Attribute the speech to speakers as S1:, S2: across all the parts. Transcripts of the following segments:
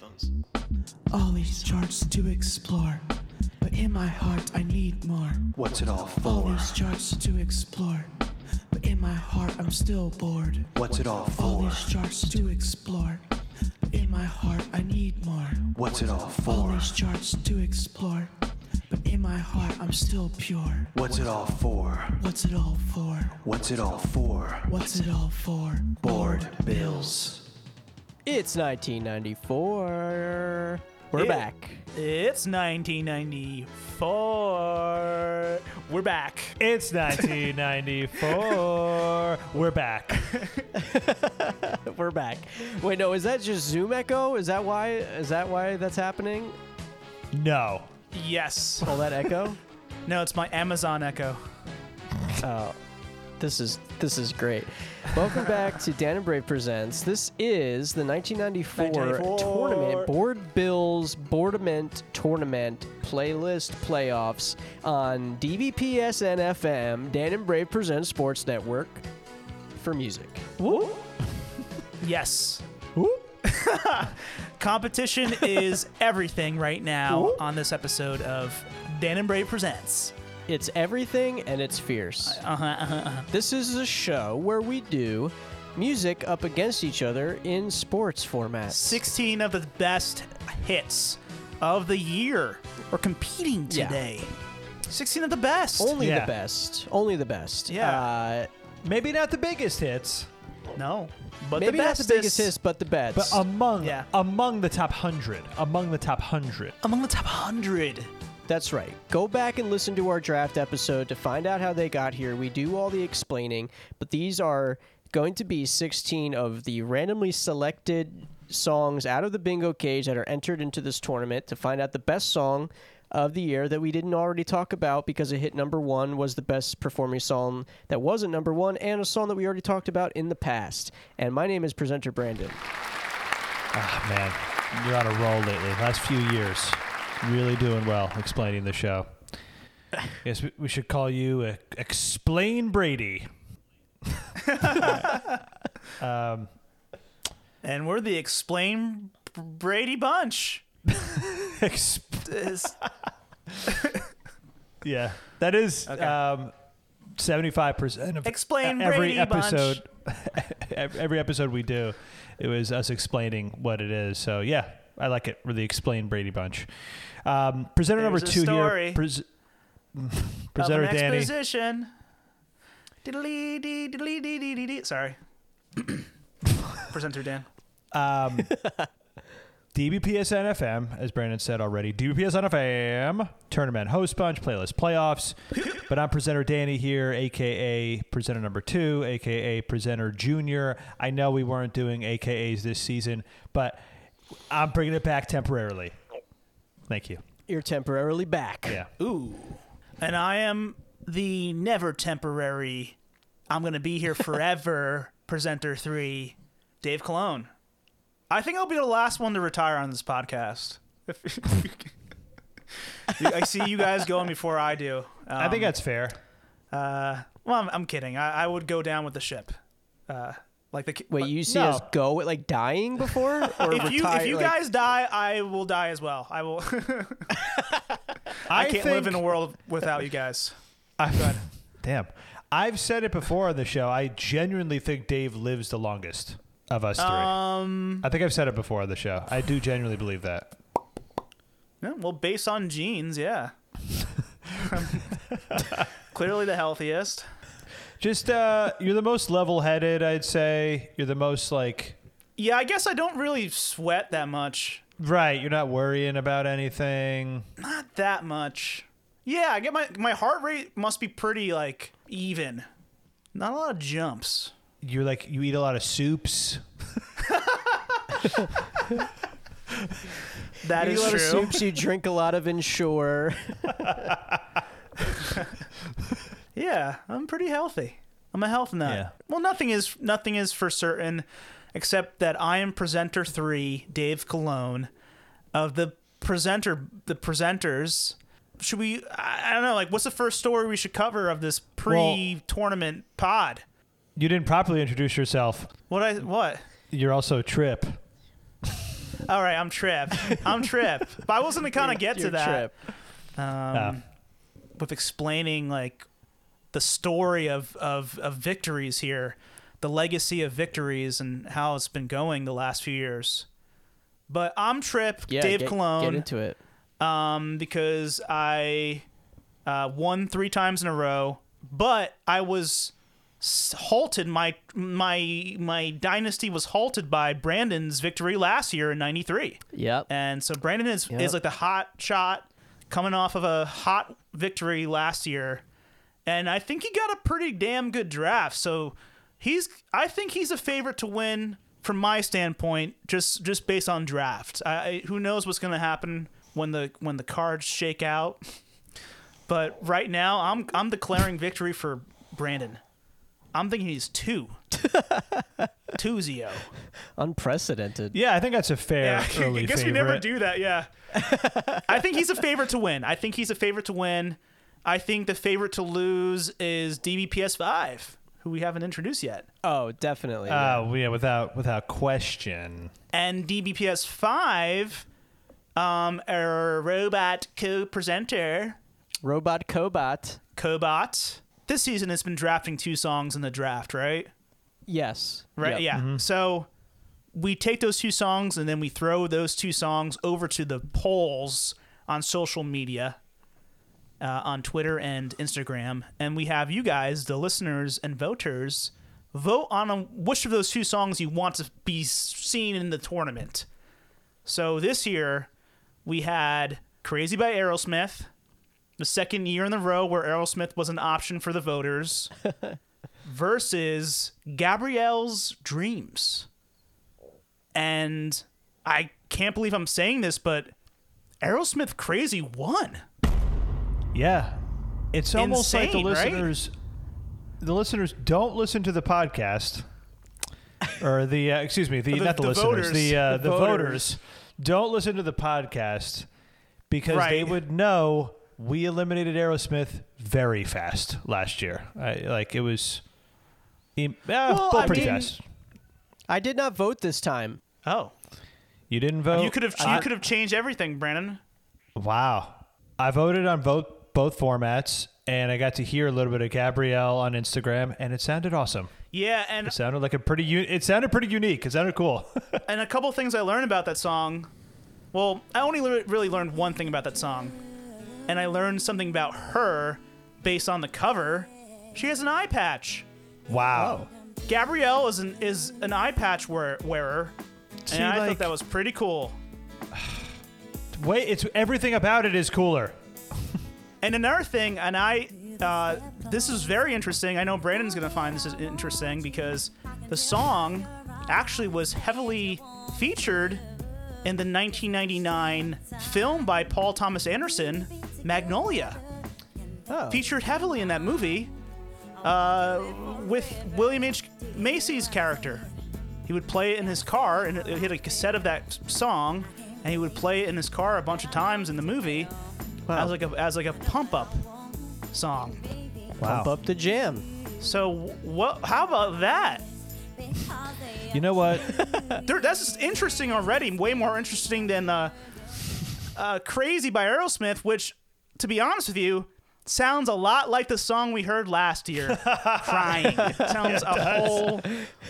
S1: pounds.
S2: All these charts to explore, but in my heart I need more.
S1: What's it all
S2: All
S1: for?
S2: these charts to explore, but in my heart I'm still bored.
S1: What's it all
S2: All
S1: for?
S2: these charts to explore, but in my heart I need more.
S1: What's it all
S2: All
S1: for?
S2: these charts to explore, but in my heart I'm still pure.
S1: What's it all for?
S2: What's it all for?
S1: What's it all for?
S2: What's it all for?
S1: Board bills.
S3: It's 1994. We're
S4: It-
S3: back.
S4: It's 1994. We're back.
S5: It's 1994. We're back.
S3: We're back. Wait, no, is that just Zoom echo? Is that why? Is that why that's happening?
S5: No.
S4: Yes.
S3: All that echo?
S4: No, it's my Amazon Echo.
S3: Oh, this is this is great. Welcome back to Dan and Brave presents. This is the 1994,
S4: 1994.
S3: tournament board bills boardament tournament playlist playoffs on DVPSN FM. Dan and Brave presents Sports Network for music.
S4: Yes. Competition is everything right now on this episode of Dan and Brave Presents.
S3: It's everything and it's fierce.
S4: Uh huh. Uh-huh, uh-huh.
S3: This is a show where we do music up against each other in sports format.
S4: 16 of the best hits of the year are competing
S3: Yeah.
S4: today. 16 of the best.
S3: Only
S5: Yeah.
S3: the best. Only the best.
S4: Yeah.
S3: Uh,
S5: Maybe not the biggest hits,
S4: no, but
S3: Maybe
S4: the
S3: not
S4: best
S3: the biggest
S4: is
S3: hits, but the best.
S5: but among
S4: Yeah.
S5: among the top 100, among the top 100.
S4: among the top 100.
S3: That's right. Go back and listen to our draft episode to find out how they got here. We do all the explaining, but these are going to be 16 of the randomly selected songs out of the bingo cage that are entered into this tournament to find out the best song of the year that we didn't already talk about because it hit number one was the best performing song that wasn't number one and a song that we already talked about in the past. And my name is presenter Brandon.
S5: Ah, man. You're on a roll lately. Last few years. Really doing well explaining the show. Yes, we- we should call you uh, Explain Brady. um,
S4: And we're the Explain Brady Bunch.
S5: exp-
S4: This-
S5: yeah. That is
S4: Okay.
S5: um, 75% of
S4: Explain
S5: E- every
S4: Brady
S5: episode ev- every episode we do it was us explaining what it is so yeah i like it really explain brady bunch um, presenter number
S4: There's a
S5: two
S4: story
S5: here pres-
S4: Bunch.
S5: presenter
S4: of an
S5: danny
S4: exposition. Diddly dee, diddly dee dee dee dee. Sorry. Presenter Dan.
S5: um, dbpsn fm as brandon said already dbpsn fm tournament host bunch playlist playoffs but i'm presenter danny here aka presenter number two aka presenter junior i know we weren't doing akas this season but i'm bringing it back temporarily thank you
S3: You're temporarily back.
S5: Yeah.
S4: Ooh. And I am the never temporary, I'm going to be here forever presenter three, Dave Cologne. I think I'll be the last one to retire on this podcast. If- I see you guys going before I do.
S5: I think
S4: Um,
S5: that's fair.
S4: Uh, well, I'm, I'm kidding. I, I would go down with the ship. Uh, like the ki-
S3: Wait,
S4: but-
S3: you see
S5: no.
S3: us go like dying before or
S4: If you
S3: retire-
S4: if you
S3: like-
S4: guys die, I will die as well. I will. I, can't live in a world without you guys.
S5: I've, damn. I've said it before on the show. I genuinely think Dave lives the longest of us three.
S4: Um.
S5: I think I've said it before on the show. I do genuinely believe that.
S4: yeah, well, based on genes, yeah. Clearly the healthiest.
S5: Just uh, you're the most level-headed, I'd say. You're the most like
S4: Yeah, I guess I don't really sweat that much.
S5: right. You're not worrying about anything.
S4: Not that much. Yeah, I get my my heart rate must be pretty like even. Not a lot of jumps.
S5: You're like you eat a lot of soups.
S4: That
S3: you
S4: is
S3: eat a lot of
S4: true.
S3: soups, you drink a lot of Ensure.
S4: Yeah, I'm pretty healthy. I'm a health nut.
S5: Yeah.
S4: Well, nothing is nothing is for certain, except that I am presenter three, Dave Cologne, of the presenter the presenters. Should we? I I don't know. Like, what's the first story we should cover of this pre-tournament pod?
S5: You didn't properly introduce yourself.
S4: What I what?
S5: You're also Trip.
S4: All right, I'm Trip. I'm Trip. But I wasn't gonna kind of get to
S3: Your
S4: that
S3: trip.
S4: um,
S5: Uh,
S4: with explaining like the story of, of of victories here, the legacy of victories, and how it's been going the last few years. But I'm Trip,
S3: Yeah,
S4: Dave
S3: get,
S4: Cologne,
S3: Get into it.
S4: um, because I uh, won three times in a row, but I was s- halted. My my my dynasty was halted by Brandon's victory last year in '93.
S3: Yep.
S4: And so Brandon is
S3: Yep.
S4: is like the hot shot coming off of a hot victory last year. And I think he got a pretty damn good draft. So he's I think he's a favorite to win from my standpoint just just based on draft. I, I who knows what's going to happen when the when the cards shake out. But right now I'm I'm declaring victory for Brandon. I'm thinking he's 2. 2-0.
S3: Unprecedented.
S5: yeah, I think that's a fair
S4: Yeah,
S5: early
S4: I guess we
S5: favorite.
S4: never do that. Yeah, I think he's a favorite to win. I think he's a favorite to win. I think the favorite to lose is DBPS five, who we haven't introduced yet.
S3: Oh, definitely. yeah.
S5: Uh, well, yeah, without without question.
S4: And DBPS five, um, our robot co-presenter
S3: Robot Cobot.
S4: Cobot. This season has been drafting two songs in the draft, right?
S3: Yes. Yep.
S4: Right. Yeah. So we take those two songs and then we throw those two songs over to the polls on social media, uh, on Twitter and Instagram, and we have you guys, the listeners and voters, vote on a, which of those two songs you want to be s- seen in the tournament. So this year we had "Crazy" by Aerosmith. The second year in a row where Aerosmith was an option for the voters versus Gabrielle's dreams. And I can't believe I'm saying this, but Aerosmith Crazy won.
S5: Yeah, it's almost like the
S4: Insane, right?
S5: listeners, the listeners don't listen to the podcast, or the uh, excuse me, the,
S4: The-
S5: not the,
S4: the
S5: listeners,
S4: voters.
S5: the uh, the,
S4: The
S5: voters. don't listen to the podcast because they
S4: Right.
S5: would know we eliminated Aerosmith very fast last year. I, like it was, im- uh, well,
S3: I
S5: pretty
S3: mean-
S5: fast.
S3: I did not vote this time.
S4: Oh,
S5: You didn't vote.
S4: you could have
S5: I-
S4: you could have changed everything, Brandon.
S5: Wow. I voted on both both formats and I got to hear a little bit of Gabrielle on Instagram and it sounded awesome.
S4: Yeah, and
S5: It sounded like a pretty u- it sounded pretty unique. It sounded cool.
S4: and a couple things I learned about that song. Well, I only lear- really learned one thing about that song, and I learned something about her based on the cover. She has an eye patch.
S5: wow.
S4: Gabrielle is an is an eye patch wear- wearer,
S5: See,
S4: and I
S5: like-
S4: thought that was pretty cool.
S5: Wait, it's everything about it is cooler.
S4: And another thing, and I, uh, this is very interesting. I know Brandon's going to find this is interesting because the song actually was heavily featured in the 1999 film by Paul Thomas Anderson, Magnolia. Featured heavily in that movie uh, with William H. Macy's character. He would play it in his car, and he had a cassette of that s- song, and he would play it in his car a bunch of times in the movie as like a as like a pump up song.
S3: Pump up the jam.
S4: So what? How about that?
S5: You know what?
S4: There, that's just interesting already. Way more interesting than uh, uh, "Crazy" by Aerosmith, which, to be honest with you, sounds a lot like the song we heard last year. Crying sounds a whole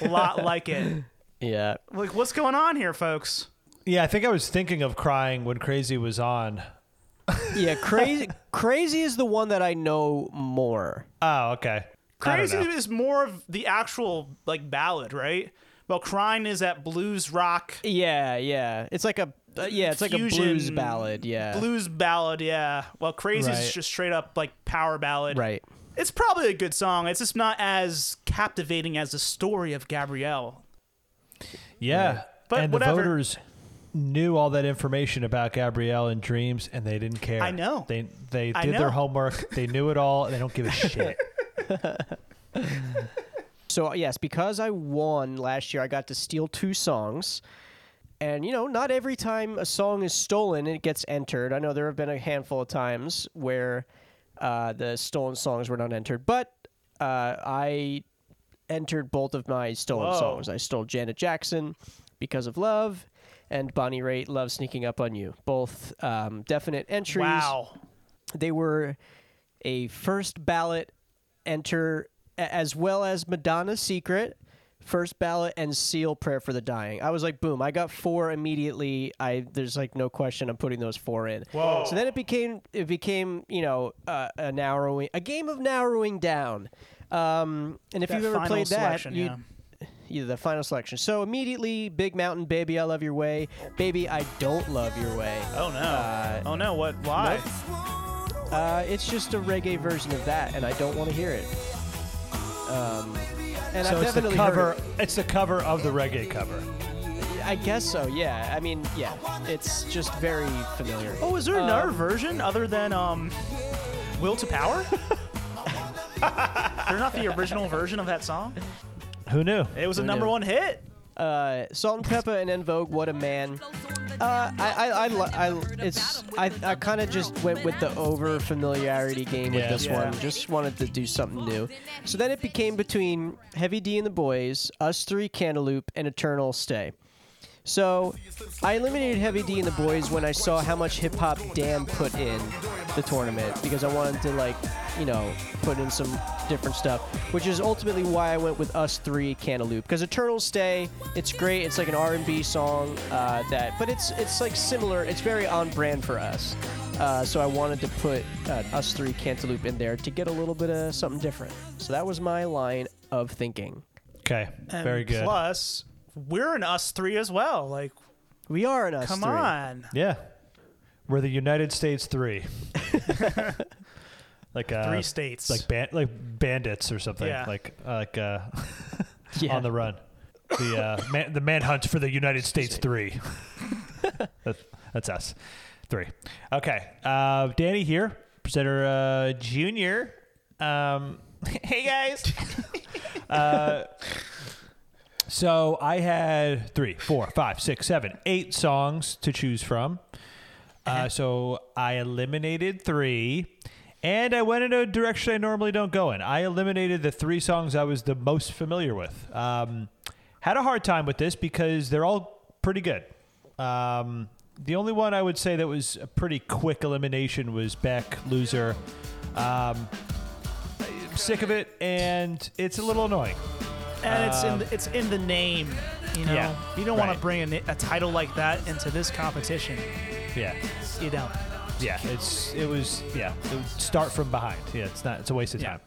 S4: lot like it.
S3: Yeah.
S4: Like, what's going on here, folks?
S5: yeah, I think I was thinking of crying when Crazy was on.
S3: Yeah, crazy crazy is the one that I know more.
S5: Oh, okay. I don't
S4: Crazy
S5: know.
S4: is more of the actual like ballad, right? Well, crying is that blues rock.
S3: Yeah, yeah. It's like a uh, yeah, it's like a blues
S4: Fusion,
S3: ballad, yeah.
S4: Blues ballad, yeah. Well, Crazy
S5: Right.
S4: is just straight up like power ballad.
S3: Right.
S4: It's probably a good song. It's just not as captivating as the story of Gabrielle.
S5: Yeah.
S4: But
S5: and
S4: whatever.
S5: the voters knew all that information about Gabrielle and dreams and they didn't care.
S4: I know.
S5: They they
S4: I
S5: did
S4: know.
S5: their homework. they knew it all and they don't give a shit.
S3: So uh, yes, because I won last year, I got to steal two songs. And you know, not every time a song is stolen, it gets entered. I know there have been a handful of times where uh, the stolen songs were not entered, but uh, I entered both of my stolen
S4: Whoa.
S3: songs. I stole Janet Jackson because of love, and Bonnie Raitt, Love Sneaking Up on You. Both um, definite entries.
S4: Wow.
S3: They were a first ballot enter, a- as well as Madonna's Secret, first ballot, and Seal Prayer for the Dying. I was like, boom, I got four immediately. I There's like no question I'm putting those four in. Whoa. So then it became, it became you know, uh, a narrowing, a game of narrowing down. Um, and if
S4: That
S3: you've ever
S4: final
S3: played that,
S4: selection,
S3: you,
S4: yeah.
S3: yeah, the final selection. So immediately, Big Mountain, Baby, I Love Your Way, Baby, I Don't Love Your Way.
S4: Oh no. oh no. What? Why?
S3: Uh, it's just a reggae version of that, and I don't want to hear it. Um, and
S5: so
S3: I've
S5: it's the
S3: definitely
S5: cover.
S3: Heard
S5: It's the cover of the reggae cover.
S3: it. I guess so. Yeah. I mean, yeah. It's just very familiar.
S4: Oh, is there
S3: Um,
S4: another version other than um, Will to Power? They're not the original version of that song.
S5: Who knew?
S4: It was a
S3: Who
S4: number
S3: knew?
S4: one hit.
S3: Uh, Salt and Pepper and En Vogue, What a Man. Uh, I, I, I, lo- I, it's, I, I kind of just went with the over familiarity game with
S5: Yeah.
S3: this
S4: Yeah.
S3: one. Just wanted to do something new. So then it became between Heavy D and the Boys, Us Three, Cantaloupe, and Eternal Stay. So I eliminated Heavy D and the Boys when I saw how much hip hop Dan put in the tournament because I wanted to like, you know, put in some different stuff, which is ultimately why I went with Us Three Cantaloupe because Eternal Stay, it's great. It's like an R&B song uh, that, but it's it's like similar. It's very on brand for us. Uh, so I wanted to put uh, Us Three Cantaloupe in there to get a little bit of something different. So that was my line of thinking.
S5: Okay,
S4: And
S5: very good.
S4: Plus, we're an us three as well. Like,
S3: We are an Us
S4: come
S3: Three.
S4: on.
S5: Yeah, we're the United States three. like uh,
S4: Three states.
S5: like ban- like bandits or something.
S4: Yeah.
S5: Like like uh,
S3: Yeah.
S5: on the run. The uh, man, the manhunt for the United States three. That- that's us, three. Okay, uh, Danny here, presenter uh, junior. Um, hey guys. uh, so I had three, four, five, six, seven, eight songs to choose from. Uh, so I eliminated three, and I went in a direction I normally don't go in. I eliminated the three songs I was the most familiar with. Um, had a hard time with this because they're all pretty good. Um, the only one I would say that was a pretty quick elimination was Beck Loser. Um, I'm sick of it, and it's a little annoying.
S4: and it's
S3: uh,
S4: in the, it's in the name. You know,
S5: Yeah,
S4: you don't want
S5: right.
S4: to bring a, ni- a title like that into this competition.
S5: Yeah.
S4: You don't.
S5: yeah it's it was yeah it would start from behind yeah it's not it's a waste of
S4: Yeah.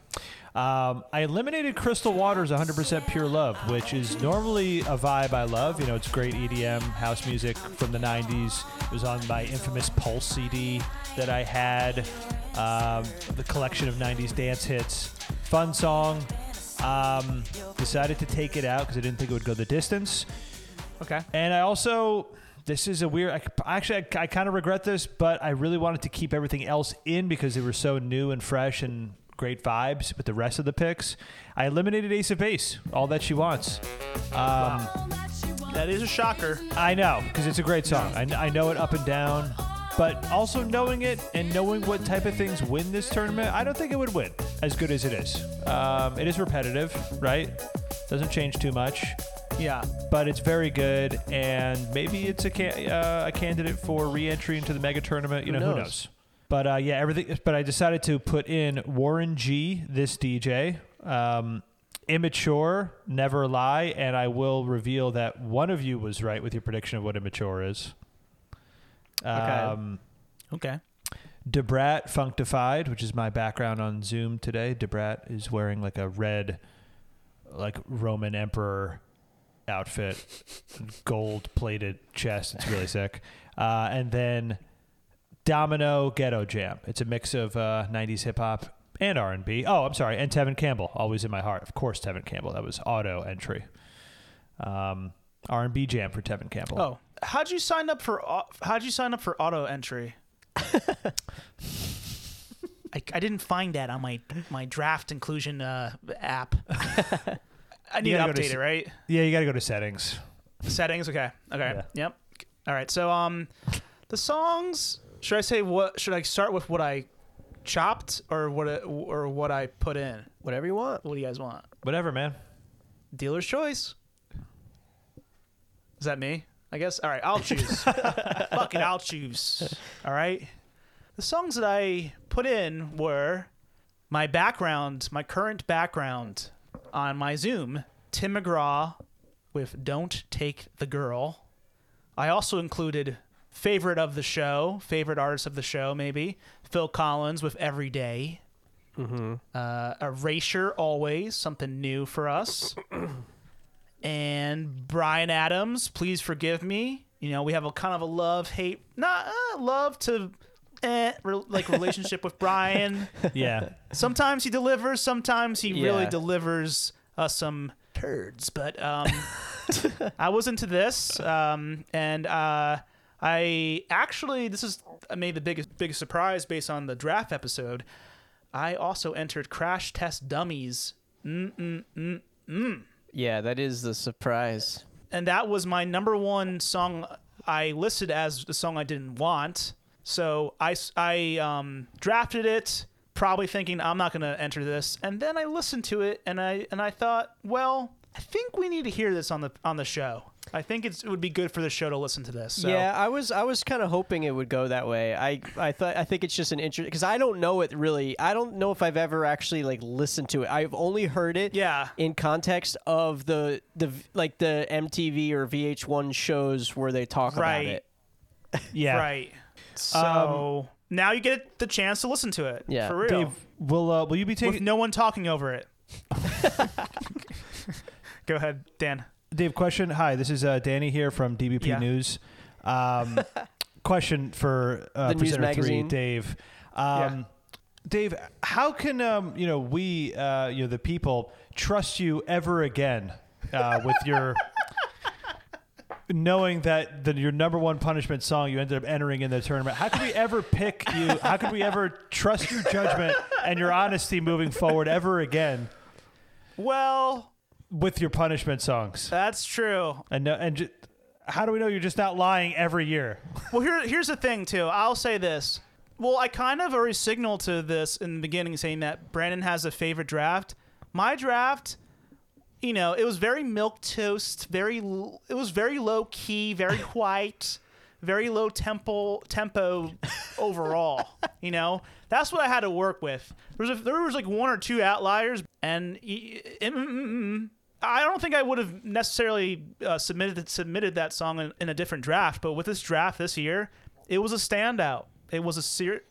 S5: time um, i eliminated crystal waters 100% pure love which is normally a vibe i love you know it's great edm house music from the 90s it was on my infamous pulse cd that i had um, the collection of 90s dance hits fun song um, decided to take it out because i didn't think it would go the distance
S4: Okay.
S5: and I also, this is a weird. I, actually, I, I kind of regret this, but I really wanted to keep everything else in because they were so new and fresh and great vibes with the rest of the picks. I eliminated Ace of Base, all that she wants. Um,
S4: That is a shocker.
S5: I know because it's a great song. I, I know it up and down, but also knowing it and knowing what type of things win this tournament, I don't think it would win as good as it is. Um, it is repetitive, right? Doesn't change too much.
S4: Yeah.
S5: but it's very good, and maybe it's a ca- uh, a candidate for re-entry into the mega tournament. You
S3: Who
S5: know, who
S3: knows?
S5: knows? But uh, yeah, everything. But I decided to put in Warren G, this DJ, um, immature, never lie, and I will reveal that one of you was right with your prediction of what immature is. Um,
S4: Okay.
S5: Debrat Functified, which is my background on Zoom today. Debrat is wearing like a red, like Roman emperor outfit, gold plated chest. It's really sick. Uh, and then Domino Ghetto Jam. It's a mix of uh, '90s hip hop and R&B. Oh, I'm sorry, and Tevin Campbell, always in my heart. Of course, Tevin Campbell. That was auto entry. Um, R&B jam for Tevin Campbell.
S4: Oh, how'd you sign up for au- how'd you sign up for auto entry? I, I didn't find that on my my draft inclusion uh, app. I need to
S5: gotta go to
S4: update
S5: s-
S4: it, right?
S5: yeah, you got to go to settings.
S4: Settings, okay, okay,
S5: Yeah.
S4: yep. All right, so um, the songs. Should I say what? Should I start with what I chopped or what I, or what I put in?
S3: Whatever you want.
S4: What do you guys want?
S5: Whatever, man.
S4: Dealer's choice. Is that me? I guess. All right, I'll choose. Fucking, I'll choose. All right. The songs that I put in were my background, my current background on my Zoom, Tim McGraw with Don't Take the Girl. I also included favorite of the show, favorite artist of the show, maybe, Phil Collins with Every Day. Uh, Erasure Always, something new for us and Brian Adams, please forgive me. You know, we have a kind of a love hate, not uh, love to eh, re- like relationship with Brian.
S5: Yeah.
S4: Sometimes he delivers, sometimes he really
S3: Yeah.
S4: delivers us some turds. But um, I was into this, um, and uh, I actually this is uh, maybe the biggest biggest surprise based on the draft episode. I also entered Crash Test Dummies
S3: Yeah, that is the surprise.
S4: and that was my number one song I listed as the song I didn't want. So I, s- I, um, drafted it, probably thinking I'm not going to enter this. And then I listened to it and I and I thought, well, I think we need to hear this on the on the show. I think it's, it would be good for the show to listen to this. So.
S3: Yeah, I was I was kind of hoping it would go that way. I I thought I think it's just an interest because I don't know it really. I don't know if I've ever actually like listened to it. I've only heard it
S4: Yeah.
S3: in context of the the like the MTV or VH1 shows where they talk
S4: Right.
S3: about it.
S5: Yeah.
S4: Right. Um, So now you get the chance to listen to it.
S3: Yeah.
S4: For real.
S5: Dave, will uh, will you be
S4: With
S5: taking
S4: no one talking over it. Go ahead, Dan.
S5: Dave? Question. Hi, this is uh, Danny here from DBP
S4: Yeah.
S5: News. Um, question for uh,
S3: The news
S5: presenter three,
S3: magazine.
S5: Dave. Um, Dave, how can um, you know we uh, you know the people trust you ever again uh, with your knowing that the, your number one punishment song you ended up entering in the tournament? How could we ever pick you? How could we ever trust your judgment and your honesty moving forward ever again
S4: Well,
S5: with your punishment songs?
S4: that's true.
S5: And no, and ju- how do we know you're just not lying every year?
S4: Well, here, here's the thing, too. I'll say this. Well, I kind of already signaled to this in the beginning, saying that Brandon has a favorite draft. My draft, you know, it was very milk toast, very l- it was very low key, very quiet, very low tempo tempo overall. You know, that's what I had to work with. There was a, there was like one or two outliers, and y- mm, mm, mm, mm. I don't think I would have necessarily uh, submitted submitted that song in, in a different draft. But with this draft this year, it was a standout. It was a ser-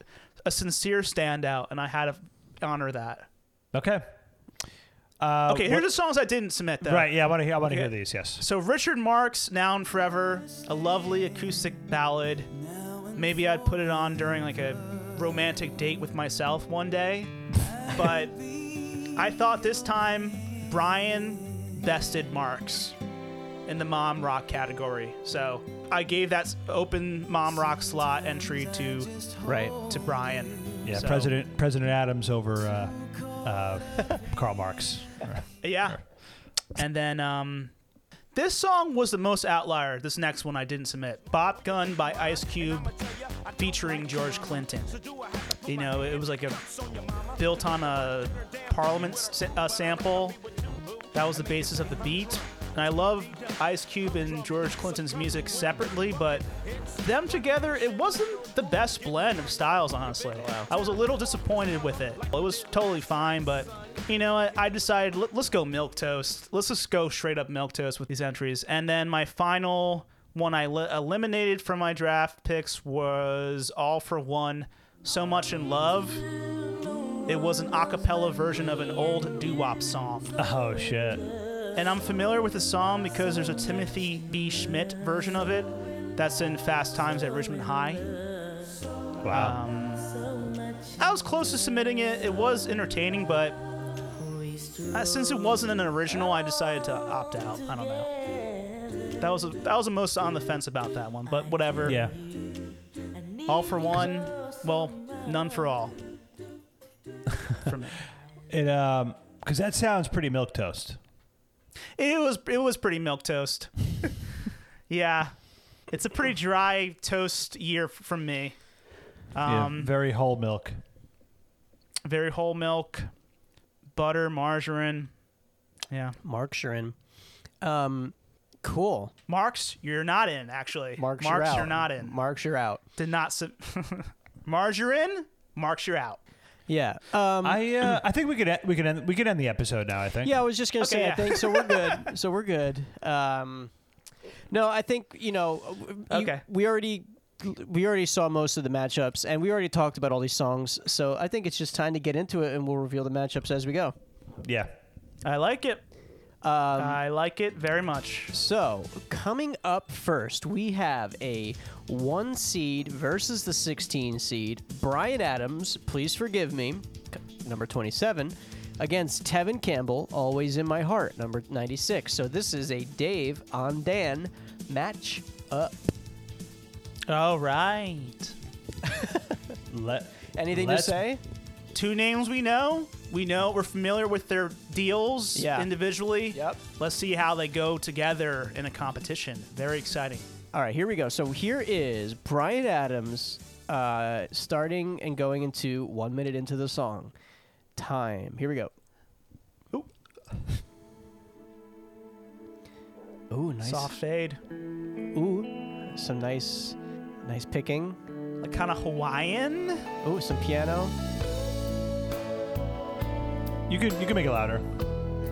S4: a sincere standout, and I had to honor that.
S5: Okay. Uh,
S4: Okay, here are the songs I didn't submit though.
S5: what- right. Yeah, I want to hear. I want to hear
S4: Okay.
S5: these. Yes.
S4: So Richard Marks, Now and Forever, a lovely acoustic ballad. Maybe I'd put it on during like a romantic date with myself one day. But I thought this time Brian bested Marks in the mom rock category. So I gave that s- open mom rock slot entry to
S3: Right.
S4: to Brian.
S5: Yeah.
S4: So-
S5: President President Adams over uh, uh, Karl Marx.
S4: Yeah. And then um this song was the most outlier. This next one I didn't submit. Bop Gun by Ice Cube featuring George Clinton. You know, it was like a built on a Parliament s- uh, sample. That was the basis of the beat. And I love Ice Cube and George Clinton's music separately, but them together, it wasn't the best blend of styles, honestly. I was a little disappointed with it. It was totally fine, but you know what? I decided let, let's go milk toast. Let's just go straight up milk toast with these entries. And then my final one I li- eliminated from my draft picks was All for One, So Much in Love. It was an a cappella version of an old doo wop song.
S5: Oh shit.
S4: And I'm familiar with the song because there's a Timothy B. Schmidt version of it that's in Fast Times at Richmond High.
S5: Wow.
S4: I was close to submitting it. It was entertaining, but uh, since it wasn't an original, I decided to opt out. I don't know. That was a, that was the most on the fence about that one, but whatever.
S5: yeah.
S4: All for one, well, none for all. for me,
S5: It um because that sounds pretty milk toast.
S4: it was it was pretty milk toast. yeah, it's a pretty dry toast year f- from me. Um,
S5: yeah. Very whole milk.
S4: very whole milk, butter, margarine. Yeah.
S3: Mark Sharon. Um, Cool.
S4: Marks, you're not in actually.
S3: Marks, you're
S4: Marks
S3: out.
S4: you're not in.
S3: Marks, you're out.
S4: Did not. Sub- Mars, you're in. Marks, you're out.
S3: Yeah. Um,
S5: I uh, I think we could e- we could end we could end the episode now. I think.
S3: Yeah, I was just gonna say
S4: Okay,
S3: I
S4: yeah.
S3: think so. We're good. so we're good. Um, no, I think you know. w- you-
S4: Okay.
S3: We already we already saw most of the matchups, and we already talked about all these songs. So I think it's just time to get into it, and we'll reveal the matchups as we go.
S5: Yeah.
S4: I like it.
S3: Um,
S4: I like it very much.
S3: So coming up first, we have a one seed versus the 16 seed. Brian Adams, please forgive me, c- number 27. Against Tevin Campbell, always in my heart, number 96. So this is a Dave on Dan match up.
S4: All right.
S5: Let.
S3: Anything
S5: let's-
S3: to say?
S4: Two names we know. We know we're familiar with their deals
S3: Yeah.
S4: individually.
S3: Yep.
S4: Let's see how they go together in a competition. Very exciting.
S3: All right, here we go. So here is Brian Adams uh, starting and going into one minute into the song. Time. Here we go. Ooh. Ooh, nice.
S4: Soft fade.
S3: Ooh, some nice, nice picking.
S4: Kind of Hawaiian.
S3: Ooh, some piano.
S5: You could you could make it louder.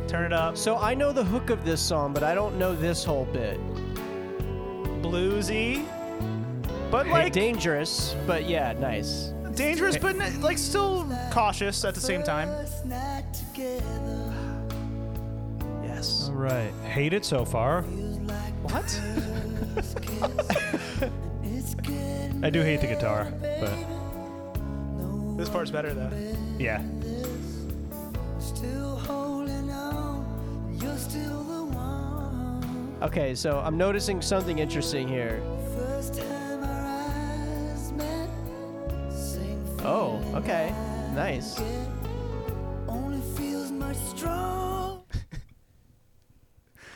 S4: Turn it up.
S3: So I know the hook of this song, but I don't know this whole bit.
S4: Bluesy. But
S3: Like,
S4: like
S3: dangerous, but yeah, nice.
S4: dangerous, but n- like still cautious at the same time. Yes.
S5: All right. Hate it so far.
S4: What?
S5: I do hate the guitar, but
S4: This part's better though.
S5: yeah.
S3: Okay, so I'm noticing something interesting here. Oh, okay. Nice.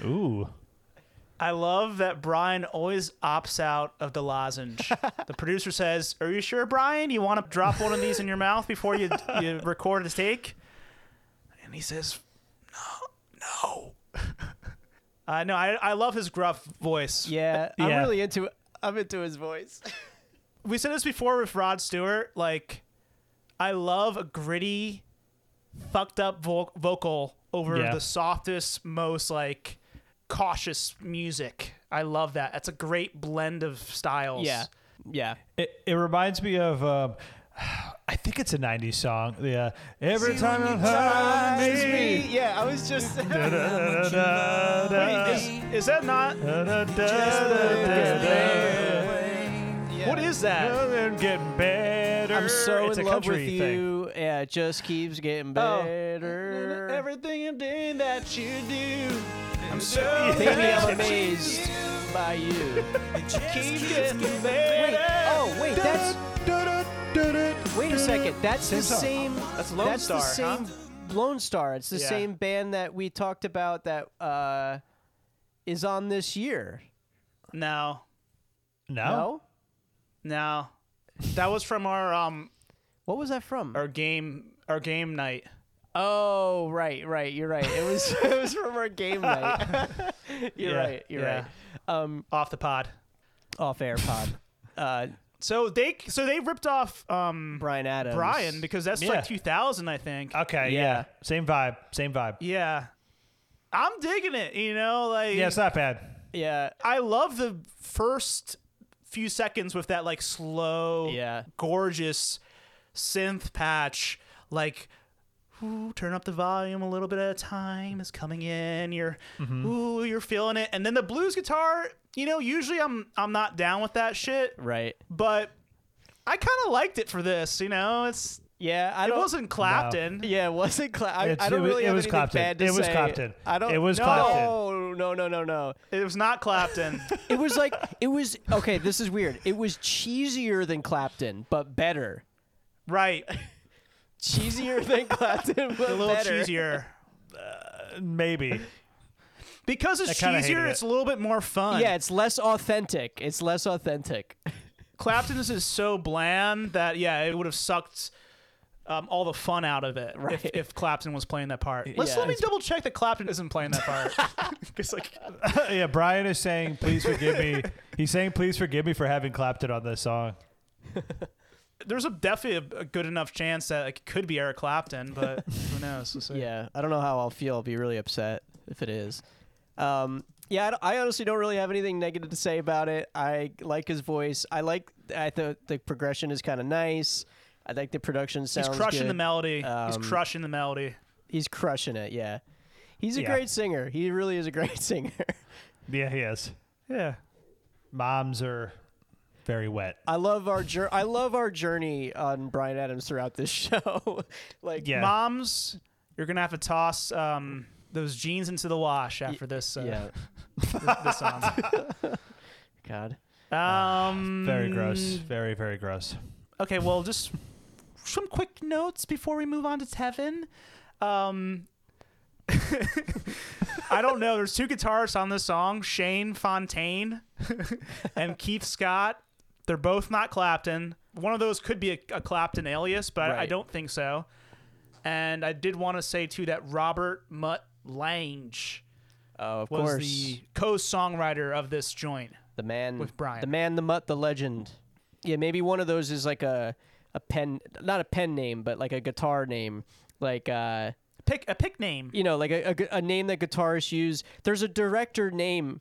S5: Ooh.
S4: I love that Brian always opts out of the lozenge. the producer says, "Are you sure, Brian? You want to drop one of these in your mouth before you you record a take?" And he says, "No, no." Uh, no, I, I love his gruff voice.
S3: Yeah, I'm
S5: Yeah.
S3: really into I'm into his voice.
S4: we said this before with Rod Stewart. Like, I love a gritty, fucked up vo- vocal over
S5: Yeah.
S4: the softest, most like cautious music. I love that. That's a great blend of styles.
S3: yeah. Yeah.
S5: It, it reminds me of um, I think it's a '90s song. Yeah. Every time you touch me.
S3: Yeah, I was just
S5: Da, da, da,
S4: Is, is that not?
S5: da, da, da, da, da.
S4: What is that?
S5: Nothing getting better.
S3: I'm so
S5: it's
S3: in
S5: a
S3: love with
S5: country thing.
S3: you. Yeah, it just keeps getting
S4: Oh.
S3: better.
S4: Everything I'm doing that you do. I'm so
S3: Baby, I'm amazed by you.
S4: keep getting better.
S3: Wait, oh wait, that's wait a second. That's the
S5: song.
S3: same.
S4: That's Lone
S3: that's the
S4: Star,
S3: same Lone Star. It's the
S4: Yeah.
S3: same band that we talked about that uh, is on this year.
S4: No,
S5: No.
S3: No,
S4: no, that was from our um
S3: what was that from?
S5: Er
S4: our game our game night.
S3: Oh, right, right. You're right. It was it was from our game night. you're
S4: Yeah,
S3: right. You're
S4: yeah.
S3: right. Um,
S4: Off the pod.
S3: off air pod. Uh,
S4: So they so they ripped off um
S3: Brian Adams.
S4: Brian because that's
S5: Yeah.
S4: like 2000 I think.
S5: Okay. Yeah.
S3: Yeah.
S5: Same vibe. Same vibe. Yeah.
S4: yeah. I'm digging it, you know, like
S5: it's not bad.
S3: Yeah.
S4: I love the first few seconds with that like slow
S3: Yeah.
S4: gorgeous synth patch like Ooh, turn up the volume a little bit at a time is coming in. You're, ooh, you're feeling it, and then the blues guitar. You know, usually I'm I'm not down with that shit,
S3: Right.
S4: but I kind of liked it for this. You know, it's
S3: Yeah. I
S4: It
S3: don't.
S4: wasn't Clapton.
S3: Yeah, it wasn't Cla- I,
S5: It's-
S3: I
S5: it
S3: don't
S5: was-
S3: really
S5: it
S3: have
S5: was
S3: anything
S5: Clapton.
S3: bad to
S5: It was
S3: say.
S5: Clapton.
S3: I don't.
S5: It was
S3: no,
S5: Clapton.
S3: No, no, no, no.
S4: It was not Clapton.
S3: It was like it was okay. This is weird. It was cheesier than Clapton, but better.
S4: right.
S3: Cheesier than Clapton, but
S4: A little
S3: better.
S4: cheesier. uh,
S5: Maybe.
S4: Because it's
S5: I kinda hated
S4: cheesier,
S5: it.
S4: it's a little bit more fun.
S3: Yeah, it's less authentic. It's less authentic.
S4: Clapton's is so bland that yeah, it would have sucked um, all the fun out of it if,
S3: Right.
S4: if Clapton was playing that part. Let's
S3: Yeah.
S4: let me double check that Clapton isn't playing that part. 'Cause, like
S5: yeah, Brian is saying, please forgive me. He's saying, please forgive me for having clapped it on this song.
S4: there's a definitely a, a good enough chance that like, it could be Eric Clapton, but who knows? We'll see.
S3: Yeah, I don't know how I'll feel. I'll be really upset if it is. Um, yeah, I d- I, honestly don't really have anything negative to say about it. I like his voice. I like. I think the progression is kind of nice. I think the production sounds.
S4: He's crushing
S3: good.
S4: the melody. He's
S3: Um,
S4: crushing the melody.
S3: He's crushing it. Yeah, he's a
S5: Yeah.
S3: great singer. He really is a great singer.
S5: Yeah, he is.
S4: Yeah.
S5: Moms are very wet.
S3: I love our jour- I love our journey on Brian Adams throughout this show. like,
S5: Yeah.
S4: Moms, you're gonna have to toss um, those jeans into the wash after this. Uh,
S3: yeah.
S4: this song.
S3: God.
S4: Um,
S5: Very gross. Very, very gross.
S4: Okay, well, just some quick notes before we move on to Tevin. Um, I don't know. There's two guitarists on this song Shane Fontaine and Keith Scott. They're both not Clapton. One of those could be a, a Clapton alias, but I, I
S3: Right.
S4: don't think so. And I did want to say, too, that Robert Mutt Lange
S3: Oh, of
S4: was
S3: course.
S4: the co songwriter of this joint.
S3: The man
S4: With Brian.
S3: The man, the mutt, the legend. Yeah, maybe one of those is like a a pen, not a pen name, but like a guitar name, like uh,
S4: Pick a pick name.
S3: you know, like a, a gu- a name that guitarists use. There's a director name.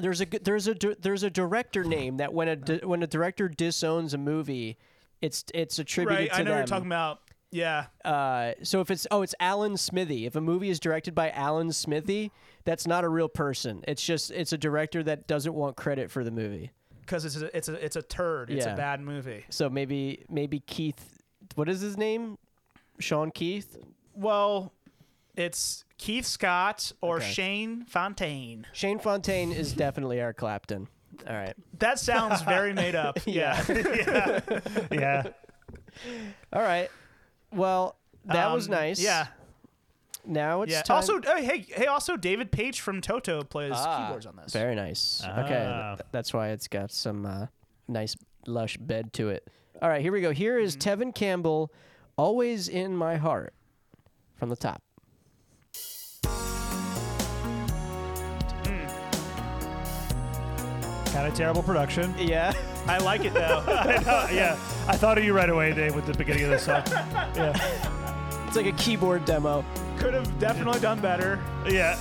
S3: There's a gu- there's a di- there's a director name that when a di- when a director disowns a movie, it's it's attributed
S4: Right,
S3: to
S4: I know
S3: them.
S4: you're talking about. Yeah.
S3: uh, so if it's oh it's Alan Smithy. If a movie is directed by Alan Smithy, that's not a real person. It's just it's a director that doesn't want credit for the movie.
S4: because it's a, it's a it's a turd. It's a
S3: Yeah.
S4: bad movie.
S3: So maybe maybe Keith, what is his name? Sean Keith.
S4: Well, it's Keith Scott or
S3: Okay.
S4: Shane Fontaine.
S3: Shane Fontaine is definitely Eric Clapton. All right.
S4: That sounds very made up. Yeah.
S5: Yeah.
S3: All right. Well, that was
S4: Um,
S3: nice.
S4: Yeah.
S3: Now it's
S4: Yeah.
S3: time.
S4: Also, oh, hey, hey, also David Page from Toto plays
S3: Ah,
S4: keyboards on this.
S3: very nice. Okay,
S5: Ah.
S3: th- that's why it's got some uh, nice lush bed to it. All right, here we go. Here is Tevin Campbell, always in my heart, from the top.
S5: Kind of terrible production.
S3: Yeah.
S4: I like it though.
S5: I know, yeah. I thought of you right away, Dave, with the beginning of the song. Yeah.
S3: it's like a keyboard demo.
S4: Could have definitely done better.
S5: Yeah.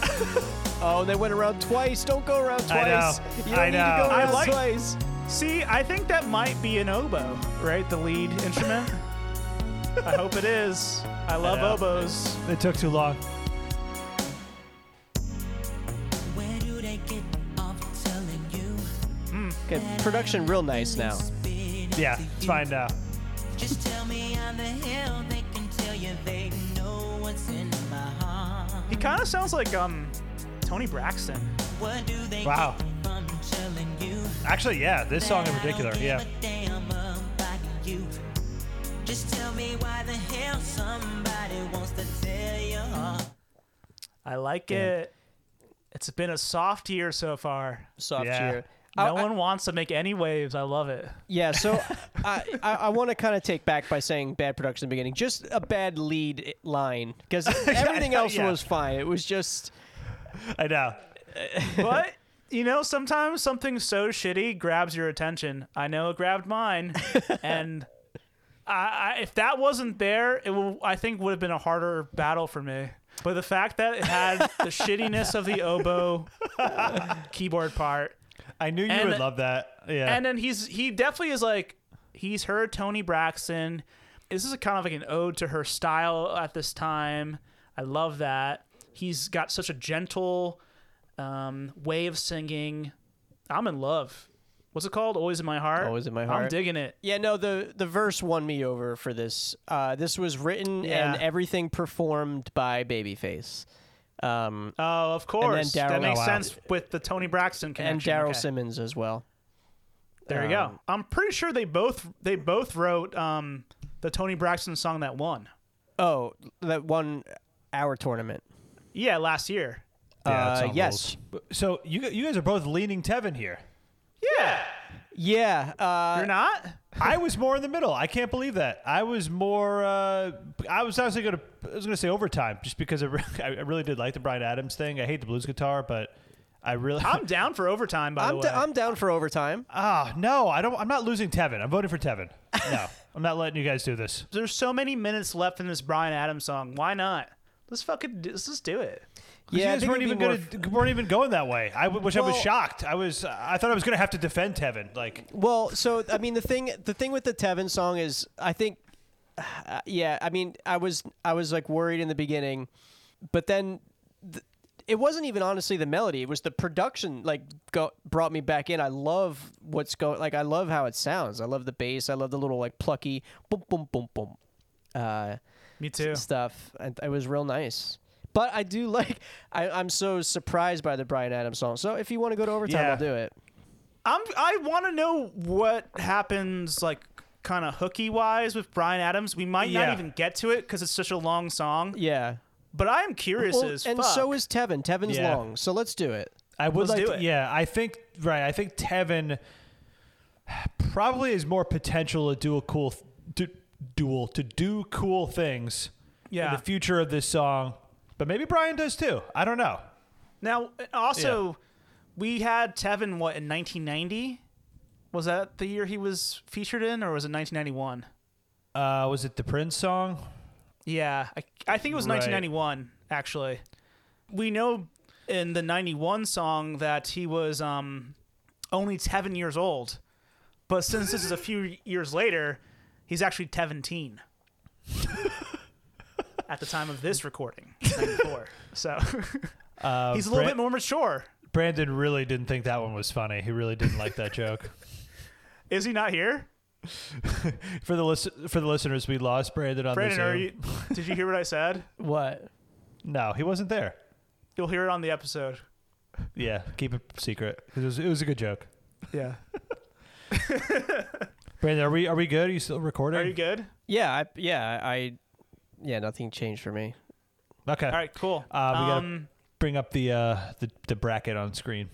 S3: Oh, they went around twice. Don't go around twice.
S5: I know.
S3: You don't
S5: I
S3: need
S5: know.
S3: to go
S5: I
S3: around
S4: like-
S3: twice.
S4: See, I think that might be an oboe, right? The lead instrument. I hope it is. I love
S5: know.
S4: oboes.
S5: It took too long.
S6: Where do they get off telling you?
S3: Okay, production real nice now.
S6: Spin it
S5: Yeah.
S6: to
S5: It's
S6: you?
S5: fine now.
S6: Just tell me on the hill, they can tell you they know what's in my heart.
S4: He kind of sounds like um Tony Braxton.
S6: What do they
S5: Wow.
S6: get from telling you?
S5: Actually, yeah. This song in particular. Yeah.
S6: Damn about you. Just tell me why the hell somebody wants to tell you.
S4: I like it. It's been a soft year so far.
S3: Soft
S5: Yeah.
S3: cheer.
S4: No
S3: I- I-
S4: one wants to make any waves. I love it.
S3: Yeah, so I, I, I want to kind of take back by saying bad production in the beginning. Just a bad lead i- line because everything else
S5: yeah.
S3: was fine. It was just
S5: I know.
S4: But you know, sometimes something so shitty grabs your attention. I know it grabbed mine, and I, I, if that wasn't there, it will, I think would have been a harder battle for me. But the fact that it had the shittiness of the oboe keyboard part,
S5: I knew you
S4: And-
S5: would love that. Yeah.
S4: and then he's he definitely is like he's heard Tony Braxton. This is a kind of like an ode to her style at this time. I love that. He's got such a gentle um, way of singing. I'm in love. What's it called? Always in my heart.
S3: Always in My
S4: I'm
S3: Heart.
S4: digging it.
S3: yeah. No, the the verse won me over for this. Uh, this was written
S4: Yeah.
S3: and everything performed by Babyface um,
S4: Oh, of course.
S3: Daryl-
S4: that makes
S5: Oh, wow.
S4: sense with the Tony Braxton
S3: and
S4: connection.
S3: Daryl um,
S4: Okay.
S3: Simmons as well.
S4: There you go. I'm pretty sure they both they both wrote um, the Tony Braxton song that won.
S3: Oh, that one hour tournament.
S4: Yeah, last year.
S5: Yeah, it's
S3: uh,
S5: on
S3: yes.
S5: rules. So you gu- you guys are both leaning Tevin here.
S4: Yeah.
S3: Yeah. Uh,
S4: You're not?
S5: I was more in the middle. I can't believe that. I was more. Uh, I was honestly going to. I was going to say overtime, just because I, re- I really did like the Brian Adams thing. I hate the blues guitar, but I really.
S4: I'm down for overtime, by
S3: I'm,
S4: the
S3: d-
S4: way.
S3: I'm down for overtime.
S5: Ah, no, I don't. I'm not losing Tevin. I'm voting for Tevin. No, I'm not letting you guys do this.
S4: There's so many minutes left in this Brian Adams song. Why not? Let's fucking do, let's just do it.
S3: Yeah, I
S5: you guys
S3: think
S5: weren't
S3: it'd
S5: even
S3: be more
S5: going to weren't even going that way. I w- which I was
S3: Well-
S5: shocked. I was. I thought I was going to have to defend Tevin. Like
S3: Well, so I mean, the thing the thing with the Tevin song is, I think, uh, yeah, I mean, I was I was like worried in the beginning, but then th- it wasn't even honestly the melody; it was the production like go- brought me back in. I love what's going, like I love how it sounds. I love the bass. I love the little like plucky boom boom boom boom. Uh,
S4: Me too.
S3: stuff. And it was real nice. But I do like. I, I'm so surprised by the Brian Adams song. So if you want to go to overtime,
S5: Yeah.
S3: I'll do it.
S4: I'm I want to know what happens like kind of hooky wise with Brian Adams. We might
S5: Yeah.
S4: not even get to it because it's such a long song.
S3: Yeah.
S4: But I am curious
S3: Well,
S4: as
S3: and
S4: fuck.
S3: so is Tevin. Tevin's
S5: Yeah.
S3: long, so let's do it.
S5: I would
S4: Let's
S5: like.
S4: do
S5: to-
S4: it.
S5: Yeah, I think right. I think Tevin probably has more potential to do a cool th- to, duel to do cool things.
S4: Yeah.
S5: in the future of this song, but maybe Brian does too. I don't know.
S4: now uh, also we had Tevin what in 1990? Was that the year he was featured in, or was it 1991?
S5: Uh, was it the Prince song?
S4: Yeah, I, I think it was
S5: Right.
S4: 1991 actually. We know in the 91 song that he was um, only 7 years old. But since this is a few years later, he's actually 17 at the time of this recording, 94. So
S5: Uh,
S4: he's a little
S5: Bra-
S4: bit more mature.
S5: Brandon really didn't think that one was funny. He really didn't like that joke.
S4: Is he not here?
S5: For the listen for the listeners, we lost Brandon on
S4: Brandon,
S5: the Zoom.
S4: are you, did you hear what I said?
S3: What?
S5: No, he wasn't there.
S4: You'll hear it on the episode.
S5: Yeah, keep it secret. It was, it was a good joke.
S4: Yeah.
S5: Brandon, are we are we good? Are you still recording?
S4: Are you good?
S3: Yeah, I, yeah, I, yeah. Nothing changed for me.
S5: Okay.
S4: All right, cool.
S5: Uh, we gotta-
S4: um,
S5: Bring up the uh the, the bracket on screen.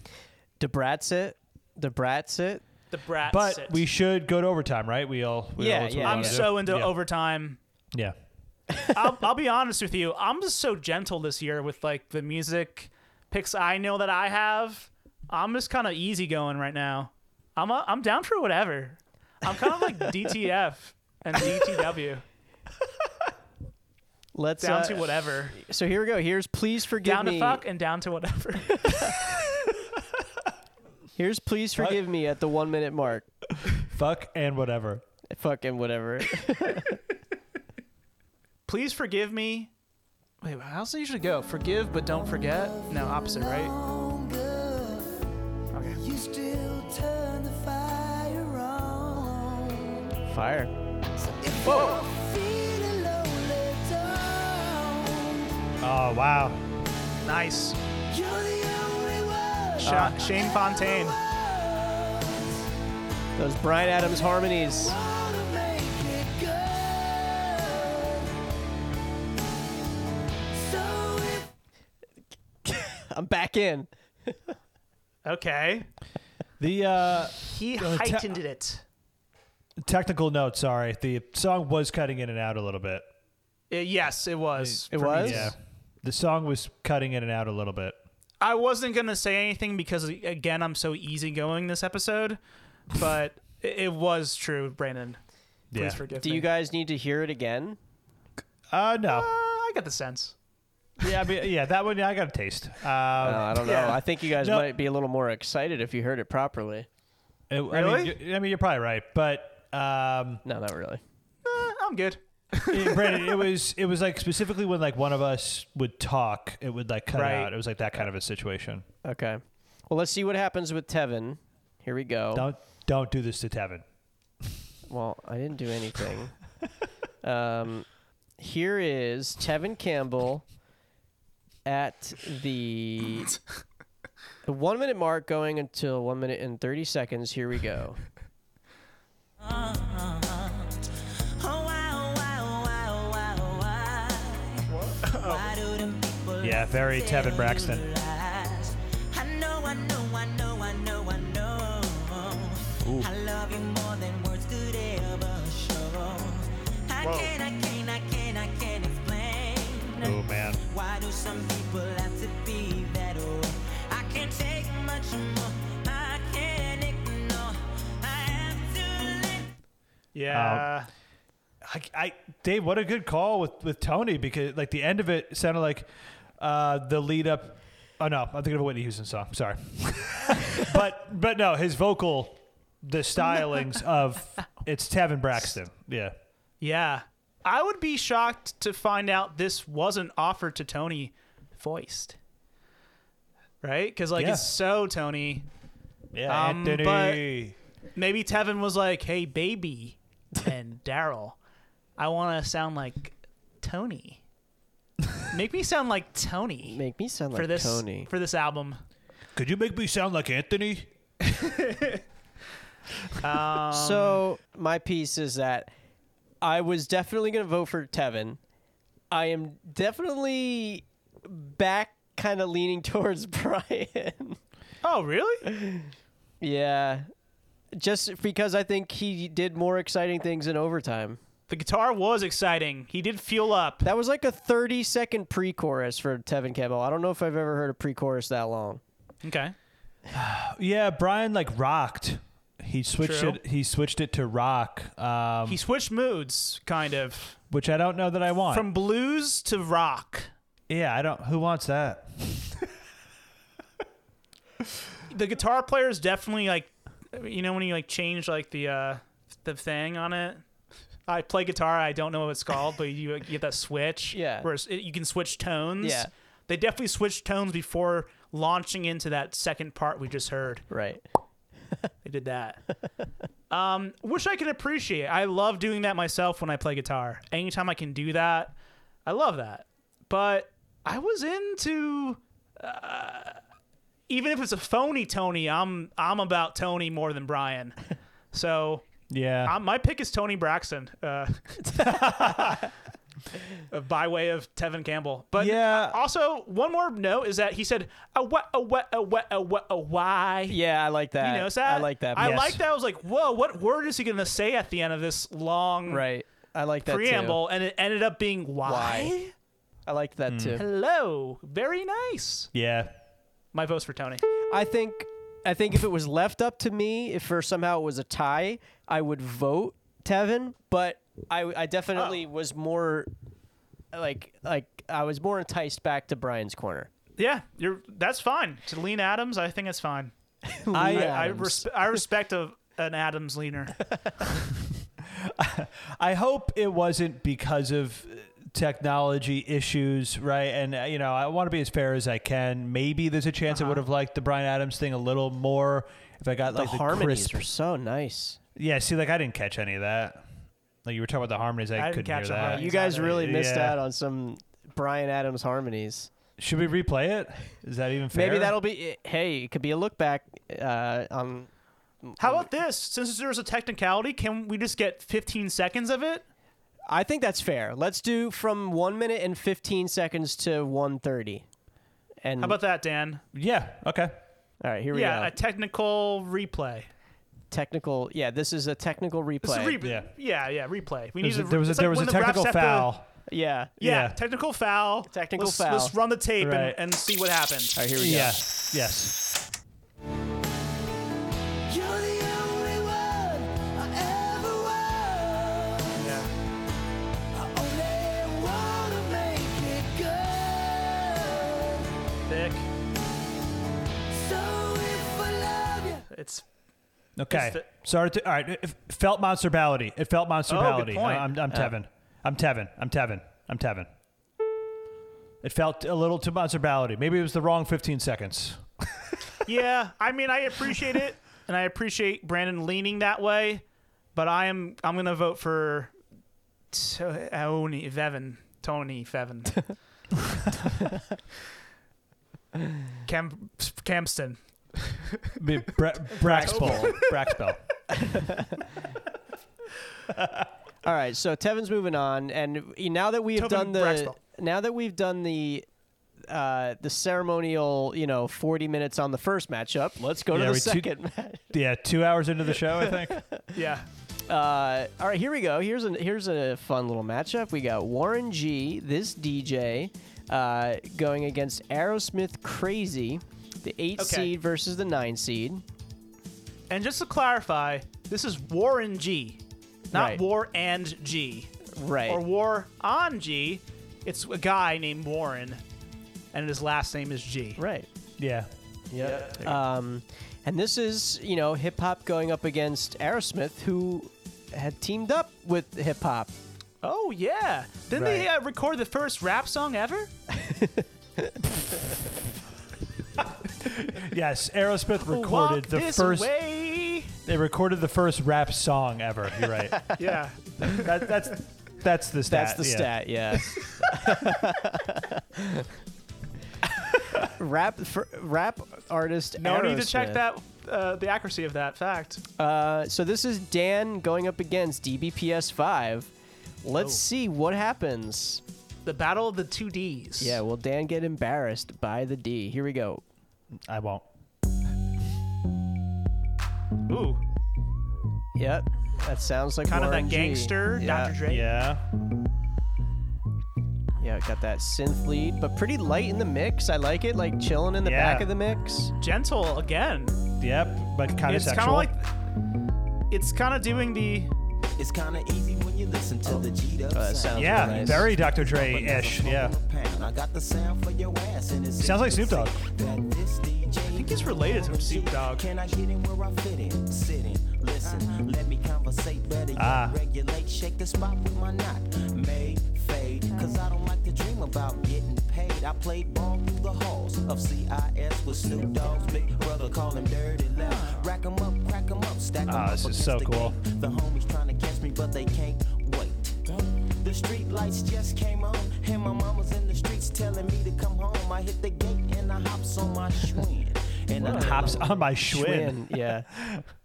S3: Debratsit, Debratsit.
S4: the brat.
S5: But
S4: sits.
S5: we should go to overtime, right? We all we
S3: Yeah,
S5: all, that's what
S3: yeah,
S5: we
S4: I'm
S5: wanna do.
S4: so into
S5: yeah.
S4: overtime.
S5: Yeah.
S4: I'll, I'll be honest with you. I'm just so gentle this year with like the music picks I know that I have. I'm just kind of easygoing right now. I'm i I'm down for whatever. I'm kind of like DTF and DTW.
S3: Let's
S4: Down
S3: uh,
S4: to whatever.
S3: So here we go. Here's please forgive
S4: Down
S3: me.
S4: to fuck and down to whatever.
S3: Here's please forgive me at the one minute mark.
S5: Fuck and whatever.
S3: Fucking whatever.
S4: Please forgive me. Wait, how's it usually go? Forgive but don't forget. No, opposite, right? Okay.
S7: You still turn the fire on.
S3: Fire.
S7: If you're feeling lonely, don't.
S5: Oh wow.
S4: Nice.
S7: You're the only one.
S3: Uh,
S4: Sha- Shane Fontaine.
S3: Those Brian Adams harmonies.
S7: Wanna make it good. So if
S3: I'm back in.
S4: Okay.
S5: The uh
S4: He
S5: Uh, ta-
S4: heightened it.
S5: technical note, sorry. The song was cutting in and out a little bit.
S4: Uh, yes, it was.
S3: It
S4: for me.
S3: was.
S5: Yeah. The song was cutting in and out a little bit.
S4: I wasn't gonna say anything because again, I'm so easygoing this episode, but i- it was true, Brandon. Please
S5: Yeah.
S4: forgive
S3: Do
S4: me.
S3: you guys need to hear it again?
S5: Uh
S4: Uh,
S5: no.
S4: I got the sense.
S5: yeah, I mean, yeah, that one yeah, I got a taste. Um,
S3: No,
S4: Uh,
S3: I don't know.
S4: yeah.
S3: I think you guys
S5: No.
S3: might be a little more excited if you heard it properly.
S5: It- I mean,
S4: Really?
S5: you- I mean, you're probably right, but um,
S3: No, not really.
S4: Uh, I'm good.
S5: it- Brandon, it was it was like specifically when like one of us would talk, it would like cut
S4: Right.
S5: out. It was like that kind of a situation.
S3: Okay. Well, let's see what happens with Tevin. Here we
S4: Oh.
S3: go.
S5: Don't don't do this to Tevin.
S3: Well, I didn't do anything. um, here is Tevin Campbell at the the one minute mark, going until one minute and thirty seconds. Here we go.
S6: Oh, wow, wow, wow, wow, wow. Why do them people
S5: Yeah, very Tevin Braxton.
S6: lies? I know, I know, I know, I know, I know. I love you more than words could ever show. I can't, I can't, I can't, I can't explain.
S5: Oh man.
S6: Why do some people have to be that old? I can't take much more. I can't ignore. I have to let
S3: Oh.
S4: Yeah.
S5: I, I Dave, what a good call with with Tony because like the end of it sounded like uh, the lead up. Oh no, I'm thinking of a Whitney Houston song. Sorry, but but no, his vocal, the stylings of it's Tevin Braxton. Yeah,
S4: yeah. I would be shocked to find out this wasn't offered to Tony voiced. Right? Because, like,
S5: Yeah.
S4: it's so Tony.
S5: yeah,
S4: Um,
S5: Anthony.
S4: Maybe Tevin was like, hey, baby, and Daryl, I want to sound like Tony. Make me sound like Tony
S3: Make me sound like
S4: for this
S3: Tony.
S4: for this album.
S5: Could you make me sound like Anthony?
S3: so my piece is that I was definitely going to vote for Tevin. I am definitely back, kind of leaning towards Brian.
S4: Oh, really?
S3: yeah, just because I think he did more exciting things in overtime.
S4: The guitar was exciting. He did fuel up.
S3: That was like a 30 second pre chorus for Tevin Campbell. I don't know if I've ever heard a pre chorus that long.
S4: Okay.
S5: Yeah, Brian like rocked. He switched
S4: True.
S5: it. He switched it to rock, um,
S4: He switched moods, kind of.
S5: which I don't know that I want.
S4: From blues to rock.
S5: yeah, I don't. Who wants that?
S4: The guitar player is definitely like you know when you like change like the uh the thing on it? I play guitar, I don't know what it's called, but you, you get that switch.
S3: Yeah.
S4: Whereas it, you can switch tones.
S3: Yeah.
S4: They definitely switched tones before launching into that second part we just heard.
S3: Right.
S4: They did that. um, which I can appreciate. I love doing that myself when I play guitar. Anytime I can do that, I love that. But I was into. Uh, even if it's a phony Tony, I'm I'm about Tony more than Brian. So
S5: Yeah,
S4: i my pick is Tony Braxton, uh, by way of Tevin Campbell. But
S5: Yeah.
S4: also one more note is that he said a what a what a what a what a why.
S3: Yeah, I like that.
S4: You notice
S3: I
S4: that?
S3: like that.
S4: I
S3: Yes.
S4: like that. I was like, whoa, what word is he going to say at the end of this long
S3: Right. I like that
S4: preamble? And it ended up being why?
S3: Why? too. I like that
S4: Hmm.
S3: too.
S4: Hello. Very nice.
S5: yeah.
S4: My vote's for Tony.
S3: I think I think if it was left up to me, if for somehow it was a tie, I would vote Tevin, but I, I
S4: Oh.
S3: definitely was more like like I was more enticed back to Brian's corner.
S4: Yeah, you're. that's fine. To lean Adams, I think it's fine. I, I,
S3: Adams.
S4: respe- I respect a, an Adams leaner.
S5: I hope it wasn't because of uh, technology issues, right? And uh, you know, I want to be as fair as I can. Maybe there's a chance
S4: Uh-huh.
S5: I would have liked the Brian Adams thing a little more if I got
S3: The
S5: like the,
S3: harmonies
S5: crisp.
S3: are so nice.
S5: Yeah, see, like I didn't catch any of that. Like you were talking about the harmonies, I,
S4: I didn't
S5: couldn't
S4: catch the
S5: hear that.
S4: harmonies.
S3: You guys
S4: Exactly.
S3: really missed
S5: Yeah.
S3: out on some Brian Adams harmonies.
S5: Should we replay it? Is that even fair?
S3: Maybe that'll be. Hey, it could be a look back uh, on.
S4: How about this? Since there was a technicality, can we just get 15 seconds of it?
S3: I think that's fair. Let's do from one minute and fifteen seconds to one thirty. And
S4: How about that, Dan?
S5: Yeah. Okay.
S3: All right, here we
S4: Yeah,
S3: go.
S4: a technical replay.
S3: technical. Yeah, this is a technical
S4: It's a
S3: replay.
S4: re-
S5: Yeah.
S4: yeah. yeah, replay. We
S5: There was
S4: need
S5: a,
S4: to-
S5: there was a,
S4: it's like
S5: there was a
S4: when the refs
S5: technical
S4: have to-
S5: foul.
S3: yeah. All
S4: yeah,
S5: Yeah.
S4: technical foul.
S3: Technical
S4: let's,
S3: foul.
S4: Let's run the tape
S5: Right.
S4: and, and see what happens.
S3: right, here we go.
S5: Yeah. Yes.
S7: You're the only one I ever was. I only wanna make it good.
S4: Thick.
S7: So if I love you,
S4: It's
S5: Okay.
S4: Is the-
S5: Sorry. To, all right. It it felt monster bality. It felt monster
S4: Oh, good
S5: bality.
S4: point.
S5: I'm, I'm Tevin. I'm Tevin. I'm Tevin. I'm Tevin. It felt a little too monster bality. Maybe it was the wrong 15 seconds.
S4: yeah. I mean, I appreciate it, and I appreciate Brandon leaning that way, but I am I'm gonna vote for Tony Fevin. Tony Fevin. Cam Camston.
S5: Be- Bra- Braxpel. Braxpel.
S3: All right, so Tevin's moving on, and now that we have
S4: Tevin
S3: done the
S4: Braxtel.
S3: now that we've done the uh, the ceremonial, you know, 40 minutes on the first matchup. Let's go
S5: Yeah,
S3: to
S5: we
S3: the
S5: two-
S3: second match.
S5: Yeah, two hours into the show, I think.
S4: Yeah.
S3: Uh, all right, here we go. Here's a here's a fun little matchup. We got Warren G, this DJ, uh, going against Aerosmith Crazy, the eight
S4: Okay.
S3: seed versus the nine seed.
S4: And just to clarify, this is Warren G, not
S3: Right.
S4: War and G,
S3: Right.
S4: or War on G. It's a guy named Warren, and his last name is G.
S3: right.
S5: yeah.
S3: Yep. Um, and this is you know hip hop going up against Aerosmith, who had teamed up with hip hop.
S4: Oh yeah! Didn't they uh, record the first rap song ever?
S5: Yes, Aerosmith recorded
S4: Walk
S5: the
S4: this
S5: first.
S4: Way.
S5: They recorded the first rap song ever. You're right.
S4: Yeah.
S5: that, that's that's the stat.
S3: That's the
S5: yeah.
S3: stat, yeah. rap for, rap artist.
S4: No need to check
S3: Aerosmith.
S4: that uh, the accuracy of that fact.
S3: Uh, so this is Dan going up against DBPS five. Let's
S4: Oh.
S3: see what happens.
S4: The battle of the two D's.
S3: Yeah, will Dan get embarrassed by the D? Here we go.
S5: I won't.
S4: Ooh.
S3: Yep, that sounds like
S4: Kind of
S3: Warren
S4: that
S3: G.
S4: gangster,
S3: Yeah,
S4: Dr. Dre.
S5: Yeah.
S3: yeah, got that synth lead, but pretty light in the mix. I like it, like chilling in the
S5: Yeah.
S3: back of the mix.
S4: Gentle again.
S5: Yep. But kind of
S4: it's kind
S5: sexual.
S4: of like. It's kind of doing the.
S8: It's kinda easy when you listen to the G
S3: Oh, that sounds
S5: yeah,
S3: nice.
S5: very Dr. Dre ish. Yeah.
S8: I got the sound for your ass and it's
S5: Sounds like Snoop Dogg.
S8: that this DJ I
S4: think he's related to Snoop Dogg.
S8: Can I get in where I fit in? Sit in, listen, let me conversate better. yet
S5: Ah.
S8: Regulate, shake the spot with my knot. May fade, cause I don't like to dream about getting paid. I played ball through the halls of CIS with Snoop Dogg's big brother, call him Dirty Left. Rack 'em up, crack 'em up, stack 'em
S5: Ah,
S8: up.
S5: this is
S8: against
S5: so
S8: the
S5: cool.
S8: gate. The homies trying to catch me, but they can't wait. The street lights just came on, and my mama's in the streets telling me to come home. I hit the gate and I hops on my Schwinn. And
S4: Oh,
S8: I
S5: Hops on my Schwinn.
S3: Schwinn, yeah,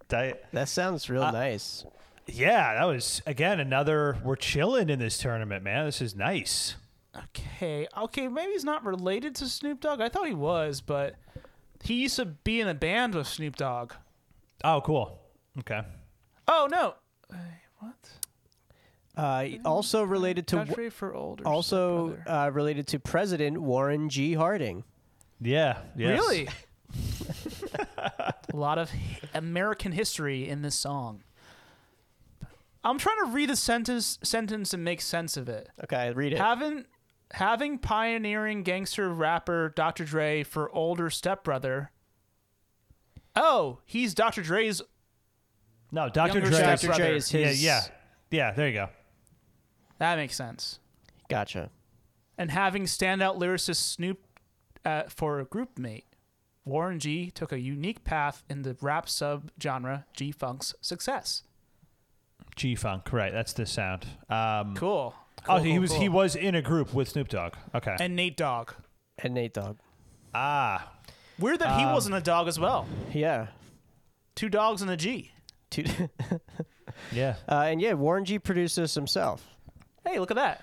S5: Di-
S3: that sounds
S5: Uh,
S3: real nice.
S5: Yeah, that was again another. We're chilling in this tournament, man. This is nice.
S4: Okay, okay, maybe he's not related to Snoop Dogg. I thought he was, but he used to be in a band with Snoop Dogg.
S5: Oh, cool. Okay.
S4: Oh no, Hey, what?
S3: Uh, also related to
S4: Country for older.
S3: also
S4: stepbrother.
S3: uh, related to President Warren G. Harding.
S5: Yeah. Yes.
S4: really, a lot of hi- American history in this song. I'm trying to read the sentence sentence and make sense of it.
S3: Okay, read it.
S4: Having having pioneering gangster rapper Dr. Dre for older stepbrother. Oh, he's Dr. Dre's.
S5: No, Dr.
S4: Younger
S5: Dre.
S4: Dr. Dre
S5: brother.
S3: is his-
S5: Yeah, yeah. Yeah. There you go.
S4: That makes sense.
S3: gotcha.
S4: and having standout lyricist Snoop uh, for a group mate. Warren G took a unique path in the rap subgenre G Funk's success.
S5: G Funk. Right. That's the sound. Um,
S4: Cool.
S5: oh,
S4: Cool,
S5: he
S4: cool,
S5: was he
S4: cool.
S5: was in a group with Snoop Dogg. Okay.
S4: and Nate Dogg.
S3: And Nate Dogg.
S5: ah.
S4: Weird that he wasn't a dog as well.
S3: Yeah.
S4: Two dogs and a G.
S3: Two-
S5: Yeah.
S3: uh, and yeah, Warren G produced this himself.
S4: Hey, look at that.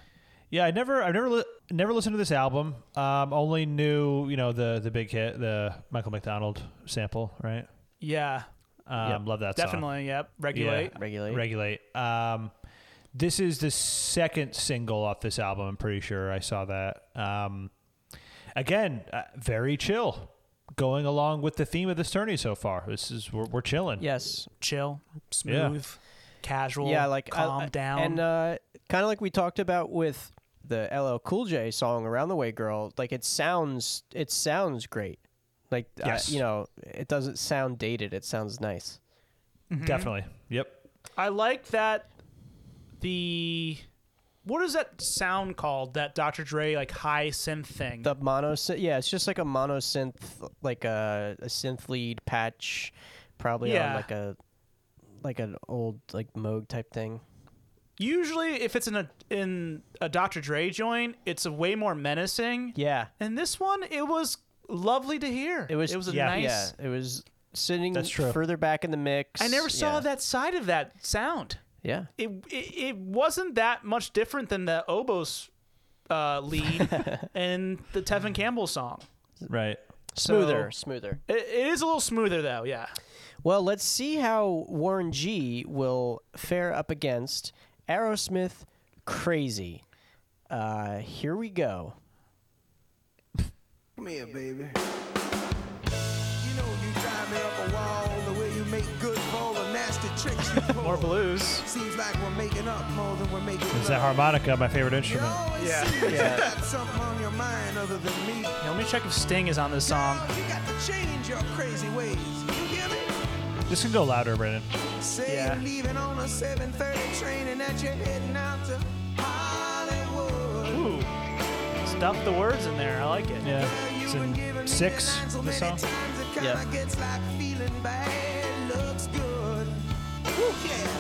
S5: Yeah, I never, I've never, li- never listened to this album. Um, only knew, you know, the the big hit, the Michael McDonald sample, right?
S4: Yeah,
S5: Um, Love that song.
S4: definitely. Yep. Regulate.
S5: Yeah.
S3: Regulate.
S5: regulate. Um, this is the second single off this album. I'm pretty sure I saw that. Um, again, uh, very chill, going along with the theme of this tourney so far. This is we're, we're chilling.
S3: Yes.
S4: Chill. Smooth. Casual.
S3: yeah, like I-
S4: calm
S3: I-
S4: down.
S3: And uh, kind of like we talked about with the LL Cool J song "Around the Way Girl." Like it sounds, it sounds great. Like uh,
S5: Yes.
S3: you know, it doesn't sound dated. It sounds nice.
S5: definitely. Yep.
S4: I like that the what is that sound called? That Dr. Dre like high synth thing.
S3: The mono, syn- yeah, it's just like a mono synth, like a, a synth lead patch, probably on
S4: Yeah.
S3: like a like an old like Moog type thing.
S4: Usually, if it's in a in a Dr. Dre joint, it's a way more menacing.
S3: Yeah,
S4: And this one, it was lovely to hear.
S3: it was.
S4: It was a
S5: yeah.
S4: nice.
S3: Yeah, it was sitting
S5: That's true.
S3: further back in the mix.
S4: I never saw
S3: Yeah.
S4: that side of that sound.
S3: Yeah.
S4: It, it it wasn't that much different than the oboes uh, lead in the Tevin Campbell song.
S5: Right.
S3: Smoother, smoother.
S4: It, it is a little smoother though, yeah.
S3: Well, let's see how Warren G will fare up against Aerosmith Crazy. Uh, here we go.
S1: Come here, baby.
S9: You know you drive me up a wall, the way you make good for the nasty tricks you pull.
S4: More blues.
S9: Seems like we're making up more than we're making
S5: It's that
S9: love.
S5: harmonica, my favorite
S9: It
S5: instrument.
S9: always
S4: Yeah.
S9: seems
S3: Yeah.
S9: you got something on your mind other than me.
S4: Now, let me check if Sting is on this song.
S9: Now you got to change your crazy ways. You hear me?
S5: This can go louder, Brendan.
S9: Say
S4: Yeah.
S9: you're leaving on a 7:30 train and that you're heading out to Hollywood.
S4: Ooh. Stuff the words in there. I like it.
S5: Yeah.
S9: Girl,
S5: It's
S9: you've been
S5: in
S9: giving
S5: six,
S9: me the nine so
S5: this
S9: many
S5: song.
S9: times it
S3: Yeah.
S9: kinda gets like feeling bad looks good. Woo, yeah.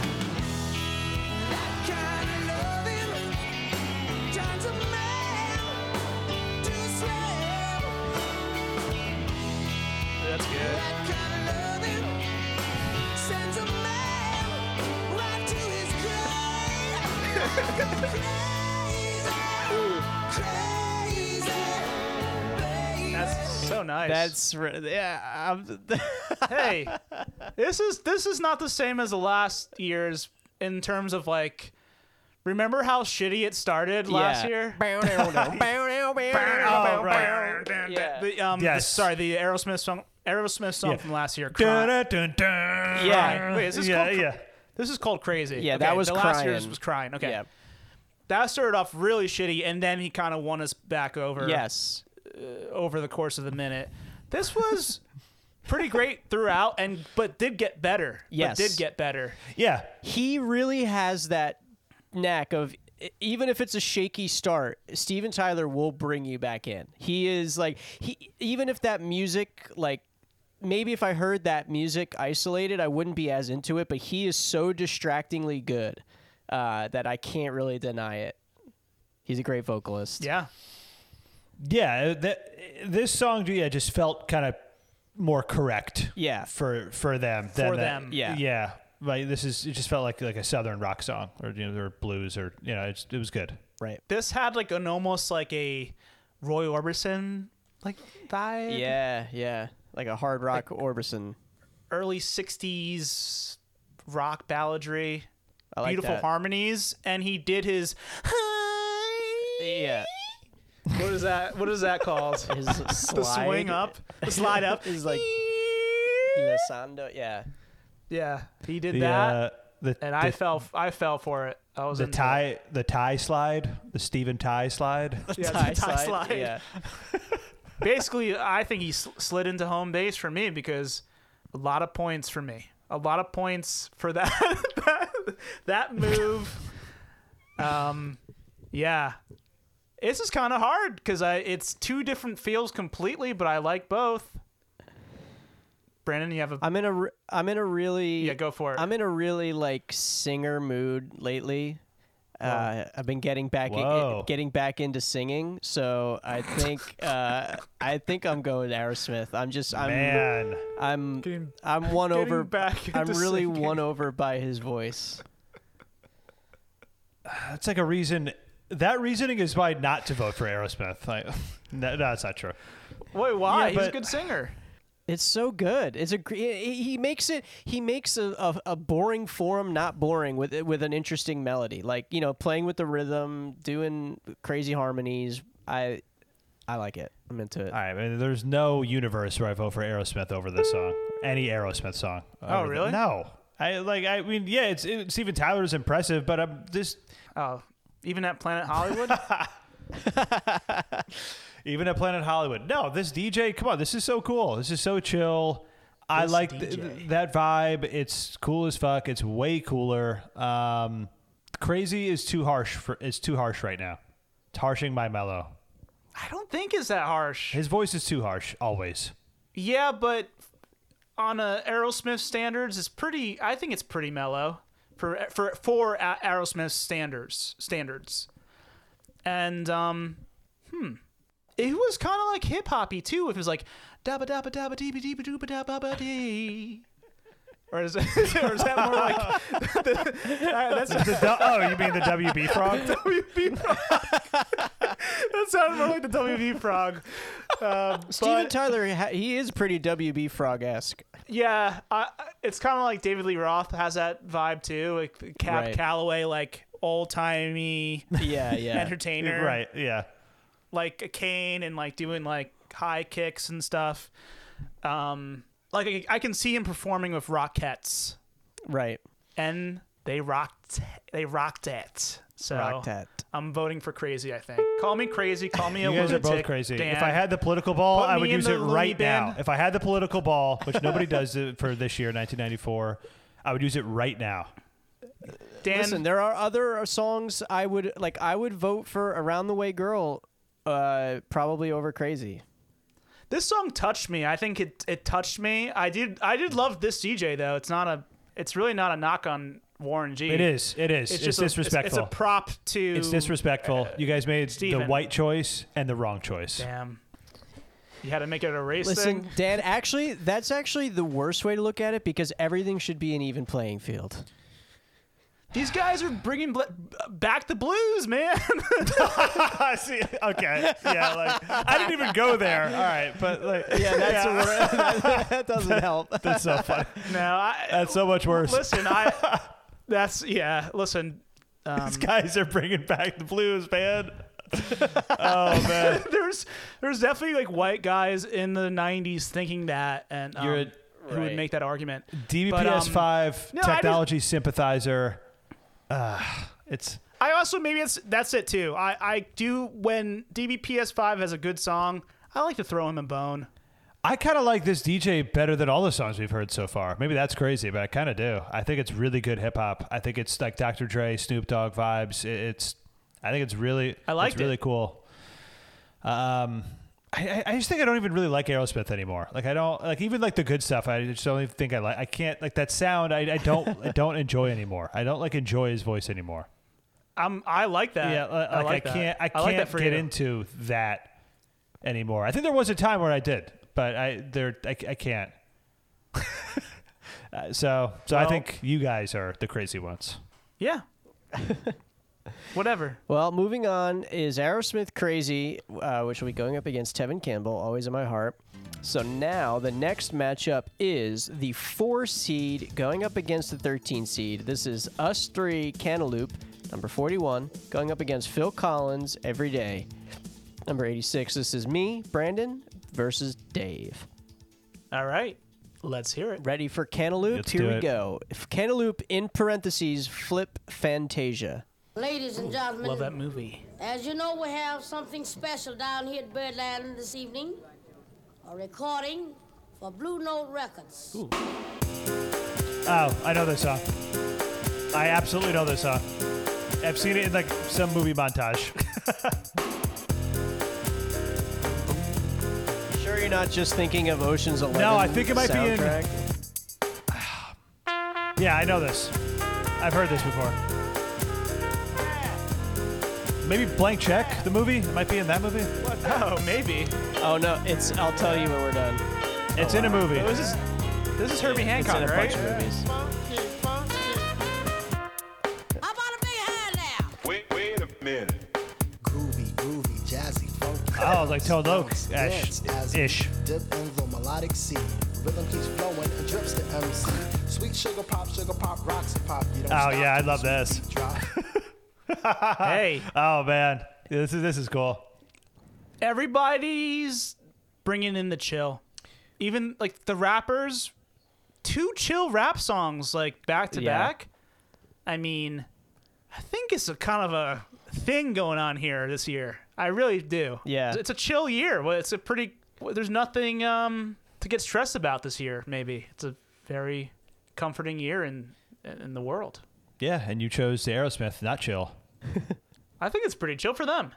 S9: That kind of loving turns a man to slave.
S4: That's good.
S9: That kind of loving sends a man right to his grave. Crazy, crazy, baby.
S4: That's so nice.
S3: That's re- yeah. I'm,
S4: hey, this is this is not the same as the last year's in terms of like. Remember how shitty it started last year? Oh, right.
S3: Yeah.
S4: The, um, the-
S5: Yes.
S4: sorry, the Aerosmith song, Aerosmith song
S5: Yeah.
S4: from last year. Cry.
S5: Yeah.
S4: Wait, is this
S5: yeah,
S4: called-
S5: yeah.
S4: This is called Crazy.
S3: Yeah,
S4: Okay,
S3: that was
S4: the last year's
S3: Crying.
S4: was crying. Okay,
S3: Yeah.
S4: that started off really shitty, and then he kind of won us back over.
S3: Yes.
S4: over the course of the minute. This was pretty great throughout, and but did get better. But
S3: Yes.
S4: did get better.
S5: Yeah.
S3: he really has that knack of e, even if it's a shaky start, Steven Tyler will bring you back in. He is like he even if that music like maybe if I heard that music isolated, I wouldn't be as into it, but he is so distractingly good uh, that I can't really deny it. He's a great vocalist.
S4: Yeah.
S5: Yeah, that this song yeah just felt kind of more correct.
S3: Yeah.
S5: for for them than
S4: For
S5: that-
S4: them.
S3: Yeah.
S5: yeah. Like this is it just felt like like a southern rock song or you know or blues or you know it's, it was good.
S3: Right.
S4: This had like an almost like a Roy Orbison like vibe.
S3: Yeah, yeah. Like a hard rock Orbison.
S4: Early '60s rock balladry.
S3: I like
S4: beautiful
S3: that.
S4: harmonies, and he did his.
S3: Yeah.
S4: What is that? What is that called?
S3: His
S4: the swing up, the slide up.
S3: He's like Glissando. Yeah.
S4: yeah, he did
S5: The
S4: that,
S5: uh, the
S4: and
S5: the,
S4: I fell. I fell for it. I was
S5: the
S4: into it.
S5: tie the tie slide the Steven tie slide.
S4: Yeah,
S3: Tie
S4: the tie
S3: slide,
S4: slide.
S3: Yeah.
S4: basically, I think he sl- slid into home base for me because a lot of points for me. A lot of points for that that, that move. Um, yeah, this is kind of hard because I it's two different feels completely, but I like both. Brandon, you have a
S3: I'm in a re- I'm in a really
S4: yeah. Go for it.
S3: I'm in a really like singer mood lately. Uh, I've been getting back i- i-
S5: Whoa.
S3: getting back into singing, so I think uh, I think I'm going Aerosmith. I'm just I'm
S5: Man,
S3: I'm
S4: Getting-
S3: I'm won
S4: getting
S3: over.
S4: back
S3: I'm
S4: into
S3: really
S4: singing.
S3: won over by his voice.
S5: that's like a reason. That reasoning is why not to vote for Aerosmith. Like, no, no, that's not true.
S4: Wait, why?
S5: Yeah,
S4: He's a
S5: but-
S4: good singer.
S3: It's so good. It's a gr- he he makes it he makes a, a, a boring form not boring with with an interesting melody. Like, you know, playing with the rhythm, doing crazy harmonies. I I like it. I'm into it.
S5: All right, man, there's no universe where I vote for Aerosmith over this song, any Aerosmith song. Oh,
S4: really?
S5: no. I like. I mean, yeah, it's it, Steven Tyler's impressive, but I'm this
S4: Oh, even at Planet Hollywood.
S5: even at Planet Hollywood. No, this DJ. Come on, this is so cool. This is so chill. I like th- th- that vibe. It's cool as fuck. It's way cooler. Um, crazy is too harsh. For, it's too harsh right now. It's harshing my mellow.
S4: I don't think it's that harsh.
S5: His voice is too harsh always.
S4: Yeah, but on a Aerosmith standards, it's pretty. I think it's pretty mellow for for for A- Aerosmith standards standards. And um, hmm, it was kind of like hip hoppy too. If it was like da ba da ba da ba dee ba dee ba doo ba da ba ba dee. Or is, it, or is that more like
S5: The du- oh, you mean the WB frog?
S4: WB Rock? that sounded more like the WB frog. Um,
S3: Steven
S4: but-
S3: Tyler, ha- he is pretty WB Frog esque.
S4: Yeah, I, I- it's kind of like David Lee Roth has that vibe too, like the Cab
S3: Right.
S4: Calloway, like old timey
S3: Yeah, yeah.
S4: entertainer,
S5: right? Yeah.
S4: Like a cane and like doing like high kicks and stuff. Um, like I, I can see him performing with Rockettes,
S3: Right.
S4: and they rocked, they rocked it. So
S3: Rocktet.
S4: I'm voting for crazy. I think. Call me crazy. Call me a
S5: You guys are
S4: lunatic.
S5: both crazy.
S4: Dan.
S5: If I had the political ball,
S4: Put
S5: I
S4: me
S5: would
S4: in
S5: use
S4: the
S5: it
S4: loony
S5: right now.
S4: bin.
S5: If I had the political ball, which nobody does it for this year, 1994, I would use it right now.
S4: Dan,
S3: Listen, there are other songs I would like. I would vote for "Around the Way Girl," uh, probably over "Crazy."
S4: this song touched me. I think it it touched me. I did I did love this DJ though. It's not a it's really not a knock on Warren G.
S5: It is. It is.
S4: It's,
S5: It's,
S4: just a- it's-
S5: disrespectful.
S4: it's a prop to.
S5: It's disrespectful. You guys made the
S4: Steven.
S5: white choice and the wrong choice.
S4: Damn. You had to make it a race
S3: Listen,
S4: thing.
S3: Dan, actually, that's actually the worst way to look at it because everything should be an even playing field.
S4: These guys are bringing bl- back the blues, man.
S5: I see. Okay. Yeah. Like I didn't even go there. All right. But like,
S3: Yeah, that's that, doesn't help.
S5: that's so funny.
S4: no, I,
S5: That's so much worse.
S4: listen, I. That's yeah. Listen,
S5: These guys are bringing back the blues, man.
S4: there's there's definitely like white guys in the '90s thinking that, and um,
S5: You're a-
S4: who would
S3: Right.
S4: make that argument? But, um,
S5: DBPS5
S4: no, I just-
S5: technology sympathizer. Ah, it's
S4: I also maybe it's that's it too. I I do when DBPS5 has a good song, I like to throw him a bone.
S5: I kind of like this DJ better than all the songs we've heard so far. Maybe that's crazy, but I kind of do. I think it's really good hip hop. I think it's like Dr. Dre, Snoop Dogg vibes. It- It's, I think it's really,
S4: I liked
S5: it's really
S4: it.
S5: cool. Um, I, I- I just think I don't even really like Aerosmith anymore. Like I don't like even like the good stuff. I just don't even think I like. I can't like that sound. I, I don't I don't enjoy anymore. I don't like enjoy his voice anymore.
S4: I'm I like that.
S5: Yeah, li- like
S4: I
S5: I,
S4: like that.
S5: can't I
S4: I
S5: can't
S4: like that for
S5: get
S4: you.
S5: into that anymore. I think there was a time where I did, but I there I, I can't. Uh, so so I
S4: Well-
S5: think you guys are the crazy ones.
S4: Yeah. Whatever.
S3: Well, moving on is Aerosmith Crazy, uh, which will be going up against Tevin Campbell, always in my heart. So now the next matchup is the four seed going up against the 13 seed. This is us three, Cantaloupe, number 41, going up against Phil Collins every day. Number 86, this is me, Brandon, versus Dave.
S4: All right. Let's hear it.
S3: Ready for Cantaloupe?
S5: Let's
S3: Here
S5: do
S3: we
S5: it.
S3: go. If Cantaloupe in parentheses, flip Fantasia.
S10: Ladies and gentlemen,
S4: Love that movie.
S10: as you know, we have something special down here at Birdland this evening. A recording for Blue Note Records.
S5: Oh, I know this song. I absolutely know this song. I've seen it in like some movie montage.
S3: Sure, you're not just thinking of Ocean's Eleven.
S5: I think it might be in-
S3: soundtrack?
S5: yeah, I know this. I've heard this before. Maybe Blank Check, the movie? It might be in that movie.
S4: Oh, maybe.
S3: Oh no, it's. I'll tell you when we're done.
S5: It's in a movie.
S4: This is this is Herbie
S3: It's in
S4: Hancock,
S3: a
S4: right?
S3: bunch of movies.
S10: How about a big hand now?
S9: Wait, wait a minute.
S11: Groovy, groovy, jazzy, funky.
S5: Oh, like Toad Oak,
S11: Bounce,
S5: ash-
S11: dance as we
S5: ish.
S11: Dip in the melodic sea. Rhythm keeps flowing and drips to MC. Sweet sugar pop, sugar pop, rocks and pop. You don't
S5: Oh,
S11: stop
S5: yeah, I
S11: till the
S5: love
S11: sweet
S5: this.
S11: beat drop.
S4: Hey,
S5: Oh man, this is this is cool.
S4: everybody's bringing in the chill. Even like the rappers, two chill rap songs like back to
S3: Yeah.
S4: back. I mean, I think it's a kind of a thing going on here this year. I really do.
S3: Yeah.
S4: it's a chill year. Well, it's a pretty. well, There's nothing um to get stressed about this year. Maybe it's a very comforting year in in the world.
S5: Yeah, and you chose the Aerosmith, not chill.
S4: I think it's pretty chill for them.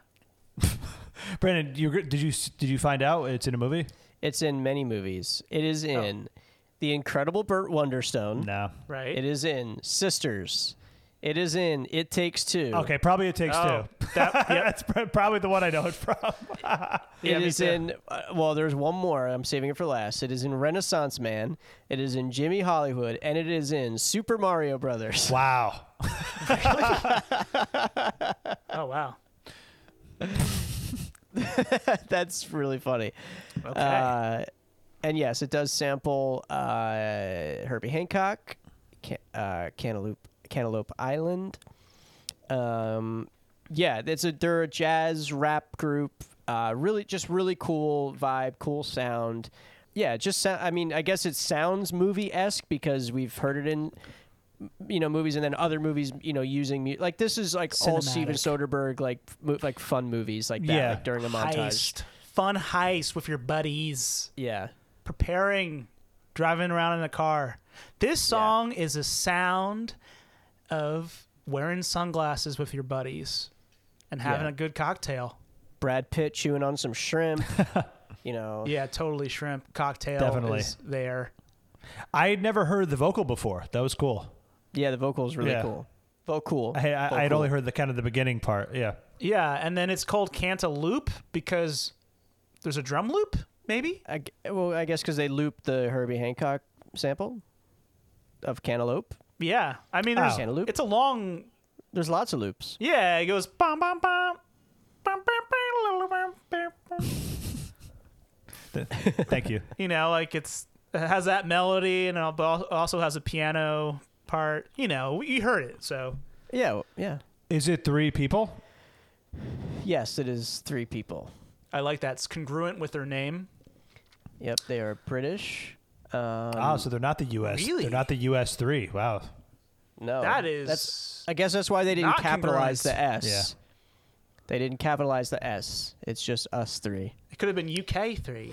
S5: Brandon, you gr- did you s- did you find out it's in a movie?
S3: It's in many movies. It is
S5: Oh.
S3: in The Incredible Burt Wonderstone.
S5: No.
S4: Right.
S3: It is in Sisters. It is in It Takes Two.
S5: Okay, probably it takes
S4: Oh,
S5: two.
S4: that, yep.
S5: That's pr- probably the one I know it from.
S3: It
S4: me
S3: is
S4: too.
S3: in. Uh, well, there's one more. I'm saving it for last. It is in Renaissance Man. It is in Jimmy Hollywood, and it is in Super Mario Brothers.
S5: Wow.
S4: Oh wow.
S3: That's really funny.
S4: Okay.
S3: Uh, and yes, it does sample uh, Herbie Hancock, Can- uh, Cantaloupe, Cantaloupe Island. Um, yeah, it's a they're a jazz rap group. Uh, really, just really cool vibe, cool sound. Yeah, it just sound. I mean, I guess it sounds movie esque because we've heard it in you know movies and then other movies you know using mu- like this is like all Steven Soderbergh like mo- like fun movies like that
S4: Yeah.
S3: like during a montage.
S4: Heist. Fun heist with your buddies.
S3: Yeah.
S4: Preparing, driving around in a car. This song is a sound of wearing sunglasses with your buddies and having
S3: Yeah.
S4: a good cocktail.
S3: Brad Pitt chewing on some shrimp. you know.
S4: Yeah, totally shrimp cocktail
S5: Definitely.
S4: is there.
S5: I had never heard the vocal before. That was cool.
S3: Yeah, the vocals really
S5: Yeah.
S3: cool. Vocal.
S5: I, I, I had
S3: Vocal.
S5: only heard the kind of the beginning part. Yeah.
S4: Yeah, and then it's called Cantaloupe because there's a drum loop, maybe?
S3: I g well, I guess because they looped the Herbie Hancock sample of Cantaloupe.
S4: Yeah. I mean, there's,
S3: Cantaloupe.
S4: it's a long.
S3: There's lots of loops.
S4: Yeah, it goes bum bum bum. bum, bum, bum, bum, bum, bum, bum.
S5: Thank you.
S4: You know, like it's it has that melody and al- but al- also has a piano part. You know, you heard it, so
S3: Yeah, yeah.
S5: Is it three people?
S3: Yes, it is three people.
S4: I like that's congruent with their name.
S3: Yep, they are British. Um,
S5: Ah, so they're not the U.S.
S4: really?
S5: They're not the U.S. three. Wow.
S3: no.
S4: that is
S3: That's, I guess that's why they didn't
S4: not
S3: capitalize the
S4: congruent.
S3: S. They didn't capitalize the S. It's just us three.
S4: It could have been UK three,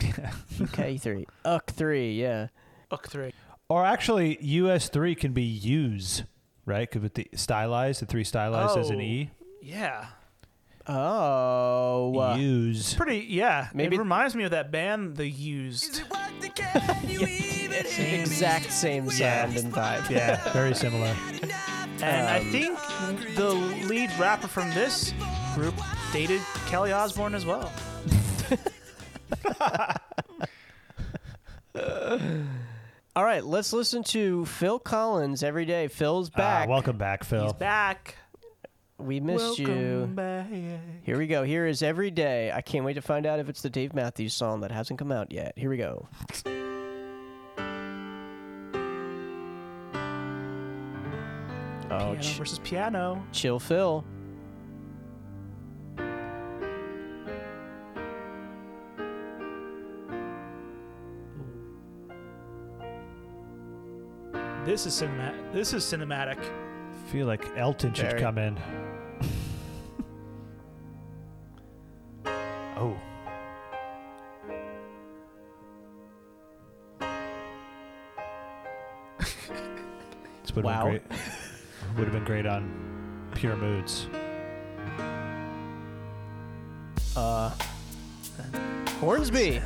S3: UK three. Uck three. Yeah.
S4: UK three.
S5: Or actually, U.S. three can be U's, right? Because with the stylized, the three stylized as an
S4: Oh.
S5: E.
S4: Yeah,
S3: Oh. uh,
S5: U's.
S4: pretty. Yeah,
S3: Maybe-
S4: it reminds me of that band, The Used.
S3: It's the exact same sound and vibe.
S5: Yeah, very similar.
S4: And I think the lead rapper from this group dated Kelly Osbourne as well.
S3: All right, let's listen to Phil Collins every day. Phil's back.
S5: Ah, welcome back, Phil.
S4: He's back.
S3: we missed Oh. you.
S4: back.
S3: Here we go. Here is every day. I can't wait to find out if it's the Dave Matthews song that hasn't come out yet. Here we go. Oh,
S4: Piano
S3: ch-
S4: versus piano.
S3: chill, Phil.
S4: This is cinematic. This is cinematic.
S5: feel like Elton should
S3: Very.
S5: come in. oh. this would have
S3: Wow.
S5: been great. Would have been great on Pure Moods.
S3: Hornsby.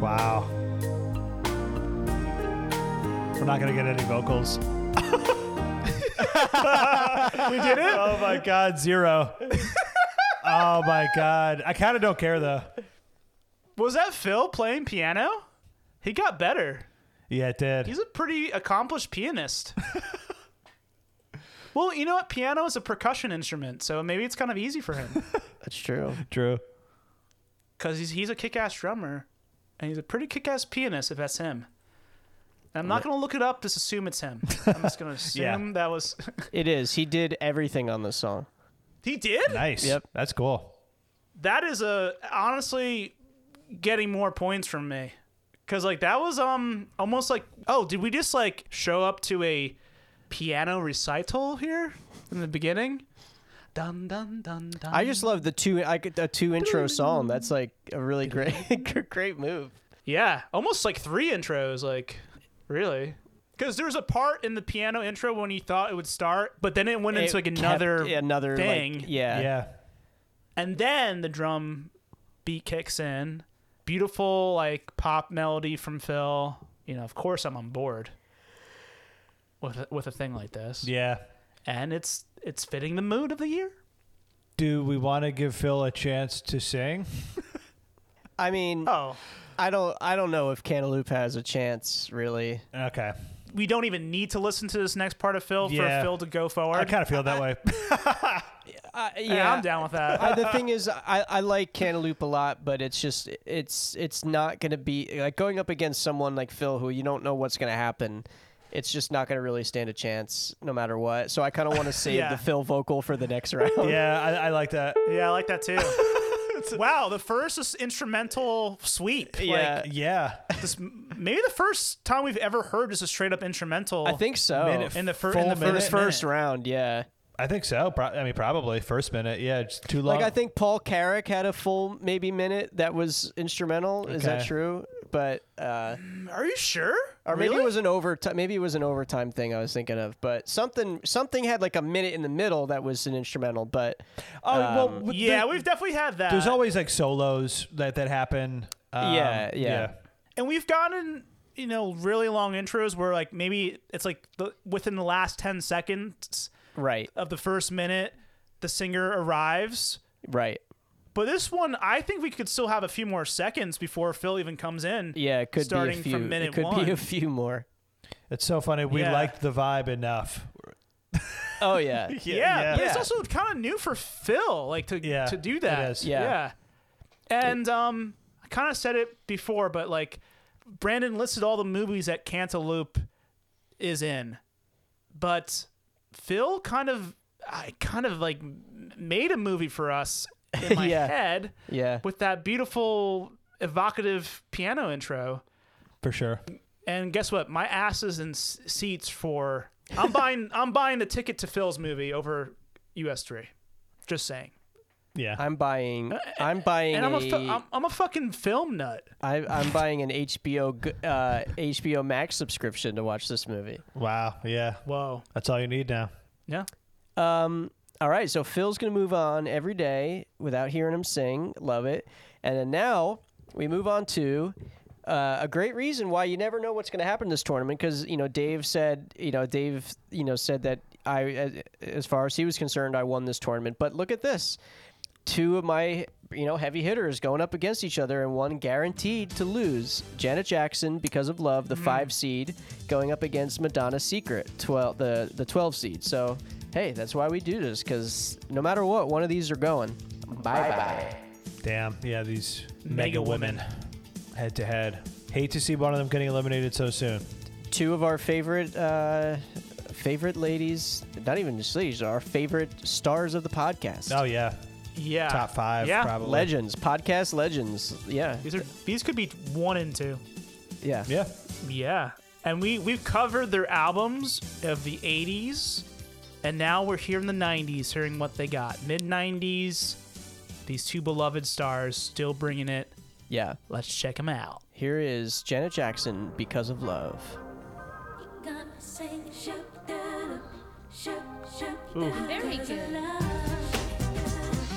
S5: Wow. We're not gonna get any vocals. we did it. Oh my god, zero. oh my god. I kind of don't care though.
S4: Was that Phil playing piano? He got better.
S5: Yeah, it did.
S4: He's a pretty accomplished pianist. well, you know what? Piano is a percussion instrument, so maybe it's kind of easy for him
S3: That's true.
S5: True.
S4: because he's he's a kick-ass drummer, and he's a pretty kick-ass pianist if that's him. And I'm not gonna look it up. Just assume it's him. I'm just gonna assume
S5: Yeah.
S4: that was.
S3: It is. He did everything on this song.
S4: he did.
S5: Nice.
S3: Yep.
S5: That's cool.
S4: that is a honestly getting more points from me because like that was um almost like oh did we just like show up to a piano recital here in the beginning dun dun dun dun
S3: I just love the two. I could a two intro song. That's like a really great, great move.
S4: yeah almost like three intros like really because there's a part in the piano intro when you thought it would start but then it went
S3: It
S4: into like
S3: kept-
S4: another
S3: another like-
S4: thing
S3: yeah.
S5: yeah.
S4: and then the drum beat kicks in beautiful like pop melody from phil you know of course i'm on board with a, with a thing like this
S5: Yeah.
S4: and it's it's fitting the mood of the year
S5: Do we want to give Phil a chance to sing?
S3: I mean,
S4: oh,
S3: I don't, I don't know if Cantaloupe has a chance, really.
S5: Okay.
S4: We don't even need to listen to this next part of Phil
S3: Yeah.
S4: for Phil to go forward. I
S5: kind of feel that way.
S4: Uh, yeah, I'm down with that.
S3: I, the thing is, I, I like Cantaloupe a lot, but it's just it's it's not gonna be like going up against someone like Phil, who you don't know what's gonna happen. It's just not gonna really stand a chance, no matter what. So I kind of want to save
S4: Yeah.
S3: the Phil vocal for the next round.
S5: Yeah, I, I like that.
S4: Yeah, I like that too. wow, the first is instrumental sweep.
S3: Yeah.
S4: like,
S5: yeah.
S4: This maybe the first time we've ever heard is a straight up instrumental.
S3: I think so.
S4: In the, fir- in the first
S3: first round, yeah.
S5: I think so. Pro- I mean, probably first minute. Yeah, just too long.
S3: Like I think Paul Carrick had a full maybe minute that was instrumental. Is that
S5: Okay.
S3: true? But uh,
S4: are you sure?
S3: Or maybe
S4: Really?
S3: it was an overtime. Maybe it was an overtime thing I was thinking of. But something something had like a minute in the middle that was an instrumental. But
S5: Oh, well,
S3: um,
S5: w-
S4: yeah,
S5: the-
S4: we've definitely had that.
S5: There's always like solos that that happen. Um,
S3: Uh, Yeah, yeah.
S4: and we've gotten you know really long intros where like maybe it's like the, within the last 10 seconds
S3: right
S4: of the first minute the singer arrives
S3: right.
S4: but this one i think we could still have a few more seconds before phil even comes in
S3: Yeah, it could
S4: starting
S3: be a few.
S4: from minute
S3: it could
S4: one
S3: be a few more.
S5: It's so funny. We
S4: Yeah.
S5: liked the vibe enough.
S3: Oh yeah.
S4: yeah, but it's also kind of new for phil like to
S5: Yeah,
S4: to do
S5: it
S4: that
S5: is.
S3: Yeah.
S4: and um i kind of said it before but like brandon listed all the movies that cantaloupe is in but phil kind of i kind of like m- made a movie for us in my
S3: Yeah.
S4: head
S3: Yeah.
S4: with that beautiful evocative piano intro
S5: for sure.
S4: and guess what my ass is in s- seats for i'm buying i'm buying the ticket to phil's movie over us3 just saying
S5: Yeah.
S3: I'm buying. I'm buying.
S4: Uh, and I'm a, fu-
S3: a-
S4: I'm, I'm a fucking film nut.
S3: I, I'm buying an HBO g- uh, HBO Max subscription to watch this movie.
S5: Wow. Yeah.
S4: Whoa.
S5: That's all you need now.
S4: Yeah.
S3: Um. All right. So Phil's gonna move on every day without hearing him sing. Love it. And then now we move on to. Uh, a great reason why you never know what's going to happen in this tournament because you know Dave said you know Dave you know said that I as- as far as he was concerned I won this tournament but look at this two of my you know heavy hitters going up against each other and one guaranteed to lose janet jackson because of love the five seed going up against madonna's secret 12 the, the 12 seed so hey that's why we do this because no matter what one of these are going bye bye
S5: Damn. Yeah. These mega,
S3: Mega
S5: women, head to head. Hate to see one of them getting eliminated so soon.
S3: two of our favorite uh favorite ladies not even just ladies our favorite stars of the podcast
S5: Oh yeah.
S3: Ah.
S4: Yeah.
S5: Top five.
S4: Yeah.
S5: Probably.
S3: legends podcast legends yeah
S4: These are these could be one and two.
S3: yeah
S5: Yeah.
S4: Yeah. And we we've covered their albums of the 80s and now we're here in the 90s hearing what they got. Mid 90s these two beloved stars still bringing it.
S3: yeah
S4: Let's check them out.
S3: here is janet jackson because of love
S12: Gonna say, "Shut that up, shut, shut
S3: Oof.
S12: that up,
S10: Very
S12: 'cause
S10: good.
S12: I love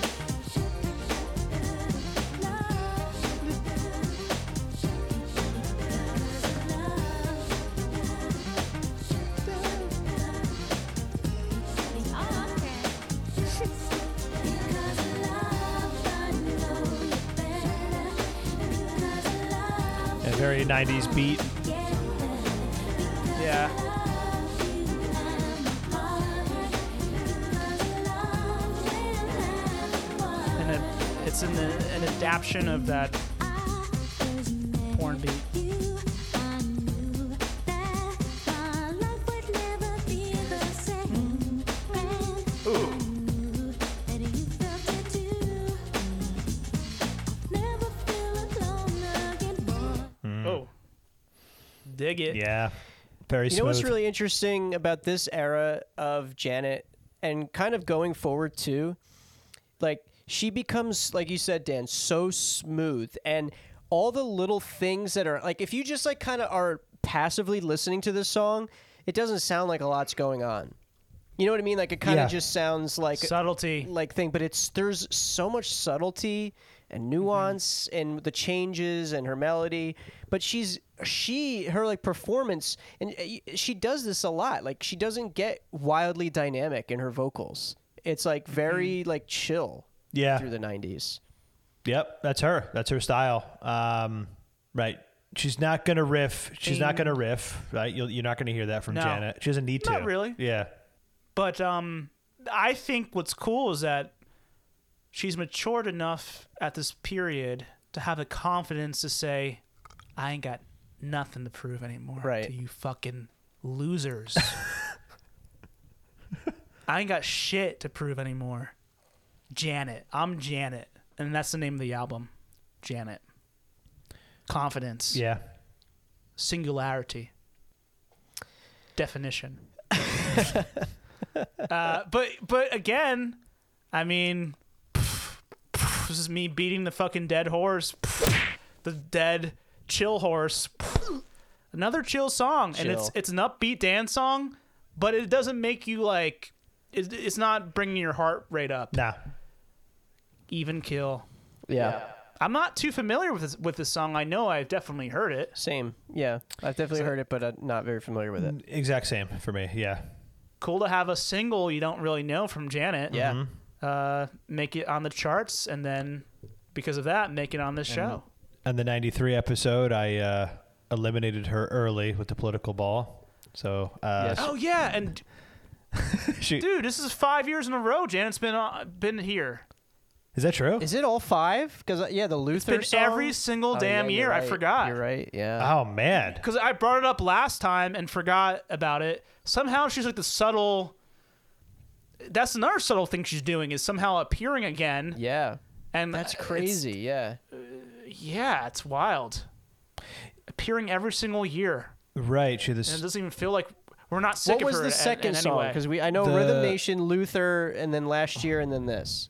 S5: A very 90s beat.
S4: Yeah. And it, it's in the, an adaptation of that porn beat.
S5: Hmm.
S12: Ooh.
S4: Oh. Dig it.
S5: Yeah. Very
S3: you know what's
S5: smooth.
S3: really interesting about this era of Janet and kind of going forward too? Like she becomes like you said Dan so smooth and all the little things that are like if you just like kind of are passively listening to this song, it doesn't sound like a lot's going on. You know what I mean? Like it kind of
S4: Yeah.
S3: just sounds like
S4: subtlety,
S3: like thing. But it's there's so much subtlety
S4: Mm-hmm.
S3: and nuance and the changes and her melody. But she's she her like performance and uh, she does this a lot. Like she doesn't get wildly
S4: Mm.
S3: dynamic in her vocals. It's like very like chill.
S5: Yeah.
S3: Through the '90s.
S5: Yep, that's her. That's her style. Um, right. She's not gonna riff. She's not gonna riff. Right. You'll, you're not gonna hear that from
S4: No.
S5: Janet. She doesn't need
S4: Not
S5: to.
S4: really.
S5: Yeah.
S4: But um, I think what's cool is that she's matured enough at this period to have the confidence to say, "I ain't got nothing to prove anymore to you fucking losers. I ain't got shit to prove anymore." Janet, I'm Janet, and that's the name of the album, Janet. Confidence.
S5: Yeah.
S4: Singularity. Definition. uh, but but again, I mean, this is me beating the fucking dead horse, the dead chill horse. Another chill song, and it's
S3: Chill.
S4: it's an upbeat dance song, but it doesn't make you like. It, it's not bringing your heart rate up.
S5: Nah.
S4: Even kill.
S3: Yeah.
S4: I'm not too familiar with this, with this song. I know I've definitely heard it.
S3: Same. Yeah. I've definitely heard it, but I'm not very familiar with it.
S5: Exact same for me. Yeah.
S4: cool to have a single you don't really know from Janet.
S3: Yeah. Mhm.
S4: Uh, make it on the charts, and then because of that, make it on this show.
S5: On the '93 episode, I uh, eliminated her early with the political ball. So uh,
S4: oh yeah, and
S5: She-
S4: dude, this is five years in a row. Janet's been on, been here.
S5: is that true? Is
S3: it all five? Because yeah, the Luther.
S4: been every
S3: song-
S4: single
S3: Oh,
S4: damn
S3: yeah,
S4: year.
S3: you're
S4: I
S3: right.
S4: forgot.
S3: You're right. Yeah.
S5: Oh man.
S4: Because I brought it up last time and forgot about it. Somehow she's like the subtle. That's another subtle thing she's doing is somehow appearing again.
S3: Yeah.
S4: And
S3: That's
S4: it's-
S3: crazy. Yeah.
S4: Yeah, it's wild. Appearing every single year,
S5: Right. She had
S4: and it
S5: this.
S4: doesn't even feel like we're not sick
S3: what
S4: of
S3: was
S4: her
S3: the
S4: in-
S3: second
S4: in any
S3: song?
S4: way.
S3: Because we I know
S5: The-
S3: Rhythm Nation, Luther, and then last year, and then this.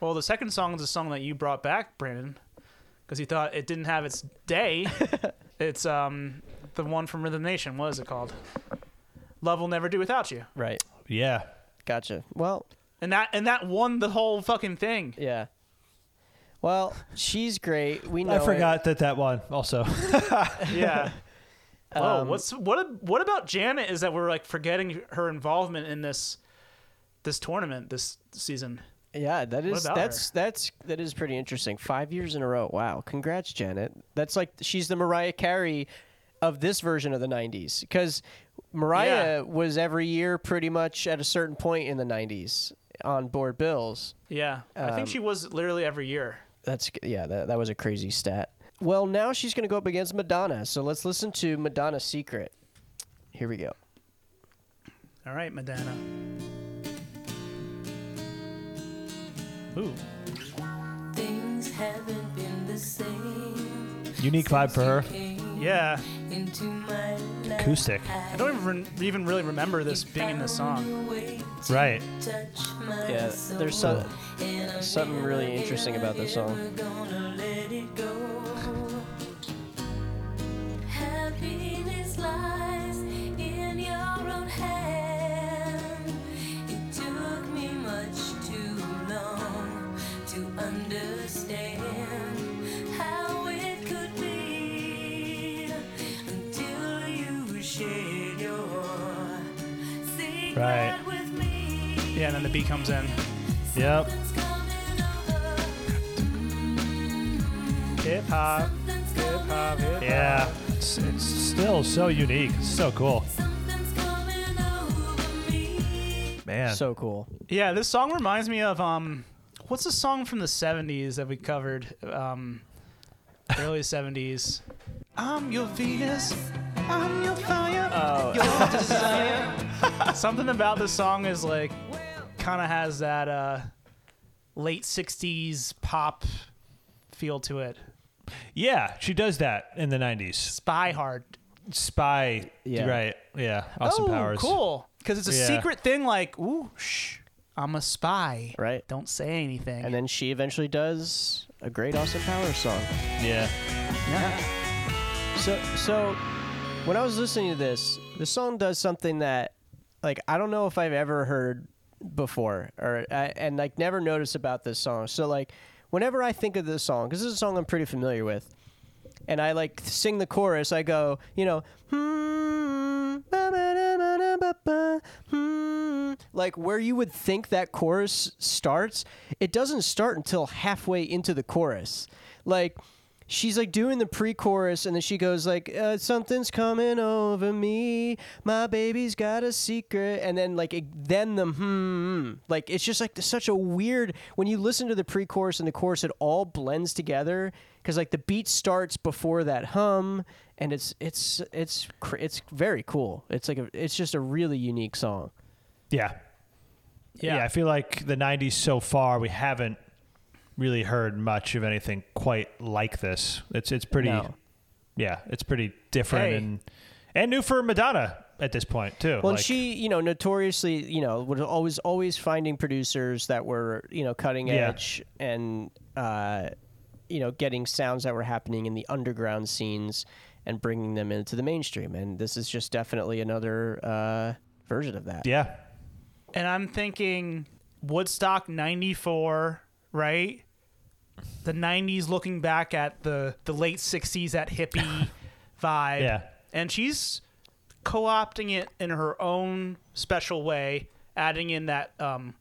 S4: Well, the second song is a song that you brought back, Brandon, because you thought it didn't have its day. it's um the one from Rhythm Nation. What is it called? Love will never do without you.
S3: Right.
S5: Yeah.
S3: Gotcha. Well.
S4: And that and that won the whole fucking thing.
S3: Yeah. Well, she's great. We know.
S5: I
S3: it.
S5: forgot that that one also.
S4: Yeah. Whoa,
S3: Um,
S4: what's what what about Janet is that we're like forgetting her involvement in this this tournament this season.
S3: Yeah, that is
S4: about
S3: that's that's that is pretty interesting. Five years in a row. Wow, congrats, Janet. That's like she's the Mariah Carey of this version of the '90s because Mariah
S4: Yeah.
S3: was every year pretty much at a certain point in the '90s on board bills.
S4: Yeah. I
S3: Um,
S4: think she was literally every year.
S3: That's yeah, that, that was a crazy stat. Well, now she's going to go up against Madonna, so let's listen to Madonna's Secret. Here we go.
S4: All right, Madonna. Ooh.
S5: Uh,
S6: Things haven't been the same.
S5: Unique vibe for her.
S4: Yeah.
S6: Into my life.
S5: Acoustic.
S4: I don't even, even really remember this being in the song.
S5: Right.
S6: Touch my
S3: Yeah,
S6: soul.
S3: there's some, something really interesting about this song.
S6: Gonna let it go. Happiness lies in your own hand. It took me much too long to understand how it could be until you shared your secret
S4: Right.
S6: with me.
S4: Yeah, and then the beat comes in.
S5: Yep.
S4: Hip hop. Hip hop. Hip
S5: Yeah. It's, it's still so unique. It's so cool. Man.
S3: So cool.
S4: Yeah, this song reminds me of um, what's the song from the '70s that we covered? Um, early '70s. I'm your Venus. I'm your fire.
S3: Oh.
S4: Your desire. Something about this song is like, kind of has that uh, late '60s pop feel to it.
S5: Yeah, she does that in the 90s.
S4: Spy hard.
S5: Spy.
S3: Yeah.
S5: Right. Yeah. Austin
S4: oh,
S5: Powers.
S4: cool. Because it's a
S5: Yeah.
S4: secret thing. Like, ooh, shh, I'm a spy.
S3: Right.
S4: Don't say anything.
S3: And then she eventually does a great Austin Powers song.
S5: Yeah.
S4: yeah.
S3: So, so when I was listening to this, the song does something that, like, I don't know if I've ever heard before, or I, and like never noticed about this song. So, like, whenever I think of this song, because this is a song I'm pretty familiar with, and I like sing the chorus, I go, you know, hmm, ba-ba-da-ba-da-ba-ba, hmm, Like where you would think that chorus starts, it doesn't start until halfway into the chorus. Like she's like doing the pre-chorus and then she goes like uh, something's coming over me my baby's got a secret and then like it, then the hmm like it's just like such a weird when you listen to the pre-chorus and the chorus it all blends together because like the beat starts before that hum and it's it's it's cr- it's very cool it's like a, it's just a really unique song
S5: Yeah. yeah. I feel like the 90s so far, we haven't really heard much of anything quite like this. It's it's pretty
S3: No.
S5: Yeah, it's pretty different
S3: Hey.
S5: and and new for Madonna at this point too.
S3: Well, and
S5: like,
S3: she, you know, notoriously, you know, was always always finding producers that were, you know, cutting
S5: Yeah.
S3: edge and, uh, you know, getting sounds that were happening in the underground scenes and bringing them into the mainstream. And this is just definitely another uh, version of that.
S5: Yeah.
S4: And I'm thinking Woodstock 94, right? The 90s looking back at the, the late 60s, that hippie vibe.
S5: Yeah.
S4: And she's co opting it in her own special way, adding in that um,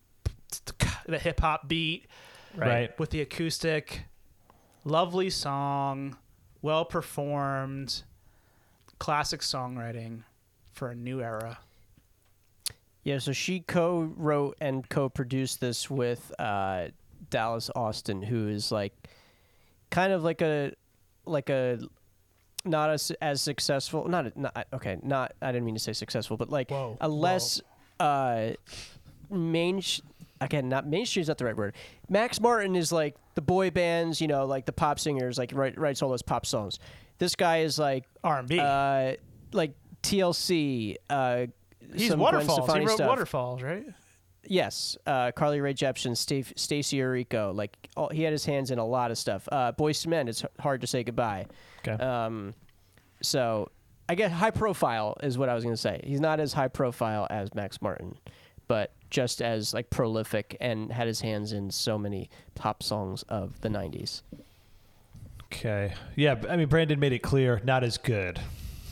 S4: the hip hop beat
S5: Right.
S4: with the acoustic. Lovely song, well performed, classic songwriting for a new era.
S3: Yeah. So she co-wrote and co-produced this with uh, Dallas Austin, who is like, kind of like a, like a, not as as successful. Not, a, not okay. Not I didn't mean to say successful, but like a less uh, main. Again, not mainstream is not the right word. Max Martin is like the boy bands, you know, like the pop singers, like write, writes all those pop songs. This guy is like
S4: R and B,
S3: uh, like TLC. Uh,
S4: He's
S3: some Gwen
S4: Waterfalls. He
S3: Stefani
S4: wrote
S3: stuff.
S4: Waterfalls, right?
S3: Yes, uh, Carly Rae Jepsen, Steve, Stacey Orico, like all, he had his hands in a lot of stuff. Uh, Boys to Men, it's h- hard to say goodbye.
S5: Okay.
S3: Um, so I guess high profile is what I was going to say. He's not as high profile as Max Martin, but just as like prolific and had his hands in so many pop songs of the '90s.
S5: Okay. Yeah, b- I mean Brandon made it clear not as good.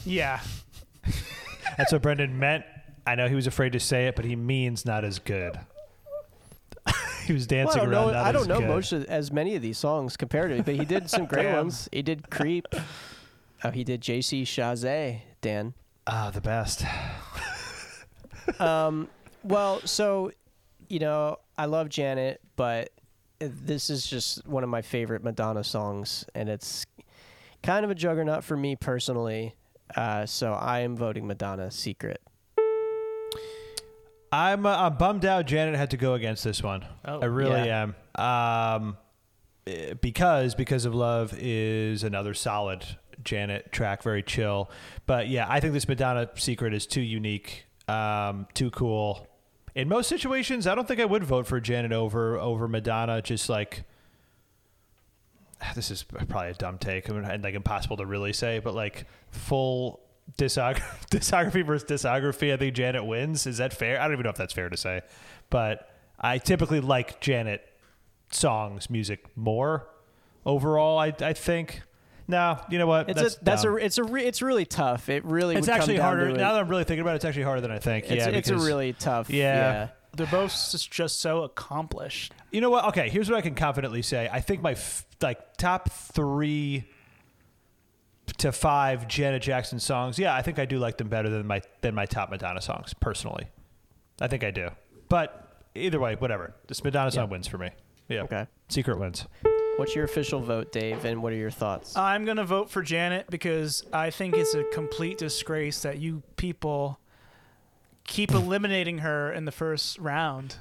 S4: Yeah.
S5: That's what Brendan meant. I know he was afraid to say it, but he means not as good. he was
S3: Well, I
S5: dancing
S3: don't
S5: around.
S3: know.
S5: not
S3: I don't
S5: as
S3: know
S5: good.
S3: most of, as many of these songs compared to, but he did some great
S5: Damn.
S3: ones. He did "Creep." Oh, he did "J.C. Chazé." Dan.
S5: Ah, the best.
S3: um, well, so you know, I love Janet, but this is just one of my favorite Madonna songs, and it's kind of a juggernaut for me personally. Uh, so I am voting Madonna "Secret."
S5: I'm uh, I'm bummed out. Janet had to go against this one.
S3: Oh.
S5: I really
S3: Yeah.
S5: am. Um, eh, because because of love is another solid Janet track, very chill. But yeah, I think this Madonna secret is too unique, um, too cool. In most situations, I don't think I would vote for Janet over over Madonna. Just like this is probably a dumb take I mean, and like impossible to really say, but like full discog- discography versus discography, I think Janet wins. Is that fair? I don't even know if that's fair to say, but I typically like Janet songs, music more overall. I I think. No, you know what?
S3: It's a that's
S5: dumb.
S3: a it's a re, it's really tough. It really
S5: It's
S3: would come
S5: actually
S3: down
S5: harder.
S3: to it.
S5: Now that I'm really thinking about it, it's actually harder than I think.
S3: It's-
S5: yeah,
S3: it's a
S5: because-
S3: really tough- yeah.
S4: They're both s- just so accomplished.
S5: You know what? Okay, here's what I can confidently say. I think my f- like top three to five Janet Jackson songs. Yeah, I think I do like them better than my than my top Madonna songs personally. I think I do. But either way, whatever. This Madonna song wins for me. Yeah.
S3: Okay.
S5: Secret wins.
S3: What's your official vote, Dave? And what are your thoughts?
S4: I'm gonna vote for Janet because I think it's a complete disgrace that you people keep eliminating her in the first round.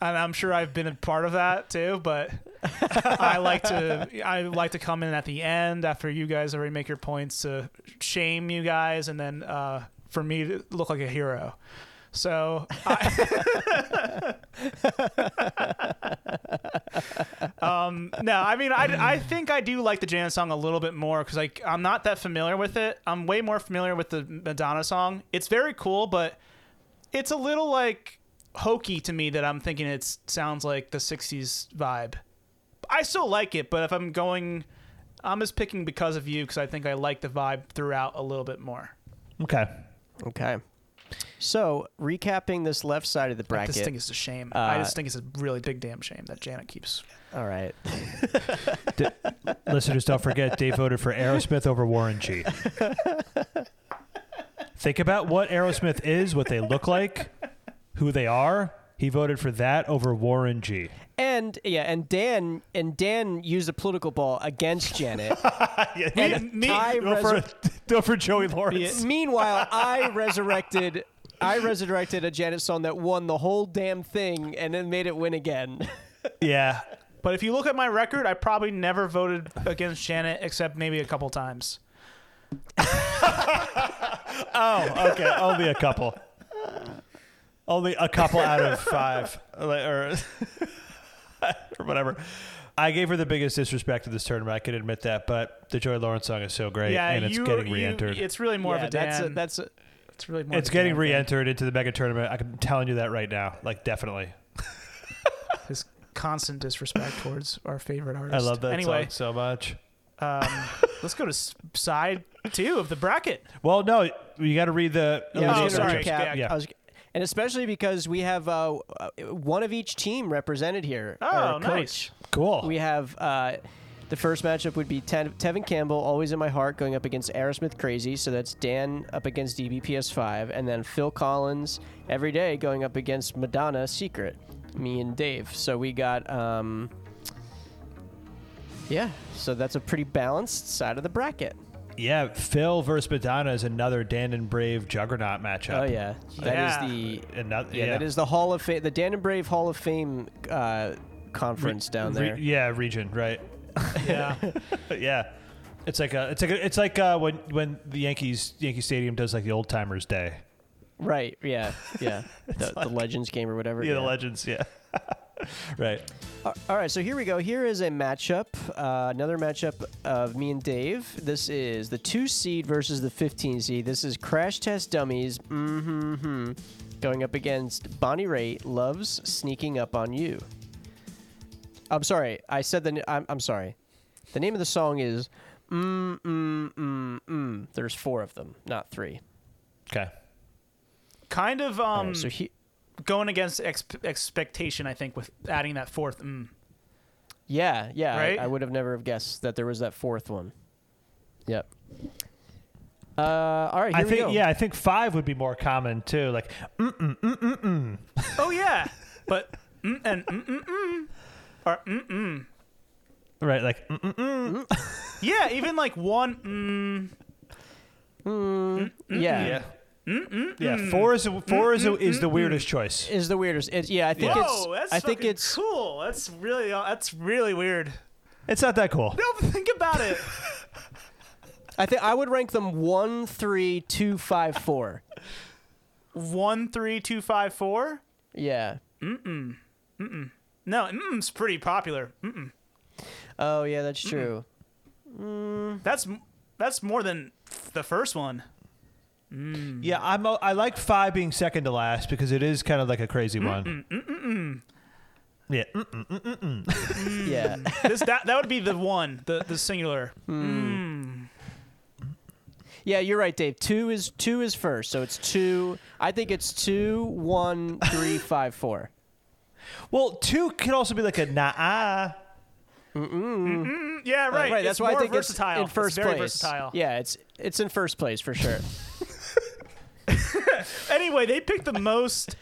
S4: And I'm sure I've been a part of that too, but I like to I like to come in at the end after you guys already make your points to shame you guys and then uh, for me to look like a hero. So um, no, I mean, I, I think I do like the Janet song a little bit more because like I'm not that familiar with it. I'm way more familiar with the Madonna song. It's very cool, but it's a little like hokey to me that I'm thinking it sounds like the '60s vibe. I still like it, but if I'm going, I'm just picking because of you because I think I like the vibe throughout a little bit more.
S5: Okay.
S3: Okay. So, recapping this left side of the bracket.
S4: This thing is a shame. I
S3: uh,
S4: just think it's a really big damn shame that Janet keeps.
S3: All right.
S5: Listeners, don't forget Dave voted for Aerosmith over Warren G. Think about what Aerosmith is, what they look like, who they are. He voted for that over Warren G.
S3: And yeah, and Dan and Dan used a political ball against Janet. And I
S5: over,
S3: resur-
S5: over Joey Lawrence.
S3: Yeah, Meanwhile, I resurrected. I resurrected a Janet song that won the whole damn thing and then made it win again.
S5: Yeah.
S4: But if you look at my record, I probably never voted against Janet except maybe a couple times.
S5: Oh, okay. Only a couple. Only a couple out of five, Like, or, or whatever. I gave her the biggest disrespect of this tournament. I can admit that, but the Joey Lawrence song is so great,
S4: yeah,
S5: and it's
S4: you-
S5: getting
S4: you-
S5: re-entered.
S4: It's really more of
S3: Yeah,
S4: a Dan.
S3: that's a- that's a-
S4: it's really more.
S5: it's
S4: of a Dan
S5: getting
S4: thing.
S5: re-entered into the mega tournament. I'm telling you that right now. Like definitely.
S4: His constant disrespect towards our favorite artist.
S5: I love that
S4: Anyway,
S5: song so much.
S4: um, let's go to s- side two of the bracket.
S5: Well, no, you got to read the.
S4: Oh,
S3: Yeah, I was
S5: elimination
S3: gonna
S5: matchups.
S3: recap.
S5: Yeah.
S3: I was- and especially because we have uh, uh, one of each team represented here.
S4: Oh,
S3: our
S4: nice.
S3: coach.
S5: Cool.
S3: We have uh, the first matchup would be Te- Tevin Campbell, always in my heart, going up against Aerosmith Crazy. So that's Dan up against DBPS5, and then Phil Collins every day going up against Madonna Secret. Me and Dave. So we got. Um, yeah, so that's a pretty balanced side of the bracket.
S5: yeah, Phil versus Madonna is another Dan and Brave juggernaut matchup.
S3: Oh yeah, that is the
S5: Another,
S3: yeah, that is the Hall of Fame, the Dan and Brave Hall of Fame uh, conference down
S5: Re-
S3: there.
S5: yeah, region, right?
S4: Yeah.
S5: yeah. It's like a, it's like a, it's like uh, when when the Yankees Yankee Stadium does like the old timers day.
S3: Right. Yeah. Yeah. the, the Legends game or whatever.
S5: Yeah, the Legends. Yeah. right.
S3: All Uh, all right. So here we go. Here is a matchup. Uh, another matchup of me and Dave. This is the two seed versus the 15 seed. This is Crash Test Dummies. Mm-hmm. Going up against Bonnie Raitt. Loves sneaking up on you. I'm sorry. I said the. n- I'm, I'm sorry. The name of the song is. Mm mm mm mm. There's four of them, not three.
S5: Okay.
S4: Kind
S5: Oh,
S4: of um,
S3: so he-
S4: going against ex- expectation, I think, with adding that fourth. Mm.
S3: Yeah, yeah. I-
S4: Right?
S3: I, would have never have guessed that there was that fourth one. Yep. Uh, all right. Here
S5: I
S3: we
S5: think
S3: go.
S5: yeah, I think five would be more common too. Like mm mm mm mm mm.
S4: Oh yeah, but mm and mm mm mm or mm mm.
S5: Right. Like mm mm mm.
S4: Yeah, even like one mm.
S3: Mm,
S4: Mm-hmm.
S3: yeah.
S5: Yeah. Yeah. Four is four is, is the weirdest choice.
S3: Is the weirdest? It's, yeah, I think it's.
S4: Whoa, Oh, that's
S3: I think
S4: fucking
S3: it's.
S4: cool. That's really uh, that's really weird.
S5: It's not that cool.
S4: No, think about it.
S3: I think I would rank them one, three, two, five, four.
S4: one three two five four.
S3: Yeah.
S4: No, mmm's pretty popular. Mm, Mm-mm.
S3: Oh yeah, that's true.
S4: That's m- that's more than the first one.
S5: Yeah, I'm o- I like five being second to last because it is kind of like a crazy one. Yeah. mm, mm, mm, mm, mm.
S3: Yeah.
S4: This that that would be the one, the the singular.
S3: Yeah, you're right, Dave. Two is two is first, so it's two. I think it's two, one, three, five, four.
S5: Well, two could also be like a nah.
S4: Mm, Yeah, right.
S3: Right.
S4: It's
S3: That's why
S4: more
S3: I think
S4: versatile.
S3: it's in first
S4: it's very
S3: place.
S4: versatile.
S3: Yeah, it's it's in first place for sure.
S4: Anyway, they picked the most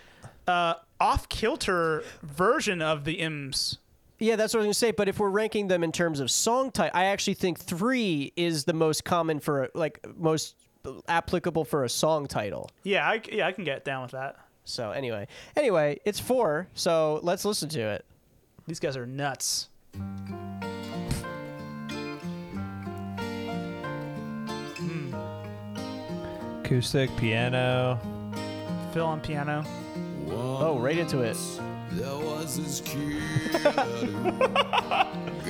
S4: uh, off kilter version of the M's.
S3: Yeah, that's what I was gonna say. But if we're ranking them in terms of song type, I actually think three is the most common for like most applicable for a song title.
S4: Yeah, I, c- yeah, I can get down with that.
S3: So anyway, anyway, it's four. So let's listen to it.
S4: These guys are nuts.
S5: Acoustic, piano.
S4: Phil on piano.
S3: Oh, right into it.
S13: There was this kid who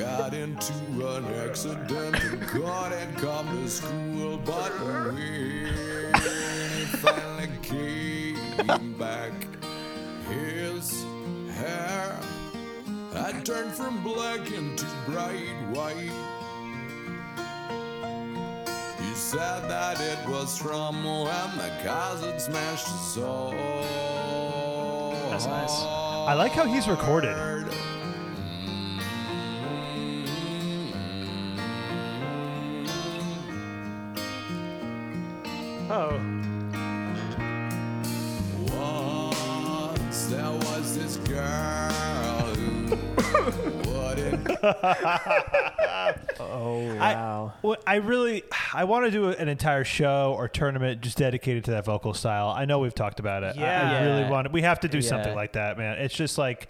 S13: got into an accident and couldn't come to school, but when he finally came back, his hair had turned from black into bright white. He said that it was from when the cars had smashed his soul. That's nice.
S5: I like how he's recorded.
S13: Oh. Once there was this girl who wouldn't.
S5: Oh I, well, I really, I want to do an entire show or tournament just dedicated to that vocal style. I know we've talked about it. I- I,
S4: Yeah.
S5: really want. We have to do
S4: Yeah.
S5: something like that, man. It's just like,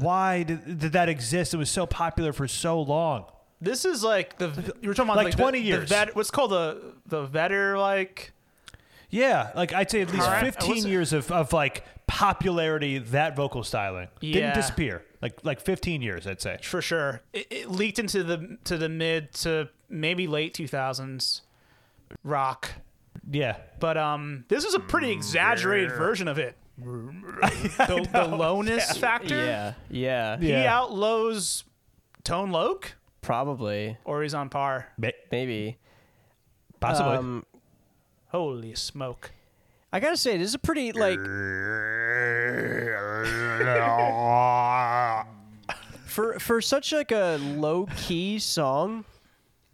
S5: why did, did that exist? It was so popular for so long.
S4: This is like the you were talking about
S5: Like
S4: the-
S5: 20
S4: the
S5: years.
S4: vet- what's called the the vetter like
S5: Yeah, like I'd say at least
S4: Correct. What's-
S5: fifteen years of, of like popularity that vocal styling
S4: Yeah.
S5: didn't disappear. Like like fifteen years, I'd say.
S4: for sure. It, it leaked into the to the mid to maybe late two thousands rock,
S5: Yeah,
S4: but um, this is a pretty exaggerated version of it. the, the lowness factor.
S3: Yeah, yeah.
S4: He outlows Tone Loke,
S3: probably,
S4: or he's on par.
S3: maybe,
S4: Possibly.
S3: Um,
S4: Holy smoke!
S3: I gotta say, this is a pretty like for for such like a low key song.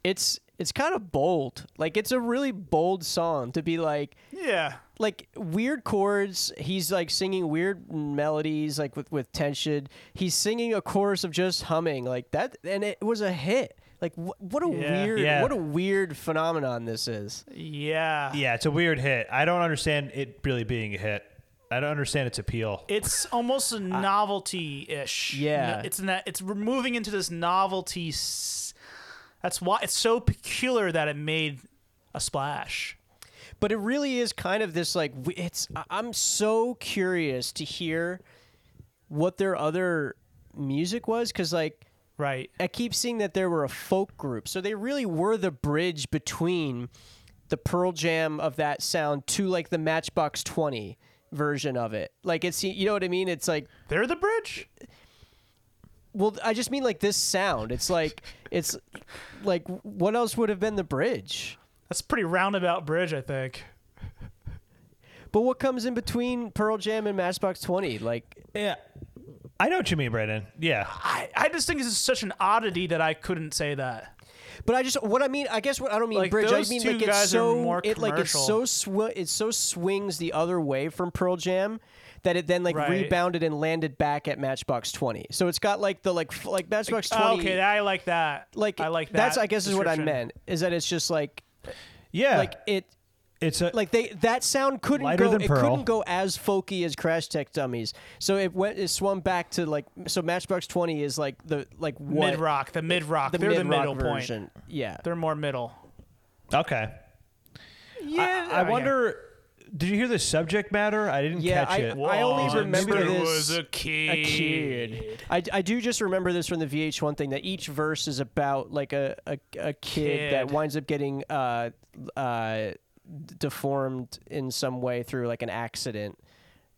S3: It's it's kind of bold. Like it's a really bold song to be like
S4: Yeah.
S3: like weird chords. He's like singing weird melodies, like with with tension. He's singing a chorus of just humming like that, and it was a hit. Like wh- what a
S5: Yeah.
S3: weird,
S5: Yeah.
S3: what a weird phenomenon this is.
S4: Yeah.
S5: yeah, it's a weird hit. I don't understand it really being a hit. I don't understand its appeal.
S4: It's almost a novelty-ish.
S5: Yeah.
S4: No- It's not, it's we're moving into this novelty. S- that's why it's so peculiar that it made a splash.
S3: but it really is kind of this like w- it's I- i'm so curious to hear what their other music was because like
S4: right
S3: i keep seeing that there were a folk group so they really were the bridge between the pearl jam of that sound to like the matchbox 20 version of it like it's you know what i mean it's like
S4: they're the bridge
S3: well i just mean like this sound it's like it's like what else would have been the bridge
S4: that's a pretty roundabout bridge i think
S3: but what comes in between pearl jam and matchbox 20 like
S5: yeah I know what you mean, Brandon. Yeah.
S4: I, I just think this is such an oddity that I couldn't say that.
S3: But I just what I mean. I guess what I don't mean
S4: Like,
S3: bridge. I
S4: those
S3: mean
S4: two
S3: like it's
S4: guys are
S3: so
S4: more
S3: it like it's so
S4: commercial.
S3: sw- it so swings the other way from Pearl Jam that it then like
S4: Right.
S3: rebounded and landed back at Matchbox Twenty. So it's got like the like f- like Matchbox
S4: Oh,
S3: Uh, Twenty.
S4: okay, I like that.
S3: like
S4: I like that.
S3: That's I guess is what I
S4: description.
S3: meant is that it's just like
S5: yeah
S3: like it.
S5: It's a,
S3: like they that sound couldn't
S5: Lighter
S3: go.
S5: than
S3: it
S5: Pearl.
S3: couldn't go as folky as Crash Tech Dummies. So it went. It swung back to like so. Matchbox Twenty is like the like what
S4: Mid rock, the mid rock.
S3: The
S4: They're the
S3: mid-rock
S4: middle
S3: version.
S4: point.
S3: Yeah,
S4: they're more middle.
S5: Okay.
S4: Yeah,
S5: I wonder. Did you hear the subject matter? I didn't
S3: Yeah,
S5: catch
S3: I-
S5: it.
S3: I only Once remember there this- was a
S4: kid.
S3: I, I do just remember this from the VH1 thing that each verse is about like a, a, a kid, that
S4: Kid.
S3: winds up getting uh, uh, deformed in some way through like an accident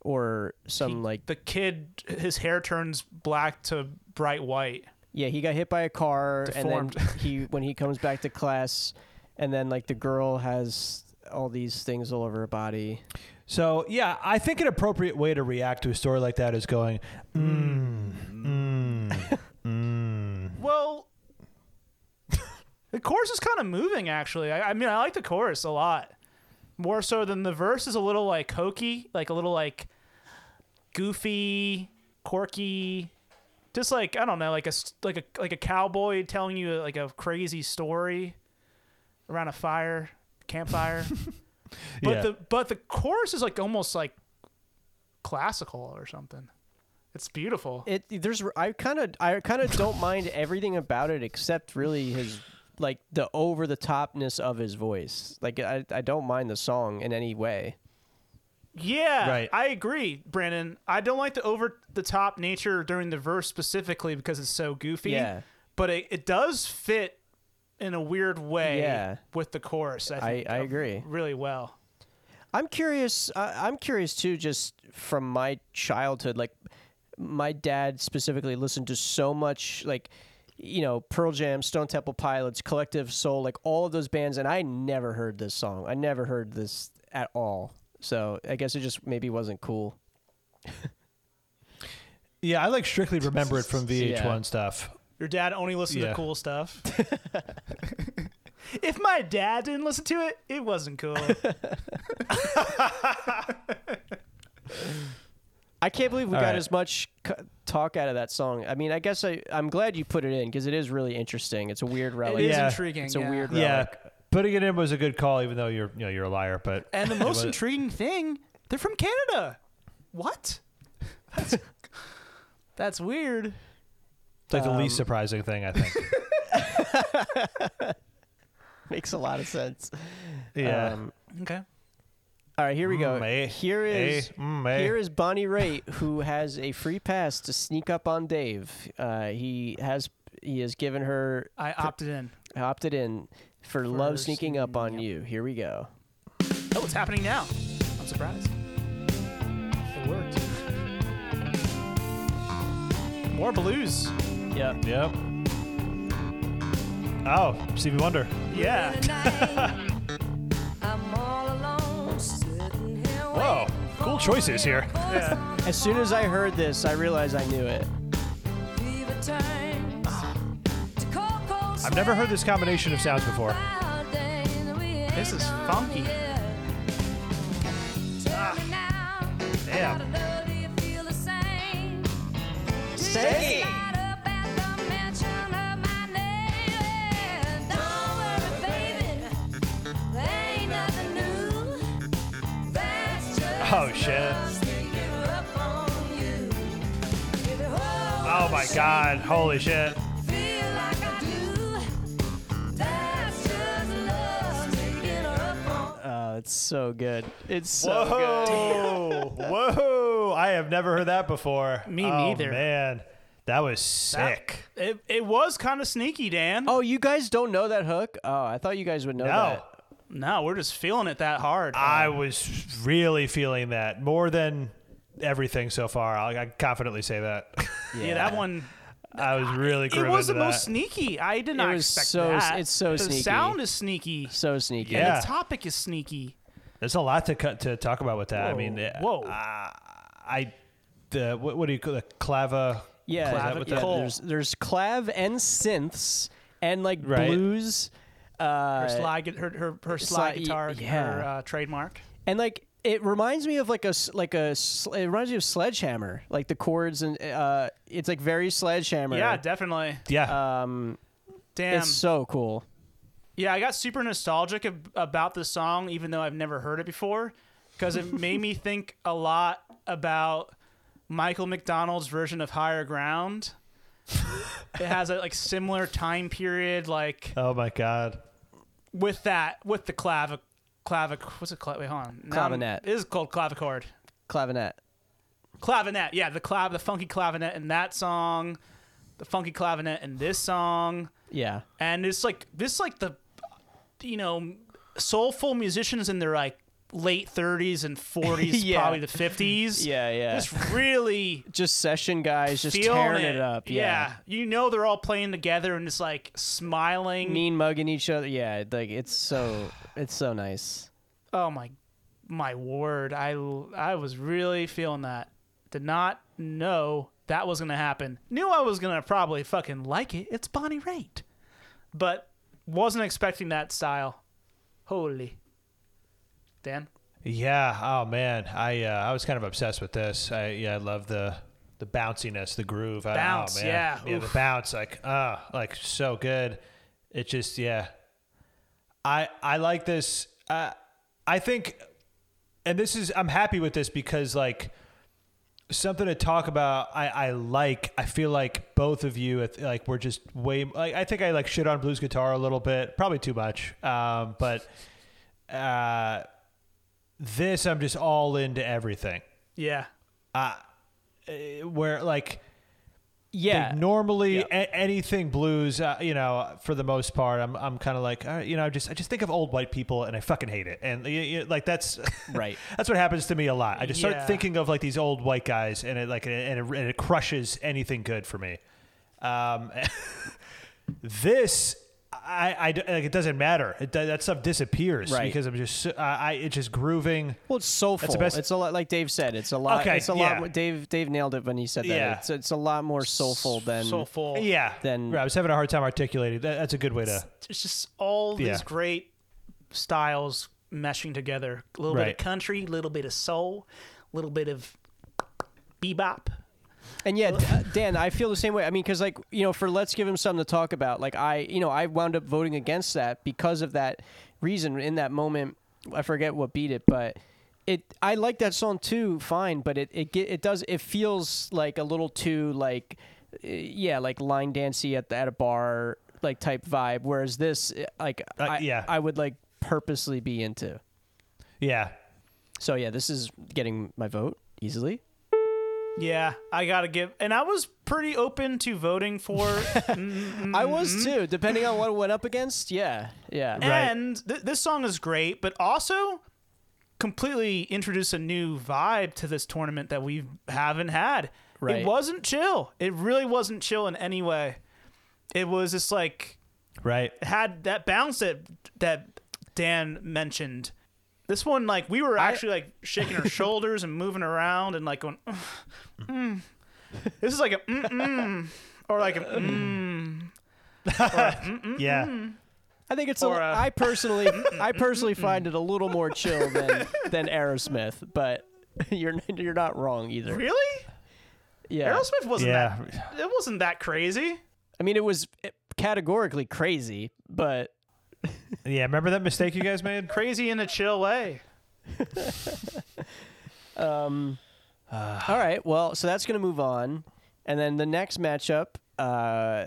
S3: or some like
S4: The kid, his hair turns black to bright white.
S3: yeah he got hit by a car and then
S4: Deformed.
S3: he when he comes back to class and then like the girl has all these things all over her body.
S5: So yeah, I think an appropriate way to react to a story like that is going, mm, mm, mm.
S4: Well, the chorus is kind of moving, actually. I, I mean, I like the chorus a lot. More so than the verse is a little like hokey, like a little like goofy, quirky. Just like I don't know, like a s- like a like a cowboy telling you like a crazy story around a fire, campfire. but
S5: Yeah.
S4: the but the chorus is like almost like classical or something. It's beautiful.
S3: It there's I kind of I kind of don't mind everything about it except really his like the over the topness of his voice. Like I I don't mind the song in any way.
S4: Yeah,
S3: Right.
S4: I agree, Brandon. I don't like the over the top nature during the verse specifically because it's so goofy.
S3: Yeah.
S4: But it, it does fit in a weird way
S3: Yeah.
S4: with the chorus. I
S3: I
S4: think
S3: I
S4: uh,
S3: agree.
S4: really well.
S3: I'm curious. I, I'm curious too, just from my childhood. Like, my dad specifically listened to so much like you know, Pearl Jam, Stone Temple Pilots, Collective Soul, like all of those bands, and I never heard this song. I never heard this at all. So I guess it just maybe wasn't cool.
S5: Yeah, I like strictly remember it from VH1
S3: Yeah.
S5: stuff.
S4: Your dad only listened
S5: Yeah.
S4: to cool stuff. if my dad didn't listen to it, it wasn't cool.
S3: I can't believe we
S5: All
S3: got
S5: right.
S3: as much c- talk out of that song. I mean, I guess I, I'm glad you put it in because it is really interesting. It's a weird relic.
S4: is Yeah. intriguing,
S3: It's a
S4: yeah.
S3: weird relic.
S5: Yeah, putting it in was a good call, even though you're you know you're a liar. But
S4: and the
S5: it
S4: most
S5: was-
S4: intriguing thing, they're from Canada. What? That's, that's weird.
S5: it's like the least
S4: Um,
S5: surprising thing I think.
S3: Makes a lot of sense.
S5: Yeah.
S4: Okay.
S3: All right, Um, here we go.
S5: Mm, eh,
S3: here
S5: eh,
S3: is
S5: mm, eh.
S3: here is Bonnie Raitt, who has a free pass to sneak up on Dave. Uh, he has he has given her
S4: I opted in.
S3: opted in for, love sneaking up on you. Here we go.
S4: Oh, it's happening now. I'm surprised. It worked. More blues.
S3: Yeah.
S5: Eh, Yep. Oh, Stevie Wonder.
S4: Yeah.
S14: I'm all alone, sitting here
S5: Whoa, cool choices here.
S3: As soon as I heard this, I realized I knew it.
S14: waiting for times to call cold
S5: I've never heard this combination of sounds before.
S14: sweat day that we ain't
S5: This is
S14: done
S5: funky.
S14: yet. Tell me now, I
S5: Ah, damn.
S14: gotta know, do you feel the same? Do you
S5: Same.
S14: light up at the mention of my name? And don't worry, baby, there ain't nothing new. That's just
S5: Oh shit.
S14: love sneaking up on you. Baby, oh,
S5: Oh my god. Holy shit.
S14: feel like I do. That's just love sneaking up on
S3: Uh, it's so good. It's so
S5: Whoa. Whoa. I have never heard that before.
S4: Me
S5: Oh,
S4: neither.
S5: Man, that was sick.
S4: It, it was kind of sneaky, Dan.
S3: Oh, you guys don't know that hook? Oh, I thought you guys would know
S5: No.
S3: that.
S4: No, we're just feeling it that hard.
S5: Oh, I was really feeling that more than everything so far. I, I confidently say that.
S4: Yeah, that one.
S5: I was really.
S4: It
S5: grooving
S4: was
S5: to
S4: the most
S5: that.
S4: sneaky. I did not
S3: it was
S4: expect
S3: so
S4: that.
S3: it's so
S4: the
S3: sneaky.
S4: sound is sneaky.
S3: So sneaky.
S5: Yeah.
S4: And the topic is sneaky.
S5: There's a lot to cut to talk about with that. I
S4: Whoa,
S5: mean, it-
S4: whoa.
S5: Uh, I the what, what do you call the clava?
S3: Yeah,
S5: is that
S3: yeah,
S5: what
S3: yeah,
S5: that-
S3: there's there's clav and synths and like
S5: Right.
S3: blues. Uh,
S4: Her slide, her her, her slide
S3: sli-
S4: guitar,
S3: yeah.
S4: her uh, trademark.
S3: and like it reminds me of like a s- like a sl- it reminds me of sledgehammer, like the chords and uh, it's like very sledgehammer.
S4: Yeah, definitely. Uh,
S5: Yeah.
S3: Um,
S4: Damn.
S3: it's so cool.
S4: Yeah, I got super nostalgic ab- about the song, even though I've never heard it before, because it made me think a lot about Michael McDonald's version of Higher Ground. it has a like similar time period, like
S5: Oh my god.
S4: with that, with the clavic, clavic. What's it? Cla- wait, hold on. Now I'm-
S3: Clavinet.
S4: It is called clavichord.
S3: Clavinet.
S4: Clavinet, yeah, the clav, the funky clavinet in that song, the funky clavinet in this song,
S3: Yeah.
S4: and it's like this, like the, you know, soulful musicians in their like late thirties and forties,
S3: Yeah.
S4: probably the fifties.
S3: Yeah, yeah.
S4: Just really
S3: Just session guys, just
S4: feeling
S3: tearing it, up. Yeah.
S4: you know they're all playing together and just like smiling.
S3: Mean mugging each other. Yeah, like it's so it's so nice.
S4: Oh my, my word! I I was really feeling that. Did not know that was gonna happen. Knew I was gonna probably fucking like it. It's Bonnie Raitt, but wasn't expecting that style. Holy, Dan.
S5: Yeah. Oh man. I uh, I was kind of obsessed with this. I yeah. I love the the bounciness, the groove. I-
S4: Bounce,
S5: Oh, man.
S4: yeah,
S5: Yeah. The
S4: oof.
S5: bounce, like ah, like so good. It just yeah. I I like this. Uh, I think, and this is I'm happy with this because like something to talk about I, I like i feel like both of you if- like we're just way like i think i like shit on blues guitar a little bit probably too much um but uh this i'm just all into everything
S4: Yeah.
S5: uh eh, where like
S3: Yeah.
S5: like, normally a- anything blues uh, you know for the most part i'm i'm kind of like uh, you know I just i just think of old white people and i fucking hate it and y y like that's
S3: Right.
S5: that's what happens to me a lot i just
S4: Yeah.
S5: start thinking of like these old white guys and it like and it, and it crushes anything good for me um This, I, I d- like, it doesn't matter. It, that that stuff disappears
S3: Right.
S5: because I'm just, so- I, I it's just grooving.
S3: Well, it's soulful.
S5: That's the best.
S3: It's a lot, like Dave said. It's a lot.
S5: Okay,
S3: it's a
S5: yeah.
S3: lot. more- Dave Dave nailed it when he said that.
S5: Yeah.
S3: It's, it's a lot more soulful than
S4: soulful.
S5: yeah.
S3: Then
S5: Right, I was having a hard time articulating. That, that's a good way to.
S4: It's just all
S5: Yeah.
S4: these great styles meshing together. A little bit
S5: Right.
S4: of country, a little bit of soul, a little bit of bebop.
S3: And yeah, D- uh, Dan, I feel the same way. I mean, because like you know, for let's give him something to talk about. Like I, you know, I wound up voting against that because of that reason. In that moment, I forget what beat it, but it. I like that song too, fine, but it it ge- it does. It feels like a little too like, uh, yeah, like line dancey at the, at a bar like type vibe. Whereas this, uh, like, I,
S5: yeah.
S3: I would like purposely be into.
S5: Yeah.
S3: So yeah, this is getting my vote easily.
S4: Yeah, I gotta give, and I was pretty open to voting for.
S3: I
S4: Mm-hmm.
S3: was too, depending on what it went up against. Yeah, yeah.
S4: And th- this song is great, but also completely introduce a new vibe to this tournament that we haven't had.
S3: Right.
S4: It wasn't chill. It really wasn't chill in any way. It was just like
S5: Right.
S4: had that bounce that that Dan mentioned. This one, like we were actually like shaking our shoulders and moving around and like going, "Ugh, mm. this is like a mm mm or like a mm.
S3: Mm-hmm.
S5: Yeah.
S3: I think it's. A,
S4: uh,
S3: I personally, I personally find it a little more chill than than Aerosmith, but you're you're not wrong either.
S4: Really?
S3: Yeah.
S4: Aerosmith wasn't that. It wasn't that crazy.
S3: I mean, it was eh, categorically crazy, but
S5: yeah. Remember that mistake you guys made?
S4: Crazy in a chill way.
S3: Um, all right. Well, so that's going to move on. And then the next matchup, uh,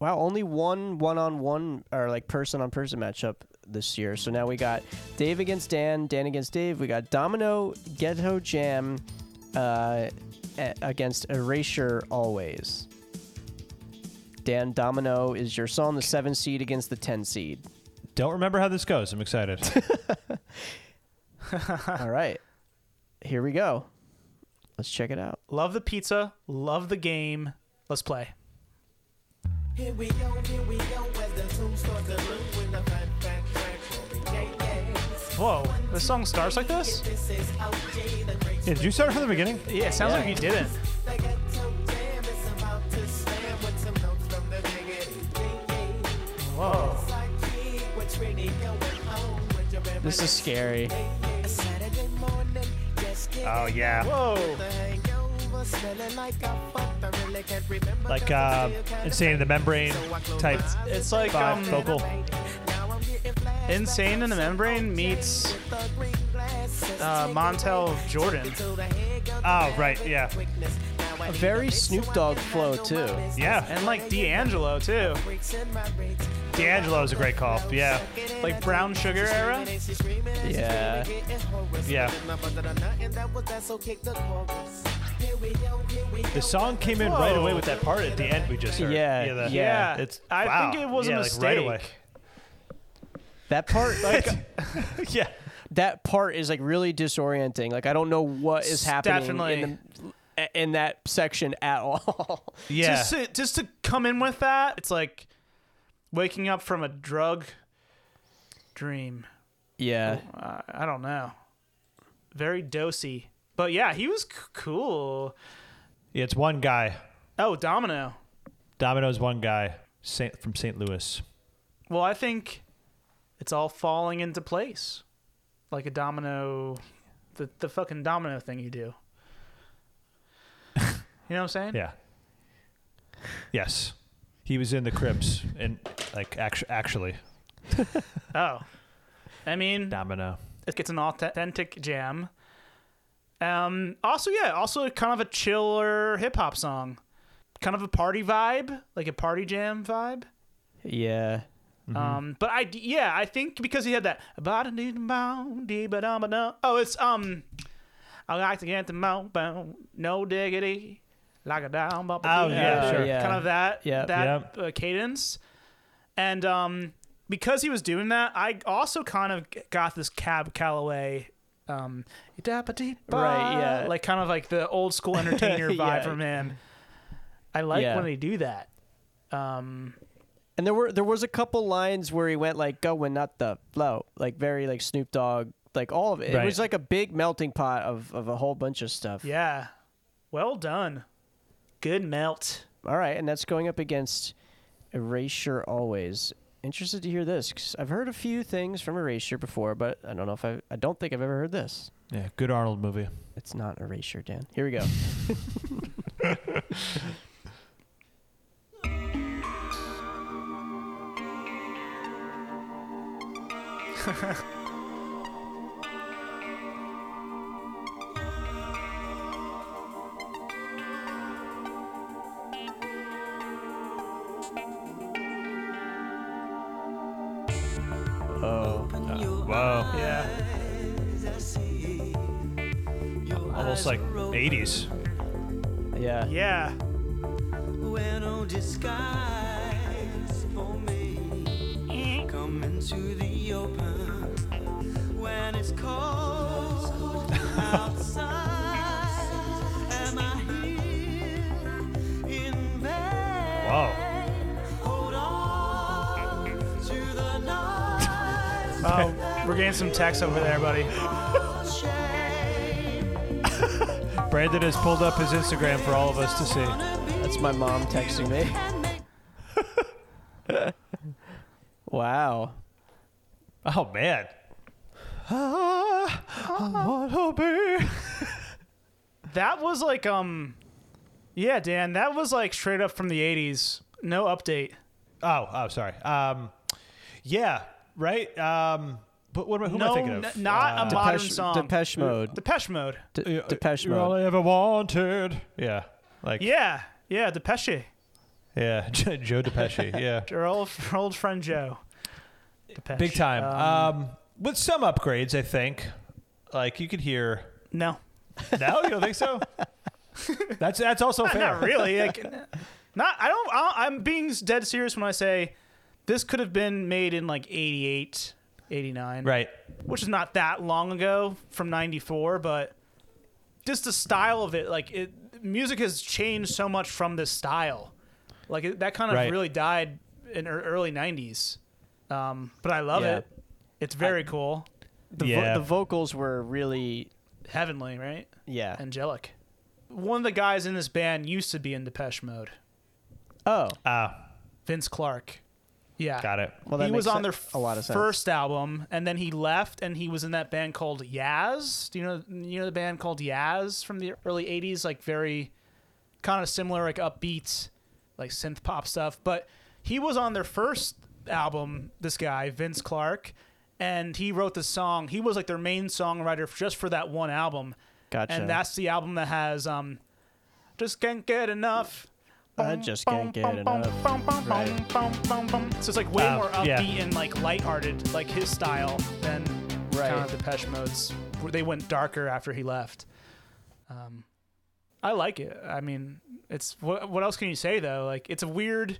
S3: wow, only one one on one or like person on person matchup this year. So now we got Dave against Dan, Dan against Dave. We got Domino, Ghetto Jam uh, a- against Erasure Always. Dan Domino is your song, the seven seed against the 10 seed.
S5: Don't remember how this goes. I'm excited.
S3: All right. Here we go. Let's check it out.
S4: Love the pizza. Love the game. Let's play.
S11: Here we go, here we go, as the tune starts to loop with the bang, bang, bang. Yeah, yeah.
S4: Whoa, this song starts like this?
S11: This is OJ, the great
S5: Yeah, did you start from the beginning?
S4: Yeah, it sounds like you didn't.
S11: They got some jam, it's about to slam with some notes from the nigga.
S4: Whoa.
S11: What's really going on with your
S3: This is scary.
S11: A Saturday morning, just get
S5: Oh, yeah.
S4: Whoa.
S11: the hangover, smelling like I fucked. I really can't remember.
S5: Like uh, insane in the membrane type.
S4: It's like
S5: vibe,
S4: um,
S5: vocal.
S4: Insane in the Membrane meets uh, Montel Jordan.
S5: Oh right, yeah.
S3: A very Snoop Dogg flow too.
S5: Yeah.
S4: and like D'Angelo too.
S5: D'Angelo is a great call. Yeah.
S4: Like Brown Sugar era.
S5: Yeah. Yeah. The song came in right
S4: Whoa.
S5: away with that part at the end we just heard.
S3: Yeah,
S5: the-
S3: yeah.
S5: It's
S4: I
S5: wow.
S4: think it was a
S5: yeah,
S4: mistake.
S5: Like right away.
S3: That part, like,
S5: yeah,
S3: that part is like really disorienting. Like, I don't know what is happening in, the, in that section at all.
S4: Just to, just to come in with that, it's like waking up from a drug dream.
S3: yeah.
S4: Uh, I don't know. Very dosy. But yeah, he was c- cool.
S5: Yeah, it's one guy.
S4: Oh, Domino.
S5: Domino's one guy. Saint from St. Louis.
S4: Well, I think it's all falling into place. Like a domino, the, the fucking domino thing you do. You know what I'm saying?
S5: Yeah. Yes. He was in the Crips and like actu- actually
S4: Oh. I mean,
S5: Domino.
S4: it- it's an authentic jam. Um, also, yeah, also kind of a chiller hip hop song. Kind of a party vibe, like a party jam vibe.
S3: Yeah.
S5: Mm-hmm.
S4: Um, but I, yeah, I think because he had that. Oh, it's um, I like to get the mountain, no diggity, like a down. Oh
S5: Oh, yeah, sure. yeah.
S4: kind of that,
S5: Yep.
S4: that Uh, cadence, and um, because he was doing that, I also kind of got this Cab Calloway, um, right,
S3: Right, yeah.
S4: like kind of like the old school entertainer vibe
S3: Yeah.
S4: from him. I like
S3: Yeah.
S4: when they do that. Um,
S3: And there were there was a couple lines where he went like going not the flow, like very like Snoop Dogg, like all of it.
S4: Right.
S3: It was like a big melting pot of of a whole bunch of stuff.
S4: Yeah. Well done. Good melt.
S3: All right, and that's going up against Erasure always. Interested to hear this 'cause I've heard a few things from Erasure before, but I don't know if I I don't think I've ever heard this.
S5: Yeah, good Arnold movie.
S3: It's not Erasure, Dan. Here we go.
S5: Oh. wow. Yeah. Almost like 80s.
S3: Yeah.
S4: Yeah.
S6: Wear no disguise for me. Come into the open when it's cold outside. Am I here in vain?
S5: Wow.
S6: Hold on to the night.
S4: Oh, we're getting some text over there, buddy.
S5: Brandon has pulled up his Instagram for all of us to see.
S3: That's my mom texting me. wow.
S5: Oh man.
S4: That was like um Yeah, Dan, that was like straight up from the 80s. No update.
S5: Oh, oh, sorry. Um, yeah, right. Um, but what am I, who am I
S4: No,
S5: thinking of? Uh,
S4: n- not a modern
S3: Depeche-
S4: song.
S3: Depeche Mode.
S4: Depeche Mode.
S3: D- Depeche
S5: You're all
S3: Mode.
S5: I ever wanted. Yeah, like
S4: Yeah. Yeah, Depeche.
S5: yeah, Joe Depeche. Yeah,
S4: Our old, our old friend Joe. Depeche.
S5: big time. Um, with some upgrades, I think. Like you could hear.
S4: No.
S5: No, you don't think so? That's that's also
S4: Not-
S5: fair.
S4: Not really. Like, not. I don't. I, I'm being s- dead serious when I say this could have been made in like 88, 89.
S5: Right.
S4: Which is not that long ago from 94, but just the style of it. Like, it, music has changed so much from this style. Like, it, that kind of
S5: Right.
S4: really died in ear- early 90s. Um, but I love
S3: Yeah.
S4: it. It's very cool.
S3: The,
S5: Yeah.
S3: vo- the vocals were really
S4: Heavenly, right?
S3: yeah.
S4: Angelic. One of the guys in this band used to be in Depeche Mode.
S3: Oh,
S5: Ah,
S4: Vince Clark. Yeah.
S5: got it.
S3: well, that
S4: he
S3: makes
S4: was on their
S3: se- a lot of sense.
S4: first album, and then he left, and he was in that band called Yaz. Do you know you know the band called Yaz from the early '80s? Like very kind of similar, like upbeat, like synth pop stuff. But he was on their first album. This guy, Vince Clark, and he wrote the song. He was like their main songwriter f- just for that one album.
S3: Gotcha.
S4: And that's the album that has um, just can't get enough.
S3: I just can't get enough. Right.
S4: So it's like way
S5: Uh,
S4: more upbeat
S5: yeah.
S4: and like lighthearted, like his style than kind
S3: Right.
S4: of Depeche Mode's. where They went darker after he left. Um, I like it. I mean, it's what, what else can you say though? Like it's a weird,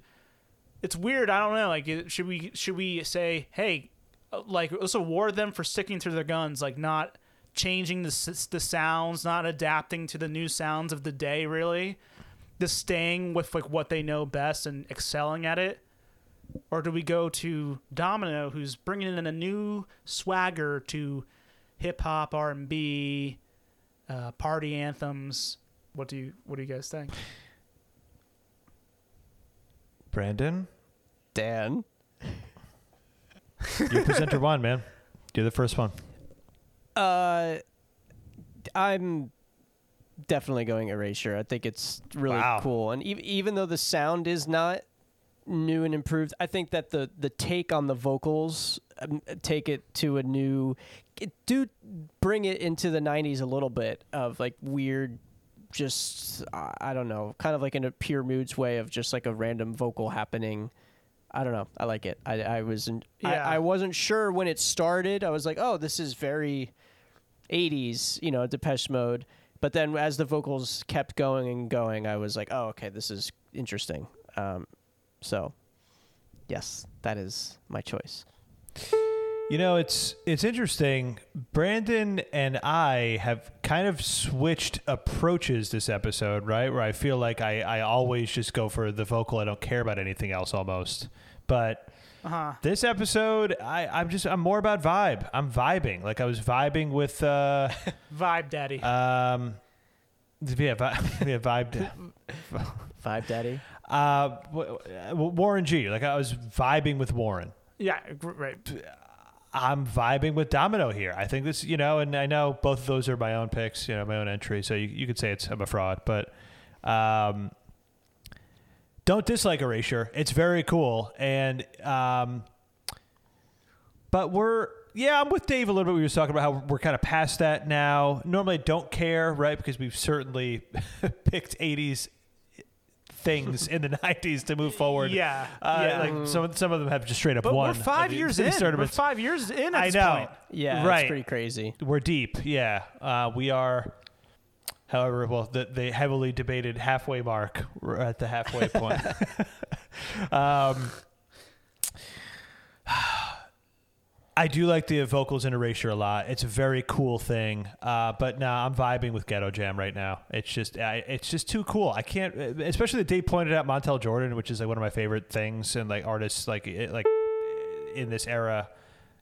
S4: it's weird. I don't know. Like it- should we should we say hey, uh, like let's award them for sticking to their guns, like not changing the s- the sounds, not adapting to the new sounds of the day, really just staying with like what they know best and excelling at it or do we go to domino who's bringing in a new swagger to hip hop r&b uh, party anthems what do you what do you guys think
S5: Brandon,
S3: Dan.
S5: you're presenter one, man. You're the first one.
S3: Uh, I'm definitely going Erasure. I think it's really
S5: Wow.
S3: cool, and ev- even though the sound is not new and improved, I think that the the take on the vocals um, take it to a new, it do bring it into the '90s a little bit of like weird. Just I I don't know, kind of like in a pure moods way of just like a random vocal happening. I don't know. I like it. I, I was in,
S4: Yeah.
S3: I, I wasn't sure when it started. I was like, oh, this is very 80s, you know, Depeche Mode. But then as the vocals kept going and going, I was like, oh, okay, this is interesting. Um, so, yes, that is my choice.
S5: You know, it's it's interesting. Brandon and I have kind of switched approaches this episode, right? Where I feel like I, I always just go for the vocal. I don't care about anything else almost. But
S4: Uh-huh.
S5: this episode, I, I'm just I'm more about vibe. I'm vibing. Like I was vibing with uh
S4: Vibe Daddy.
S5: um yeah, vi- yeah vibe
S3: vibe daddy.
S5: Uh w- w- Warren G. Like I was vibing with Warren.
S4: yeah, gr- right.
S5: I'm vibing with Domino here. I think this, you know, and I know both of those are my own picks, you know, my own entry. So you, you could say it's I'm a fraud, but um, don't dislike Erasure. It's very cool, and um, but we're yeah, I'm with Dave a little bit. We were talking about how we're kind of past that now. Normally, I don't care, right? Because we've certainly picked '80s things in the '90s to move forward.
S4: Yeah,
S5: uh,
S4: yeah. Mm-hmm.
S5: like some some of them have just straight up
S4: But
S5: won.
S4: we're five
S5: Like,
S4: years
S5: the
S4: in. We're
S5: tournaments.
S4: five years in. At
S5: I
S4: this
S5: know.
S4: Point.
S3: Yeah,
S5: right.
S3: it's pretty crazy.
S5: We're deep. Yeah, uh, we are. However, well, the, the heavily debated halfway mark. We're at the halfway point. um, I do like the vocals in Erasure a lot. It's a very cool thing. Uh, but nah, I'm vibing with Ghetto Jam right now. It's just, I, it's just too cool. I can't, especially that Dave pointed out Montel Jordan, which is like one of my favorite things and like artists like it, like in this era.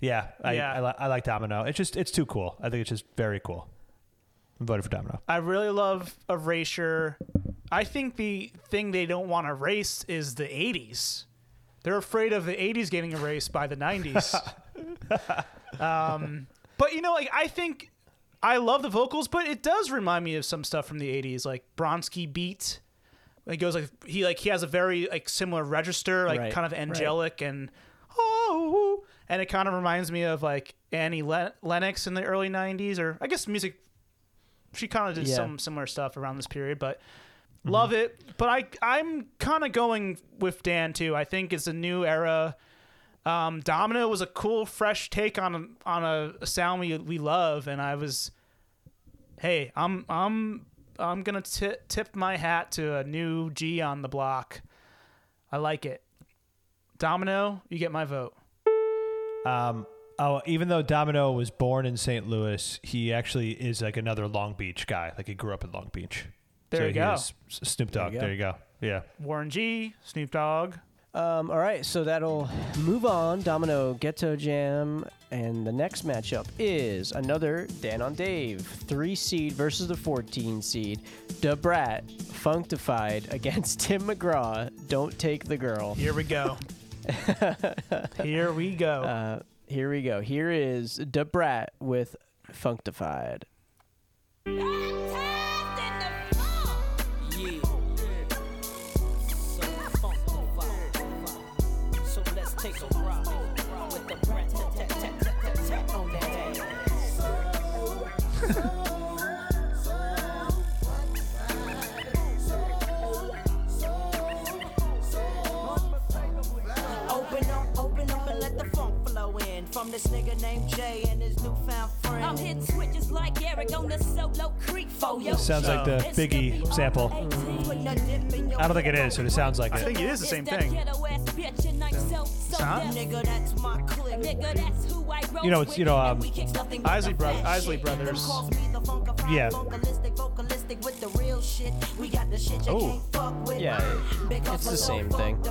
S5: Yeah, I,
S4: Yeah.
S5: I, li- I like Domino. It's just, it's too cool. I think it's just very cool. I'm voting for Domino.
S4: I really love erasure. I think the thing they don't want to erase is the 80s. They're afraid of the 80s getting erased by the 90s. um, but you know, like I think I love the vocals, but it does remind me of some stuff from the 80s, like Bronsky beat. It goes like he like he has a very like similar register, like
S3: Right,
S4: kind of
S3: right.
S4: angelic and oh, and it kind of reminds me of like Annie Len- Lennox in the early 90s, or I guess music she kind of did
S3: Yeah.
S4: some similar stuff around this period, but love it. But I I'm kind of going with Dan too. I think it's a new era. Um, Domino was a cool, fresh take on a, on a, a sound we we love, and I was, hey, I'm I'm I'm gonna ti tip my hat to a new G on the block. I like it. Domino, you get my vote.
S5: Um, oh, even though Domino was born in St. Louis, he actually is like another Long Beach guy. Like he grew up in Long Beach.
S4: There
S5: so
S4: you
S5: he
S4: go.
S5: is S- Snoop Dogg. There you go. Yeah.
S4: Warren G, Snoop Dogg.
S3: Um, all right, so that'll move on. Domino Ghetto Jam, and the next matchup is another Dan on Dave, three seed versus the 14 seed. Da Brat, Functified against Tim McGraw. Don't take the girl.
S4: Here we go. here we go.
S3: Uh, here we go. Here is Da Brat with Functified.
S6: Yeah. So funkified. So let's take a ride with the brat tat tat tat tat tat tat on that ass. Open up, open up and let the funk flow in from this nigga named Jay and his newfound friend. I'm hitting switches like Eric on the solo creek for you.
S5: Sounds like the Biggie sample. I don't think it is, but it sounds like it.
S6: Nigga, that's my clique. Nigga, that's who I
S5: You know, it's you know, um,
S4: Isley, bro- Isley Brothers.
S5: yeah.
S3: Oh, yeah, it's the same thing.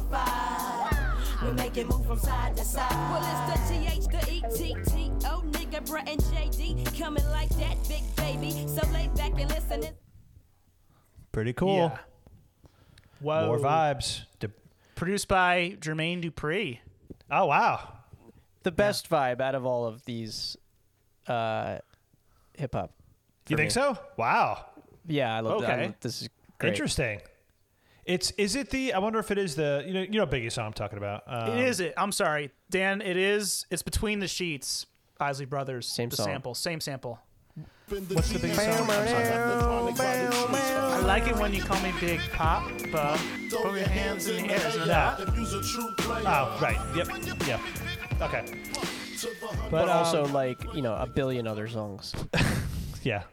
S6: We make it move from side to side.
S14: Well, it's the GH, the E-T-T, oh nigga, bruh, and JD coming like that, big baby. So lay back and listen. It's
S5: Pretty cool.
S4: Yeah. Whoa.
S5: More vibes. Da-
S4: Produced by Jermaine Dupree.
S5: Oh wow.
S3: The best vibe out of all of these uh, hip hop.
S5: You think so? Wow.
S3: Yeah, I love
S5: Okay.
S3: that. This is great.
S5: Interesting. It's is it the I wonder if it is the you know you know Biggie song I'm talking about. Um,
S4: it is it. I'm sorry, Dan. It is. It's between the sheets. Isley Brothers. Same the
S5: song.
S4: sample. Same sample.
S5: What's the Biggie song? I'm sorry.
S4: I like it when you call me Big Pop, but throw your hands in the air. Isn't that?
S5: Oh right. Yep. Yeah. Okay.
S3: But,
S5: But, um,
S3: also, like, you know, a billion other songs.
S5: Yeah.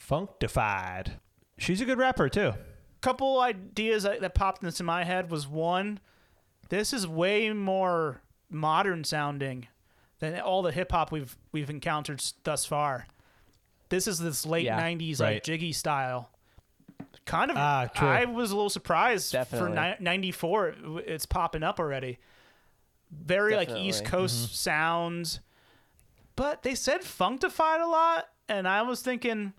S5: Funktified. She's a good rapper too.
S4: Couple ideas that that popped into my head was one. This is way more modern sounding than all the hip hop we've we've encountered s- thus far. This is this late
S3: Yeah,
S4: '90s like
S3: right.
S4: jiggy style. Kind of.
S5: Ah, true.
S4: I was a little surprised
S3: Definitely.
S4: for ni- '94. It's popping up already. very like East
S3: Definitely.
S4: Coast sounds. But they said functified a lot, and I was thinking,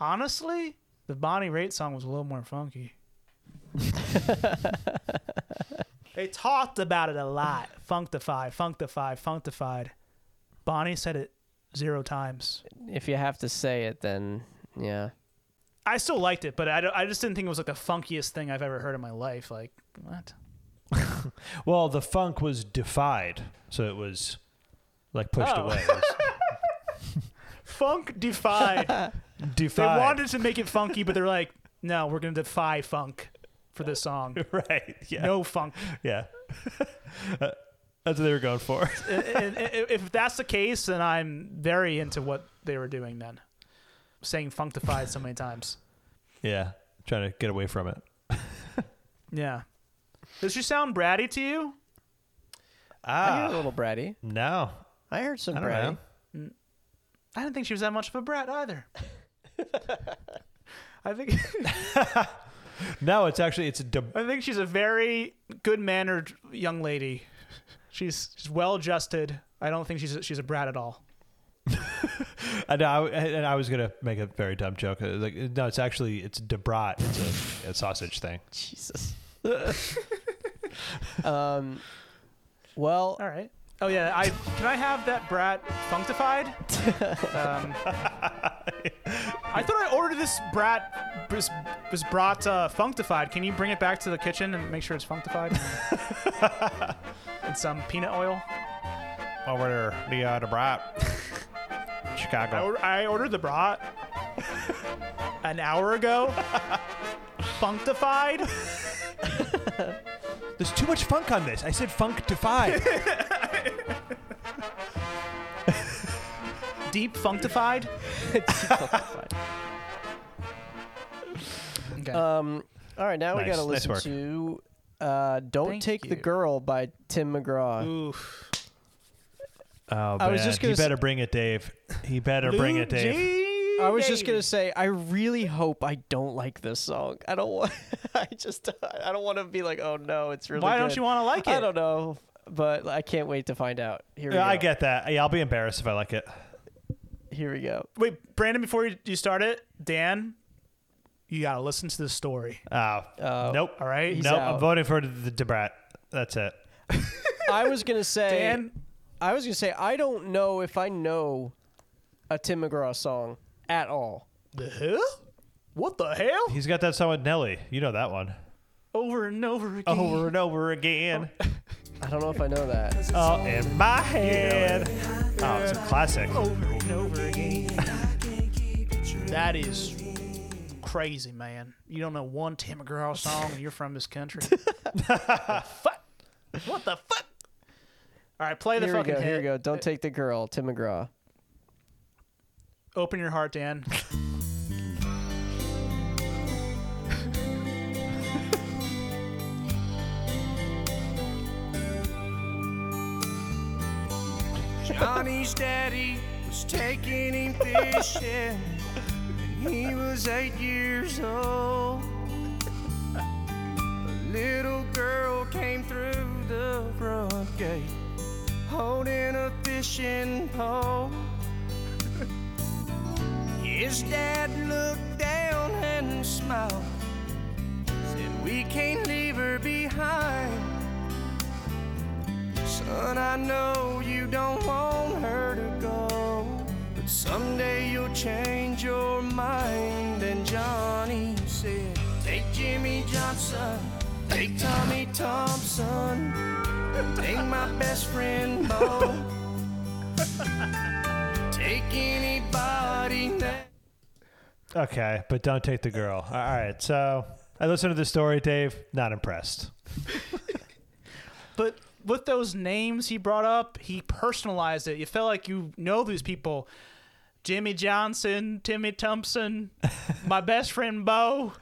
S4: honestly, the Bonnie Raitt song was a little more funky. they talked about it a lot. Functified, functified, functified. Bonnie said it zero times.
S3: If you have to say it, then yeah.
S4: I still liked it, but I, don't- I just didn't think it was like the funkiest thing I've ever heard in my life. Like, what?
S5: Well, the funk was defied, so it was like pushed
S4: Oh.
S5: away. It was
S4: Funk defied. They
S5: defied.
S4: wanted to make it funky, but they're like, no, we're going to defy funk for this song.
S5: right. Yeah.
S4: No funk.
S5: yeah. Uh, that's what they were going for.
S4: and, and- and if that's the case, then I'm very into what they were doing then. Saying functified so many times.
S5: yeah. Trying to get away from it.
S4: Yeah. Does she sound bratty to you?
S5: Ah.
S3: I hear a little bratty.
S5: No.
S3: I heard some
S5: I don't
S3: bratty.
S5: know.
S4: I didn't think she was that much of a brat either. I think
S5: No, it's actually it's a de-
S4: I think she's a very good mannered young lady. She's she's well adjusted. I don't think she's a, she's a brat at all.
S5: I know, I, and I was gonna make a very dumb joke. uh, Like, no, it's actually it's debrat. It's a, a sausage thing.
S3: Jesus. um. Well.
S4: All right. Oh yeah, I can I have that brat functified? um, I thought I ordered this brat this, this brat uh, functified. Can you bring it back to the kitchen and make sure it's functified? and some peanut oil.
S5: Over there, the uh, debrat,
S4: I,
S5: Chicago.
S4: or- I ordered the brat an hour ago. functified.
S5: There's too much funk on this. I said funk defied.
S4: Deep functified.
S3: Um. All right. Now we
S5: Nice,
S3: gotta
S5: nice
S3: listen
S5: work.
S3: to uh, "Don't
S4: Thank
S3: Take the
S4: you.
S3: Girl" by Tim
S4: Uh,
S3: McGraw.
S4: Oof.
S5: Oh,
S3: I was just
S5: man.
S3: gonna
S5: He
S3: s-
S5: better bring it, Dave. He better bring it, Dave.
S3: I was just gonna say, I really hope I don't like this song. I don't want. I just. I don't want to be like, oh no, it's really.
S4: Why don't you wanna
S3: to
S4: like
S3: I
S4: it?
S3: don't know, but I can't wait to find out. Here we
S5: Yeah,
S3: go.
S5: I get that. Yeah, I'll be embarrassed if I like it.
S3: Here we go.
S4: Wait, Brandon, before you, you start it, Dan, you gotta listen to this story.
S5: Oh,
S3: Uh,
S5: nope.
S4: All right.
S5: Nope. I'm voting for the debrat. That's it.
S3: I was gonna say.
S4: Dan?
S3: I was gonna say I don't know if I know a Tim McGraw song at all.
S4: The hell? What the hell?
S5: He's got that song with Nelly. You know that one.
S4: Over and over again.
S5: Over and over again.
S3: I don't know if I know that.
S5: Oh, in my head. Oh, it's a classic.
S4: Over and over again. that is crazy, man. You don't know one Tim McGraw song and you're from this country. The fuck? What the fuck? All right, play the
S3: Here we
S4: fucking
S3: go. Here we
S4: hit.
S3: go. Don't take the girl, Tim McGraw.
S4: Open your heart, Dan.
S7: Johnny's daddy was taking him fishing when he was eight years old. A little girl came through the front gate holding a fishing pole. His dad looked down and smiled, said, We can't leave her behind. Son, I know you don't want her to go, but someday you'll change your mind. And Johnny said, Take Jimmy Johnson, take Tommy Thompson, take my best friend Bo, take anybody that.
S5: Okay, but don't take the girl. All right, so I listened to the story, Dave. Not impressed.
S4: But with those names he brought up, he personalized it. You felt like you know these people. Jimmy Johnson, Timmy Thompson, my best friend Bo.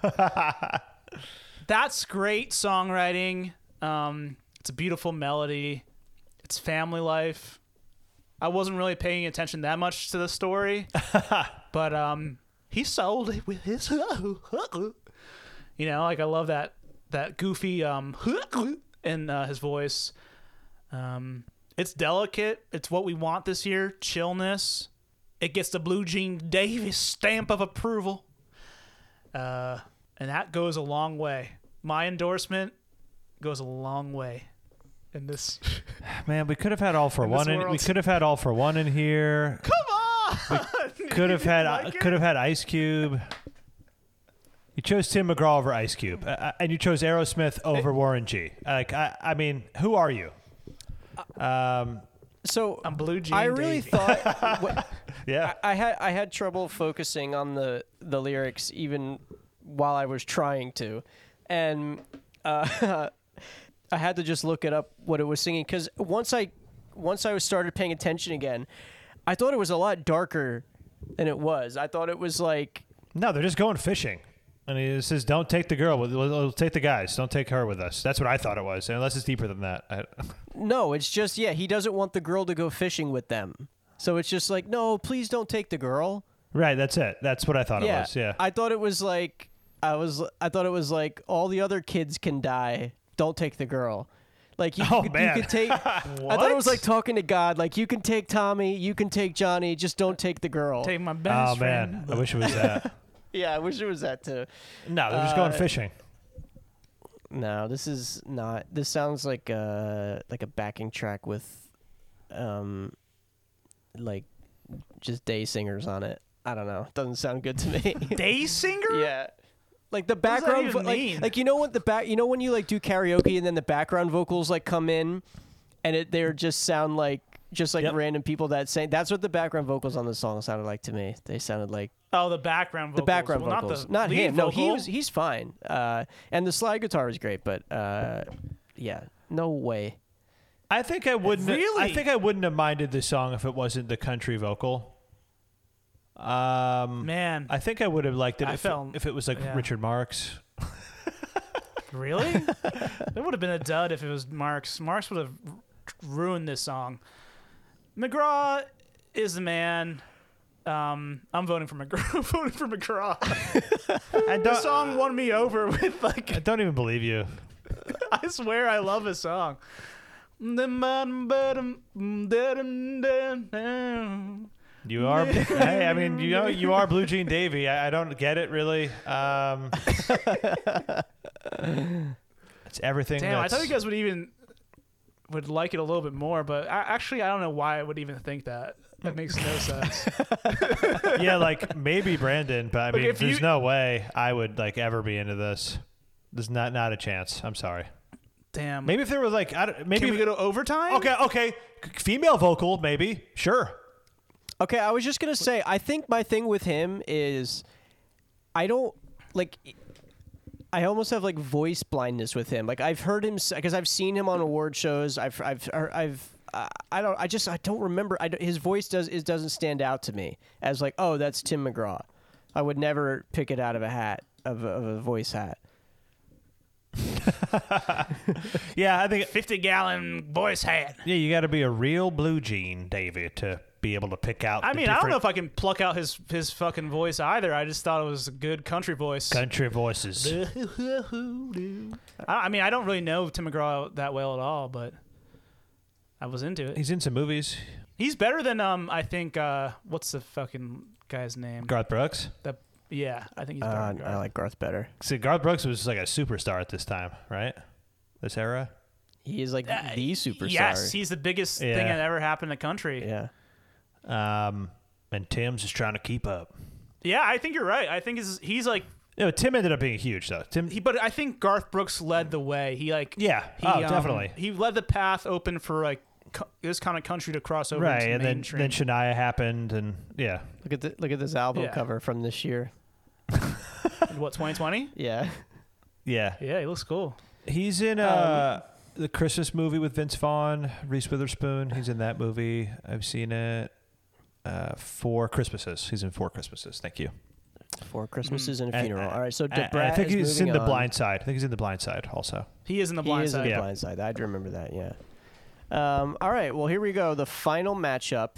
S4: That's great songwriting. Um, it's a beautiful melody. It's family life. I wasn't really paying attention that much to the story, but um, he sold it with his. You know, like I love that that goofy um in uh, his voice. Um, it's delicate. It's what we want this year. Chillness. It gets the Blue Jean Davis stamp of approval. Uh, and that goes a long way. My endorsement goes a long way in this.
S5: Man, we could have had all for
S4: In this
S5: one. In, we
S4: world.
S5: could have had all for one in here.
S4: Come on.
S5: Could have had uh,
S4: Like it?
S5: could have had Ice Cube. You chose Tim McGraw over Ice Cube, uh, uh, and you chose Aerosmith over Warren G. Like, I, I mean, who are you? Um,
S3: so
S4: I'm Blue Jean.
S3: I really
S4: Davey.
S3: thought. wha-
S5: yeah.
S3: I, I had I had trouble focusing on the the lyrics even while I was trying to, and uh, I had to just look it up what it was singing because once I once I was started paying attention again, I thought it was a lot darker than it was. I thought it was like
S5: No, they're just going fishing. And he says, "Don't take the girl. We'll, we'll- we'll take the guys. Don't take her with us." That's what I thought it was, unless it's deeper than that. I,
S3: No, it's just yeah, he doesn't want the girl to go fishing with them. So it's just like, no, please don't take the girl.
S5: right, that's it. That's what I thought
S3: yeah,
S5: it was. Yeah.
S3: I thought it was like I was I thought it was like all the other kids can die. Don't take the girl. Like you,
S5: Oh,
S3: could,
S5: man.
S3: you could take. I thought it was like talking to God. Like you can take Tommy, you can take Johnny, just don't take the girl.
S4: Take my
S5: oh man, I wish it was that.
S3: yeah, I wish it was that too.
S5: No, they're just going
S3: Uh,
S5: fishing.
S3: No, this is not. This sounds like a like a backing track with, um, like just day singers on it. I don't know. Doesn't sound good to me.
S4: day singer?
S3: Yeah. Like the
S4: does that
S3: background,
S4: even
S3: vo- like,
S4: mean?
S3: like you know what the back, you know when you like do karaoke and then the background vocals like come in, and it they're just sound like just like random people that sing. That's what the background vocals on the song sounded like to me. They sounded like
S4: Oh, the background vocals.
S3: the background
S4: well,
S3: vocals,
S4: Not, the
S3: not,
S4: lead
S3: him. No, he
S4: vocal.
S3: was he's fine. Uh, and the slide guitar was great, but uh, yeah, no way.
S5: I think I wouldn't. I
S3: Really?
S5: think I wouldn't have minded the song if it wasn't the country vocal. Um,
S4: Man.
S5: I think I would have liked it
S4: I
S5: if,
S4: felt-
S5: if it was like
S4: yeah.
S5: Richard Marx.
S4: Really? that would have been a dud if it was Marks. Marks would have r- ruined this song. McGraw is the man. Um, I'm voting for McGraw. I'm voting for McGraw. the song won me over with like.
S5: I don't even believe you.
S4: I swear, I love his song.
S5: You are. hey, I mean, you know, you are Blue Jean Davy. I, I don't get it really. Um, it's everything.
S4: Damn, I
S5: that's-
S4: thought you guys would even would like it a little bit more, but I, actually, I don't know why I would even think that. That makes no sense.
S5: yeah, like maybe Brandon, but I
S4: Like,
S5: mean,
S4: if
S5: there's
S4: you-
S5: no way I would like ever be into this. There's not not a chance. I'm sorry.
S4: Damn.
S5: Maybe if there was like, I don't, maybe
S4: Can we go to overtime?
S5: Okay, okay, C- female vocal, maybe, sure.
S3: Okay, I was just gonna say. I think my thing with him is, I don't like. I almost have like voice blindness with him. Like I've heard him because I've seen him on award shows. I've I've or I've uh, I don't I just I don't remember. I, don't- his voice does it doesn't stand out to me as like oh that's Tim McGraw. I would never pick it out of a hat of a, of a voice hat.
S5: Yeah, I think.
S4: Fifty gallon boy's hat.
S5: Yeah, you got to be a real blue jean, David, to be able to pick out.
S4: I
S5: the
S4: mean, I don't know
S5: different
S4: if I can pluck out his his fucking voice either. I just thought it was a good country voice.
S5: country voices.
S4: I, I mean, I don't really know Tim McGraw that well at all, but I was into it.
S5: He's in some movies.
S4: He's better than um, I think. Uh, what's the fucking guy's name?
S5: Garth Brooks.
S4: That yeah, I think he's better.
S3: Uh,
S4: than Garth.
S3: I like Garth better.
S5: See, Garth Brooks was like a superstar at this time, right? This era.
S3: He is like the superstar.
S4: Uh, Yes, he's the biggest thing
S5: Yeah.
S4: that ever happened to country.
S3: yeah.
S5: Um, and Tim's just trying to keep up.
S4: Yeah, I think you're right. I think he's, he's like,
S5: Yeah, but Tim ended up being huge though. Tim.
S4: he, but I think Garth Brooks led the way. He like
S5: yeah.
S4: He,
S5: oh,
S4: um,
S5: definitely.
S4: He led the path open for like co- this kind of country to cross over.
S5: Right,
S4: into
S5: and then
S4: mainstream.
S5: then Shania happened, and yeah.
S3: Look at the, look at this album
S4: Yeah.
S3: cover from this year.
S4: what 2020?
S3: Yeah.
S5: Yeah.
S4: Yeah, he looks cool.
S5: He's in uh, the Christmas movie with Vince Vaughn, Reese Witherspoon. He's in that movie. I've seen it. Uh, four Christmases. He's in four Christmases. Thank you.
S3: Four Christmases and a
S5: And-
S3: funeral. All right, so
S5: and-
S3: Debrat
S5: and Mm. I think
S3: is
S5: he's in
S3: moving
S5: The
S3: on.
S5: Blind Side. I think he's in The Blind Side also.
S4: He is in the
S3: He
S4: blind
S3: is in
S4: side.
S3: the blind side. I'd remember that. Yeah. Um, all right. Well, here we go. The final matchup.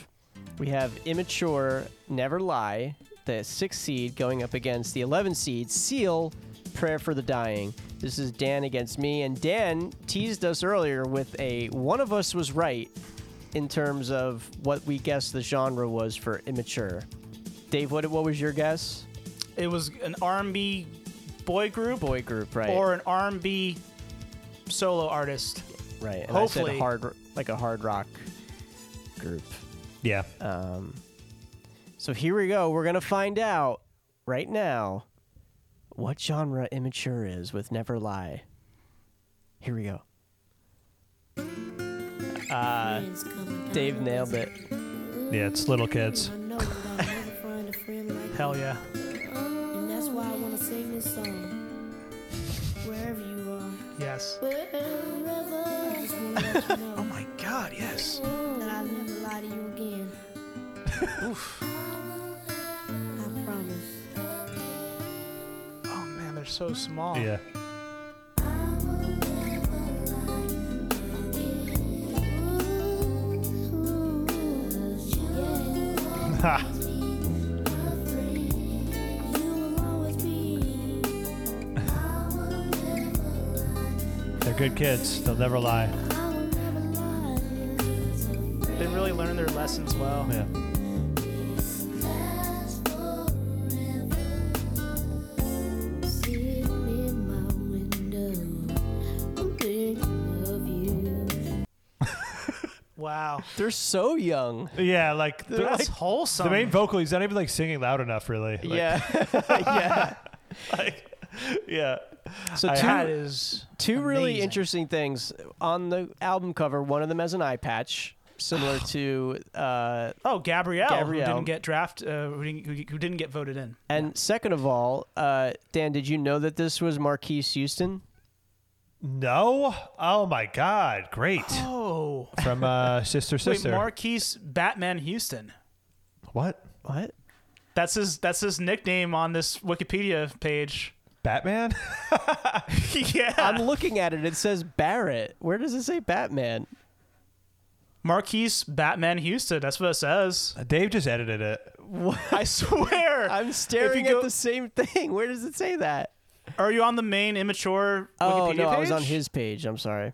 S3: We have immature, never lie, the sixth seed going up against the 11 seed seal, prayer for the dying. This is Dan against me, and Dan teased us earlier with a one of us was right in terms of what we guessed the genre was for immature. Dave, what what was your guess?
S4: It was an R&B boy group.
S3: Boy group, right?
S4: Or an R&B solo artist.
S3: right? And I
S4: Hopefully.
S3: said hard like a hard rock group.
S5: Yeah.
S3: Um, so here we go. We're gonna find out right now what genre immature is with Never Lie. Here we go. Uh, Dave nailed it.
S5: Yeah, it's little kids.
S4: Hell yeah.
S15: And that's why I wanna sing this song. Wherever you are.
S4: Yes.
S15: Wherever. I just wanna let you know
S4: Oh my god, yes.
S15: that I'll never lie to you again.
S4: Oof.
S15: I promise.
S4: Oh man, they're so small.
S5: Yeah. Ha. They're good kids. They'll never lie.
S4: They really learn their lessons well.
S5: Yeah.
S4: Wow.
S3: They're so young.
S5: Yeah, like they're
S4: That's
S5: like-
S4: wholesome.
S5: The main vocal, he's not even like singing loud enough, really. Like,
S3: yeah. yeah.
S5: yeah.
S3: So
S5: I
S3: two,
S5: had-
S3: two really
S5: amazing.
S3: interesting things on the album cover. One of them has an eye patch, similar to uh,
S4: oh Gabrielle,
S3: Gabrielle.
S4: who didn't get draft, uh, who, didn't, who, who didn't get voted in.
S3: And second of all, uh, Dan, did you know that this was Marquise Houston?
S5: No. Oh my God. Great.
S4: Oh.
S5: From uh, Sister Sister.
S4: Wait, Marquise Batman Houston.
S5: What?
S3: What?
S4: That's his. That's his nickname on this Wikipedia page.
S5: Batman.
S4: yeah.
S3: I'm looking at it. It says Barrett. Where does it say Batman?
S4: Marquise Batman Houston. That's what it says.
S5: Dave just edited it.
S4: I swear.
S3: I'm staring at the same thing. Where does it say that?
S4: Are you on the main immature
S3: Oh
S4: Wikipedia
S3: no,
S4: page?
S3: I was on his page. I'm sorry.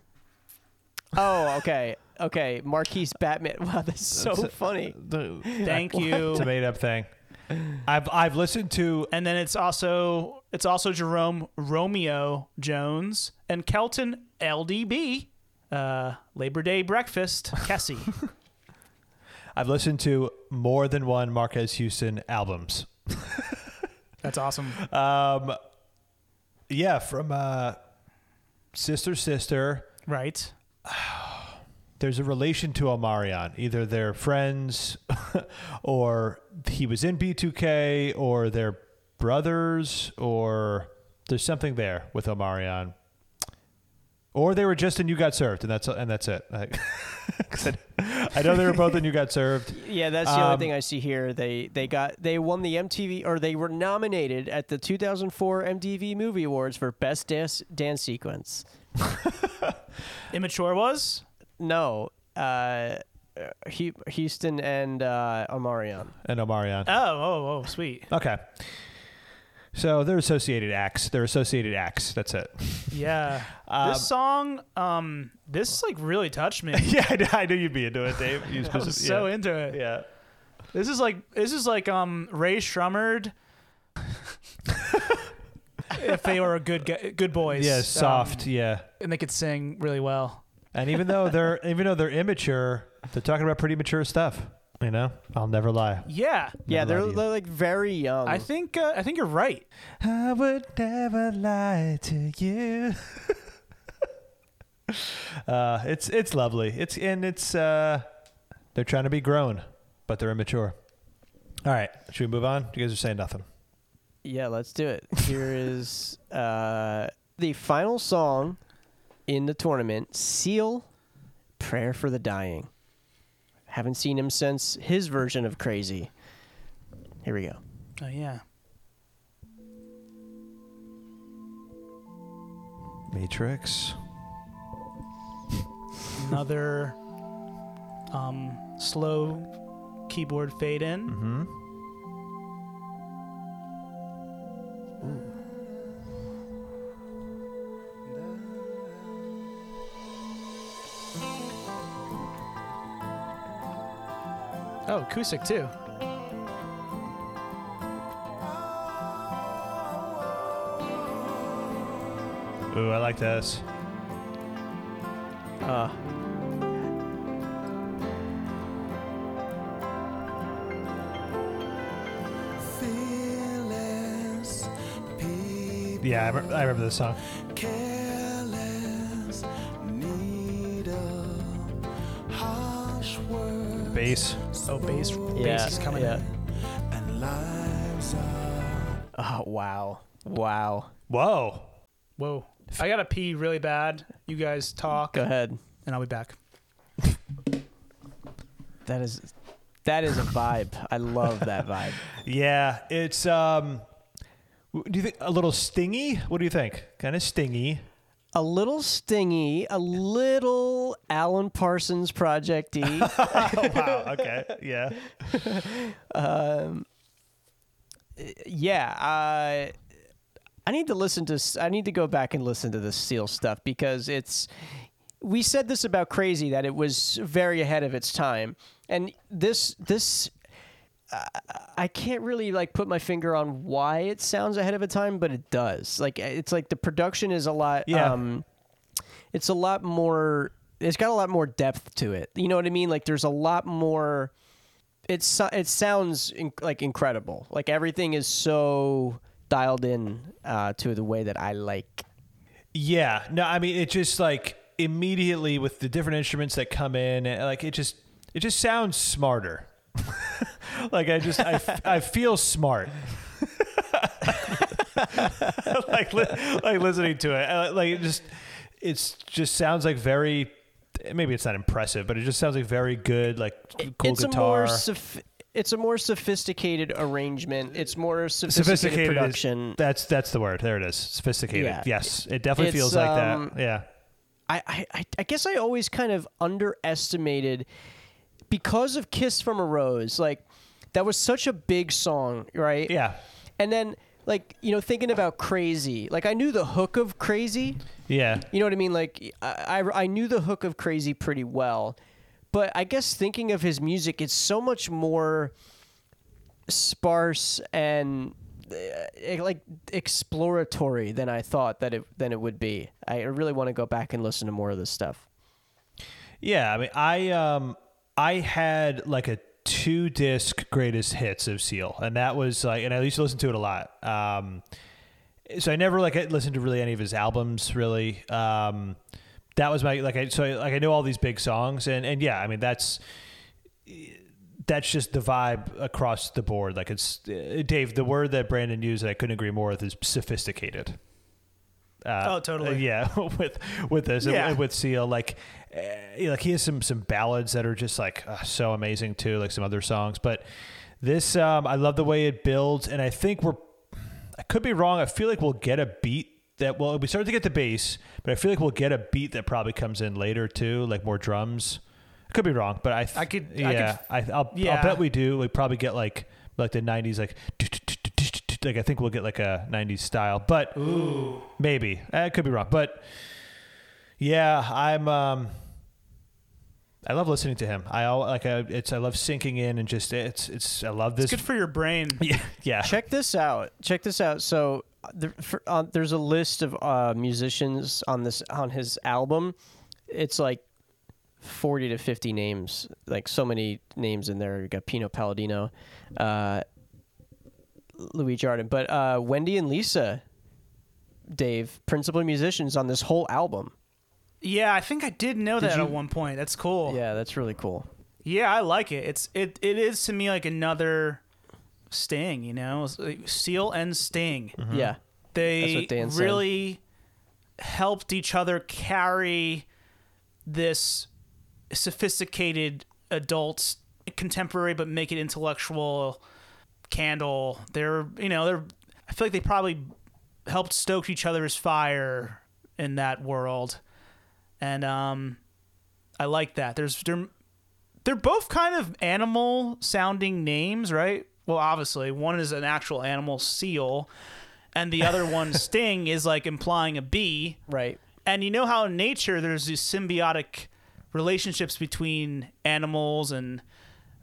S3: Oh, okay, okay. Marquise Batman. Wow, that's so
S5: That's-
S3: funny.
S4: uh,
S5: The,
S4: Thank you.
S5: It's a made up thing. I've I've listened to
S4: And then it's also it's also Jerome Romeo Jones and Kelton LDB. Uh, Labor Day breakfast, Kessie.
S5: I've listened to more than one Marquez Houston albums.
S4: That's awesome.
S3: Uh,
S5: Um, yeah, from uh, Sister Sister.
S4: Right.
S5: There's a relation to Omarion. Either they're friends, or he was in B2K, or they're brothers, or there's something there with Omarion. Or they were just in You Got Served, and that's and that's it. I, 'cause I- I know they were both in You Got Served.
S3: Yeah, that's the only
S5: Um,
S3: thing I see here. They they got they won the MTV or they were nominated at the 2004 MTV Movie Awards for best dance dance sequence.
S4: Immature was?
S3: No, uh, Hu- Houston and uh, Omarion.
S5: And Omarion.
S4: Oh, oh, oh, sweet.
S5: Okay. So they're associated acts. They're associated acts. That's it.
S4: Yeah.
S5: Um,
S4: this song, um, this like really touched me.
S5: yeah, I knew, I knew you'd be into it, Dave. You
S4: I was so
S5: yeah.
S4: into it.
S5: Yeah.
S4: This is like this is like um Ray Shrummerd. if they were a good gu- good boys.
S5: Yeah,
S4: um,
S5: soft. yeah.
S4: and they could sing really well.
S5: And even though they're even though they're immature, they're talking about pretty mature stuff. You know, I'll never lie.
S4: Yeah.
S3: yeah, they're,
S5: Never lied to you.
S3: they're like very young.
S4: I think uh, I think you're right.
S5: I would never lie to you. uh, it's it's lovely. It's and it's uh, they're trying to be grown, but they're immature. All right, should we move on? You guys are saying nothing.
S3: Yeah, let's do it. Here is uh, the final song in the tournament Seal Prayer for the Dying. Haven't seen him since his version of Crazy. Here we go.
S4: Oh yeah.
S5: Matrix.
S4: Another um slow keyboard fade in.
S5: Mm-hmm.
S3: Oh, Kusick too.
S5: Ooh, I like this.
S3: Uh.
S5: Yeah, I, remember- I remember this song.
S9: Careless, need a harsh word.
S5: Bass.
S9: Oh, bass.
S3: Yeah. yeah.
S9: And lives are
S3: Oh wow. Wow.
S5: Whoa.
S4: Whoa. I gotta pee really bad. You guys talk.
S3: Go ahead.
S4: And I'll be back.
S3: That is that is a vibe. I love that vibe.
S5: Yeah, it's um. w- Do you think a little stingy? What do you think? Kind of stingy.
S3: A little stingy, a little Alan Parsons projecty.
S5: wow. Oh, Okay. Yeah.
S3: um, yeah, I I need to listen to s- I need to go back and listen to the Seal stuff because it's we said this about Crazy that it was very ahead of its time, and this this. I- I can't really like put my finger on why it sounds ahead of its time, but it does. Like it's like the production is a lot
S5: Yeah.
S3: um it's a lot more it's got a lot more depth to it you know what i mean like there's a lot more it's so- it sounds in, like incredible like everything is so dialed in uh, to the way that i like
S5: Yeah. No, I mean it just like immediately with the different instruments that come in, eh, like it just it just sounds smarter. like I just I, f- I feel smart. like li- like listening to it, uh, like it just it's just sounds like very maybe it's not impressive, but it just sounds like very good like cool
S3: it's
S5: guitar.
S3: a more soph- it's a more sophisticated arrangement it's more sophisticated,
S5: Sophisticated is-
S3: production
S5: that's that's the word. There it is. Sophisticated.
S3: Yeah.
S5: Yes, it definitely
S3: It's,
S5: feels like
S3: um,
S5: that. Yeah.
S3: I, I- I, I guess I always kind of underestimated because of Kiss from a Rose. Like, that was such a big song, right?
S5: Yeah.
S3: And then, like, you know, thinking about Crazy, like, I knew the hook of Crazy.
S5: Yeah.
S3: You know what I mean? Like, I, I, I knew the hook of Crazy pretty well. But I guess thinking of his music, it's so much more sparse and uh, eh, like exploratory than I thought that it than it would be. I really want to go back and listen to more of this stuff.
S5: Yeah, I mean, I um, I had like a two disc greatest hits of Seal, and that was like, and I used to listen to it a lot. Um, so I never like listened to really any of his albums. Really, um, that was my like I so I, like I know all these big songs, and and yeah, I mean that's that's just the vibe across the board. Like it's uh, Dave, the word that Brandon used that I couldn't agree more with is sophisticated. Uh,
S4: Oh, totally.
S5: uh, yeah, with with this and-
S4: Yeah.
S5: and with Seal, like uh, like he has some some ballads that are just like uh, so amazing too, like some other songs. But this, um, I love the way it builds, and I think we're I could be wrong. I feel like we'll get a beat that well, we started to get the bass, but I feel like we'll get a beat that probably comes in later too, like more drums. I could be wrong, but I th-
S4: I could- I could
S5: yeah
S4: f-
S5: I, I, will
S4: Yeah.
S5: I'll bet we do. We probably get like like the '90s like. Like I think we'll get like a '90s style, but maybe I could be wrong. But yeah, I'm. Um, I love listening to him. I al- like I, it's I love sinking in and just it's it's I love this.
S4: It's good for your brain.
S5: Yeah, yeah.
S3: Check this out. Check this out. So uh, the, for, uh, there's a list of uh, musicians on this on his album. It's like 40 to 50 names. Like so many names in there. You got Pino Palladino, uh, Louis Jordan, but uh, Wendy and Lisa, Dave, principal musicians on this whole album.
S4: Yeah, I think I did know
S3: Did
S4: that
S3: you-
S4: at one point. That's cool.
S3: Yeah, that's really cool.
S4: Yeah, I like it. It's it it is to me like another Sting, you know, It's like Seal and Sting.
S3: Mhm. Yeah. That's
S4: they
S3: what Dan said.
S4: really helped each other carry this sophisticated adult contemporary, but make it intellectual. Candle, they're you know they're I feel like they probably helped stoke each other's fire in that world, and um, I like that. There's there they're both kind of animal sounding names, right? Well, obviously, one is an actual animal seal, and the other one, sting, is like implying a bee.
S3: Right.
S4: And you know how in nature there's these symbiotic relationships between animals and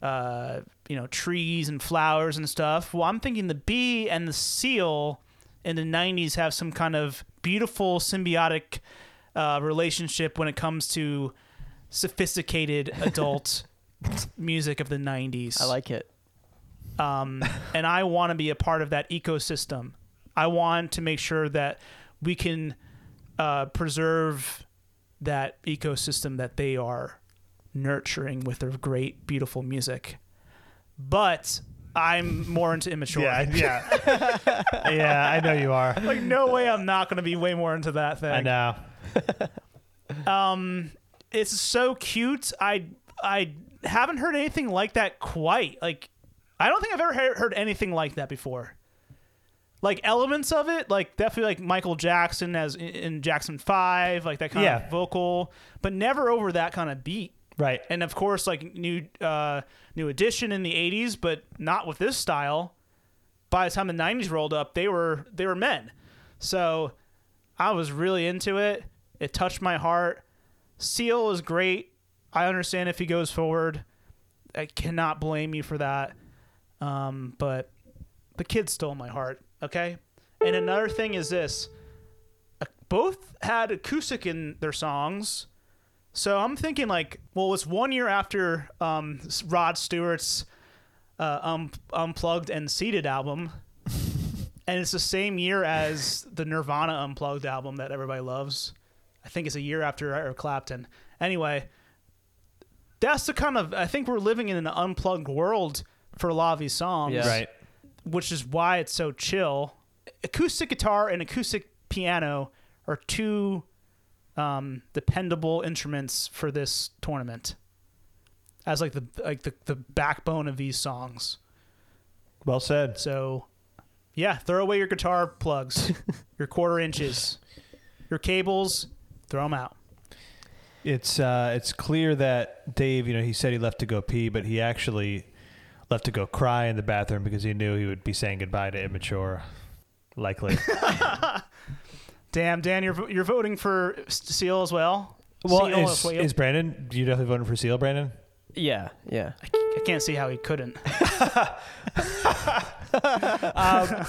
S4: uh, you know, trees and flowers and stuff. Well, I'm thinking the bee and the seal in the 90s have some kind of beautiful symbiotic uh, relationship when it comes to sophisticated adult music of the 90s.
S3: I like it.
S4: Um, and I want to be a part of that ecosystem. I want to make sure that we can uh, preserve that ecosystem that they are nurturing with their great, beautiful music. But I'm more into immature.
S5: Yeah, yeah. yeah, I know you are.
S4: like no way I'm not going to be way more into that thing.
S5: I know.
S4: Um, it's so cute. I I haven't heard anything like that quite. Like, I don't think I've ever he- heard anything like that before. Like elements of it, like definitely like Michael Jackson as in- in Jackson Five, like that kind
S5: Yeah.
S4: of vocal, but never over that kind of beat.
S5: Right.
S4: And of course, like new uh, new edition in the '80s, but not with this style. By the time the '90s rolled up, they were they were men. So I was really into it. It touched my heart. Seal is great. I understand if he goes forward. I cannot blame you for that. Um, but the kid stole my heart. Okay. And another thing is this: uh, both had acoustic in their songs. So I'm thinking like, well, it's one year after um, Rod Stewart's uh, um, unplugged and seated album, and it's the same year as the Nirvana unplugged album that everybody loves. I think it's a year after Eric Clapton. Anyway, that's the kind of I think we're living in an unplugged world for a lot of these songs,
S5: Yes. Right.
S4: Which is why it's so chill. Acoustic guitar and acoustic piano are two um, dependable instruments for this tournament, as like the like the, the backbone of these songs.
S5: Well said.
S4: So, yeah, throw away your guitar plugs, your quarter inches, your cables, throw them out.
S5: It's uh, it's clear that Dave, you know, he said he left to go pee, but he actually left to go cry in the bathroom because he knew he would be saying goodbye to immature, likely.
S4: Damn, Dan, you're vo- you're voting for S- Seal as well.
S5: well,
S4: Seal
S5: is,
S4: well.
S5: is Brandon? You definitely voting for Seal, Brandon?
S3: Yeah, yeah.
S4: I, c- I can't see how he couldn't.
S5: um,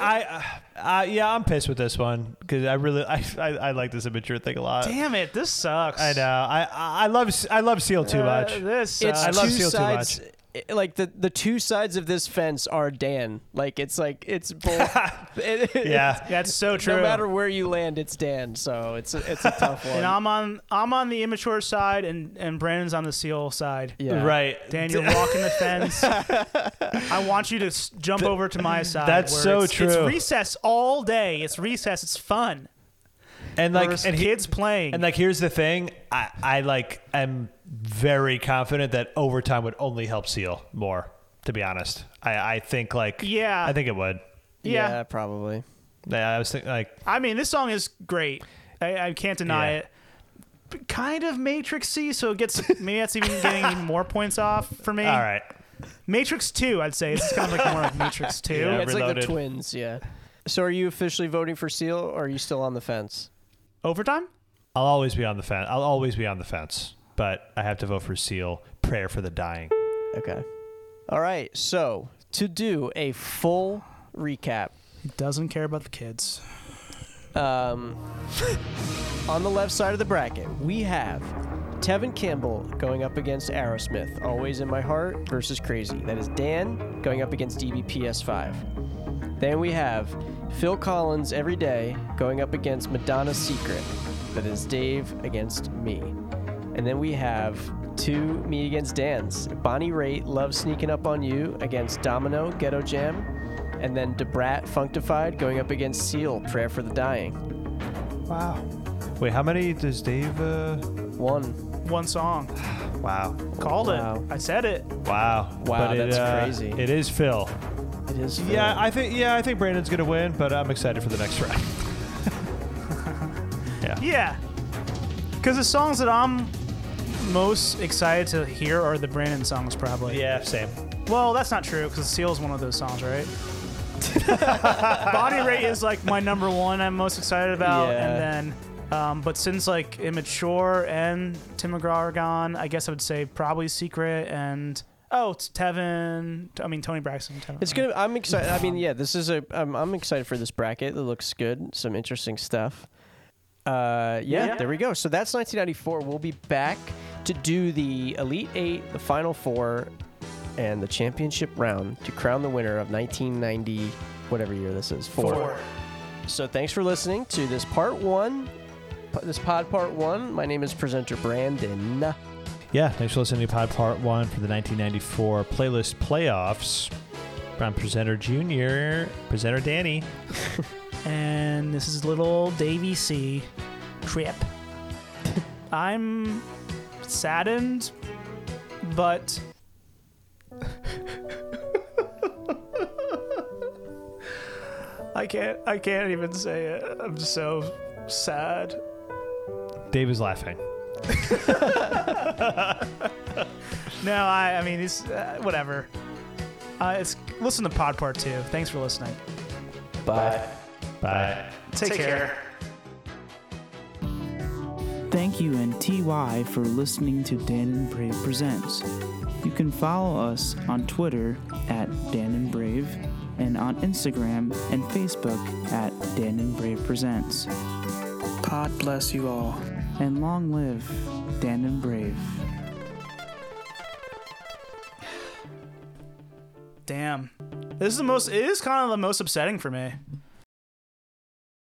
S5: I, uh, yeah, I'm pissed with this one because I really, I, I, I like this immature thing a lot.
S4: Damn it, this sucks.
S5: I know. I, I I love, I love Seal too
S4: Uh,
S5: much.
S4: this
S5: I
S4: sucks.
S5: love
S4: Two
S5: Seal
S3: sides,
S5: too much.
S3: i- Like the the two sides of this fence are Dan. Like it's like it's both. it- it-
S5: Yeah.
S3: it's-
S4: That's so true.
S3: No matter where you land, it's Dan. So it's a, it's a tough one.
S4: and I'm on I'm on the immature side, and and Brandon's on the Seal side.
S3: Yeah.
S5: Right.
S4: Dan, you're walking the fence. I want you to s- jump over to my side.
S5: that's
S4: where
S5: so
S4: it's- It's
S5: true.
S4: recess all day. It's recess. It's fun.
S5: And like,
S4: There's
S5: and he-
S4: kids playing.
S5: And like, here's the thing. I, I like, am very confident that overtime would only help Seal more. To be honest, I, I think like,
S4: Yeah.
S5: I think it would.
S4: Yeah.
S3: probably.
S5: Yeah, I was thinking like,
S4: I mean, this song is great. I, I can't deny
S5: Yeah.
S4: it. But kind of Matrixy, so it gets maybe that's even getting even more points off for me.
S5: all right,
S4: Matrix Two, I'd say. This is kind of like more of Matrix Two.
S3: Yeah, it's like
S5: reloaded.
S3: the twins. Yeah. So are you officially voting for Seal, or are you still on the fence?
S4: Overtime?
S5: I'll always be on the fence. I'll always be on the fence, but I have to vote for Seal. Prayer for the dying.
S3: Okay. All right. So to do a full recap,
S4: It doesn't care about the kids.
S3: um, on the left side of the bracket, we have Tevin Campbell going up against Aerosmith, Always in My Heart versus Crazy. That is Dan going up against DBPS5. Then we have Phil Collins Every Day going up against Madonna's Secret. That is Dave against me. And then we have two me against Dan's. Bonnie Raitt, Love Sneaking Up on You against Domino, Ghetto Jam. And then Debrat, Functified going up against Seal, Prayer for the Dying.
S5: Wow. Wait, how many does Dave? Uh...
S3: One.
S4: One song.
S5: Wow.
S4: Called
S3: Wow.
S4: it. I said it.
S5: Wow.
S3: Wow,
S5: it,
S3: that's
S5: uh,
S3: crazy.
S5: It is Phil.
S3: It is.
S5: Yeah, I think yeah, I think Brandon's gonna win, but I'm excited for the next round. yeah.
S4: Yeah. Because the songs that I'm most excited to hear are the Brandon songs, probably.
S5: Yeah, same.
S4: Well, that's not true because Seal's one of those songs, right? Body Rate is like my number one I'm most excited about,
S3: Yeah.
S4: and then, um, but since like Immature and Tim McGraw are gone, I guess I would say probably Secret and Oh, it's Tevin. I mean Tony Braxton. Tevin.
S3: It's gonna. I'm excited. I mean, yeah, this is a. I'm, I'm excited for this bracket. It looks good. Some interesting stuff. Uh, yeah,
S4: Yeah.
S3: there we go. So that's 1994. We'll be back to do the Elite Eight, the Final Four, and the championship round to crown the winner of 1990, whatever year this is. Four.
S4: Four.
S3: So thanks for listening to this part one, this pod part one. My name is presenter Brandon.
S5: Yeah, thanks for listening to Pod Part 1 for the 1994 playlist playoffs. I'm presenter Junior, presenter Danny.
S4: and this is little Davy C. Trip. I'm saddened, but I can't. I can't even say it. I'm so sad.
S5: Dave is laughing.
S4: No, I. I mean, it's uh, whatever. Uh, it's listen to Pod Part Two. Thanks for listening.
S3: Bye.
S5: Bye.
S4: Take, care.
S16: Thank you and TY for listening to Dan and Brave Presents. You can follow us on Twitter at Dan and Brave and on Instagram and Facebook at Dan and Brave Presents. God bless you all. And long live Dan and Brave.
S4: Damn. This is the most. It is kind of the most upsetting for me.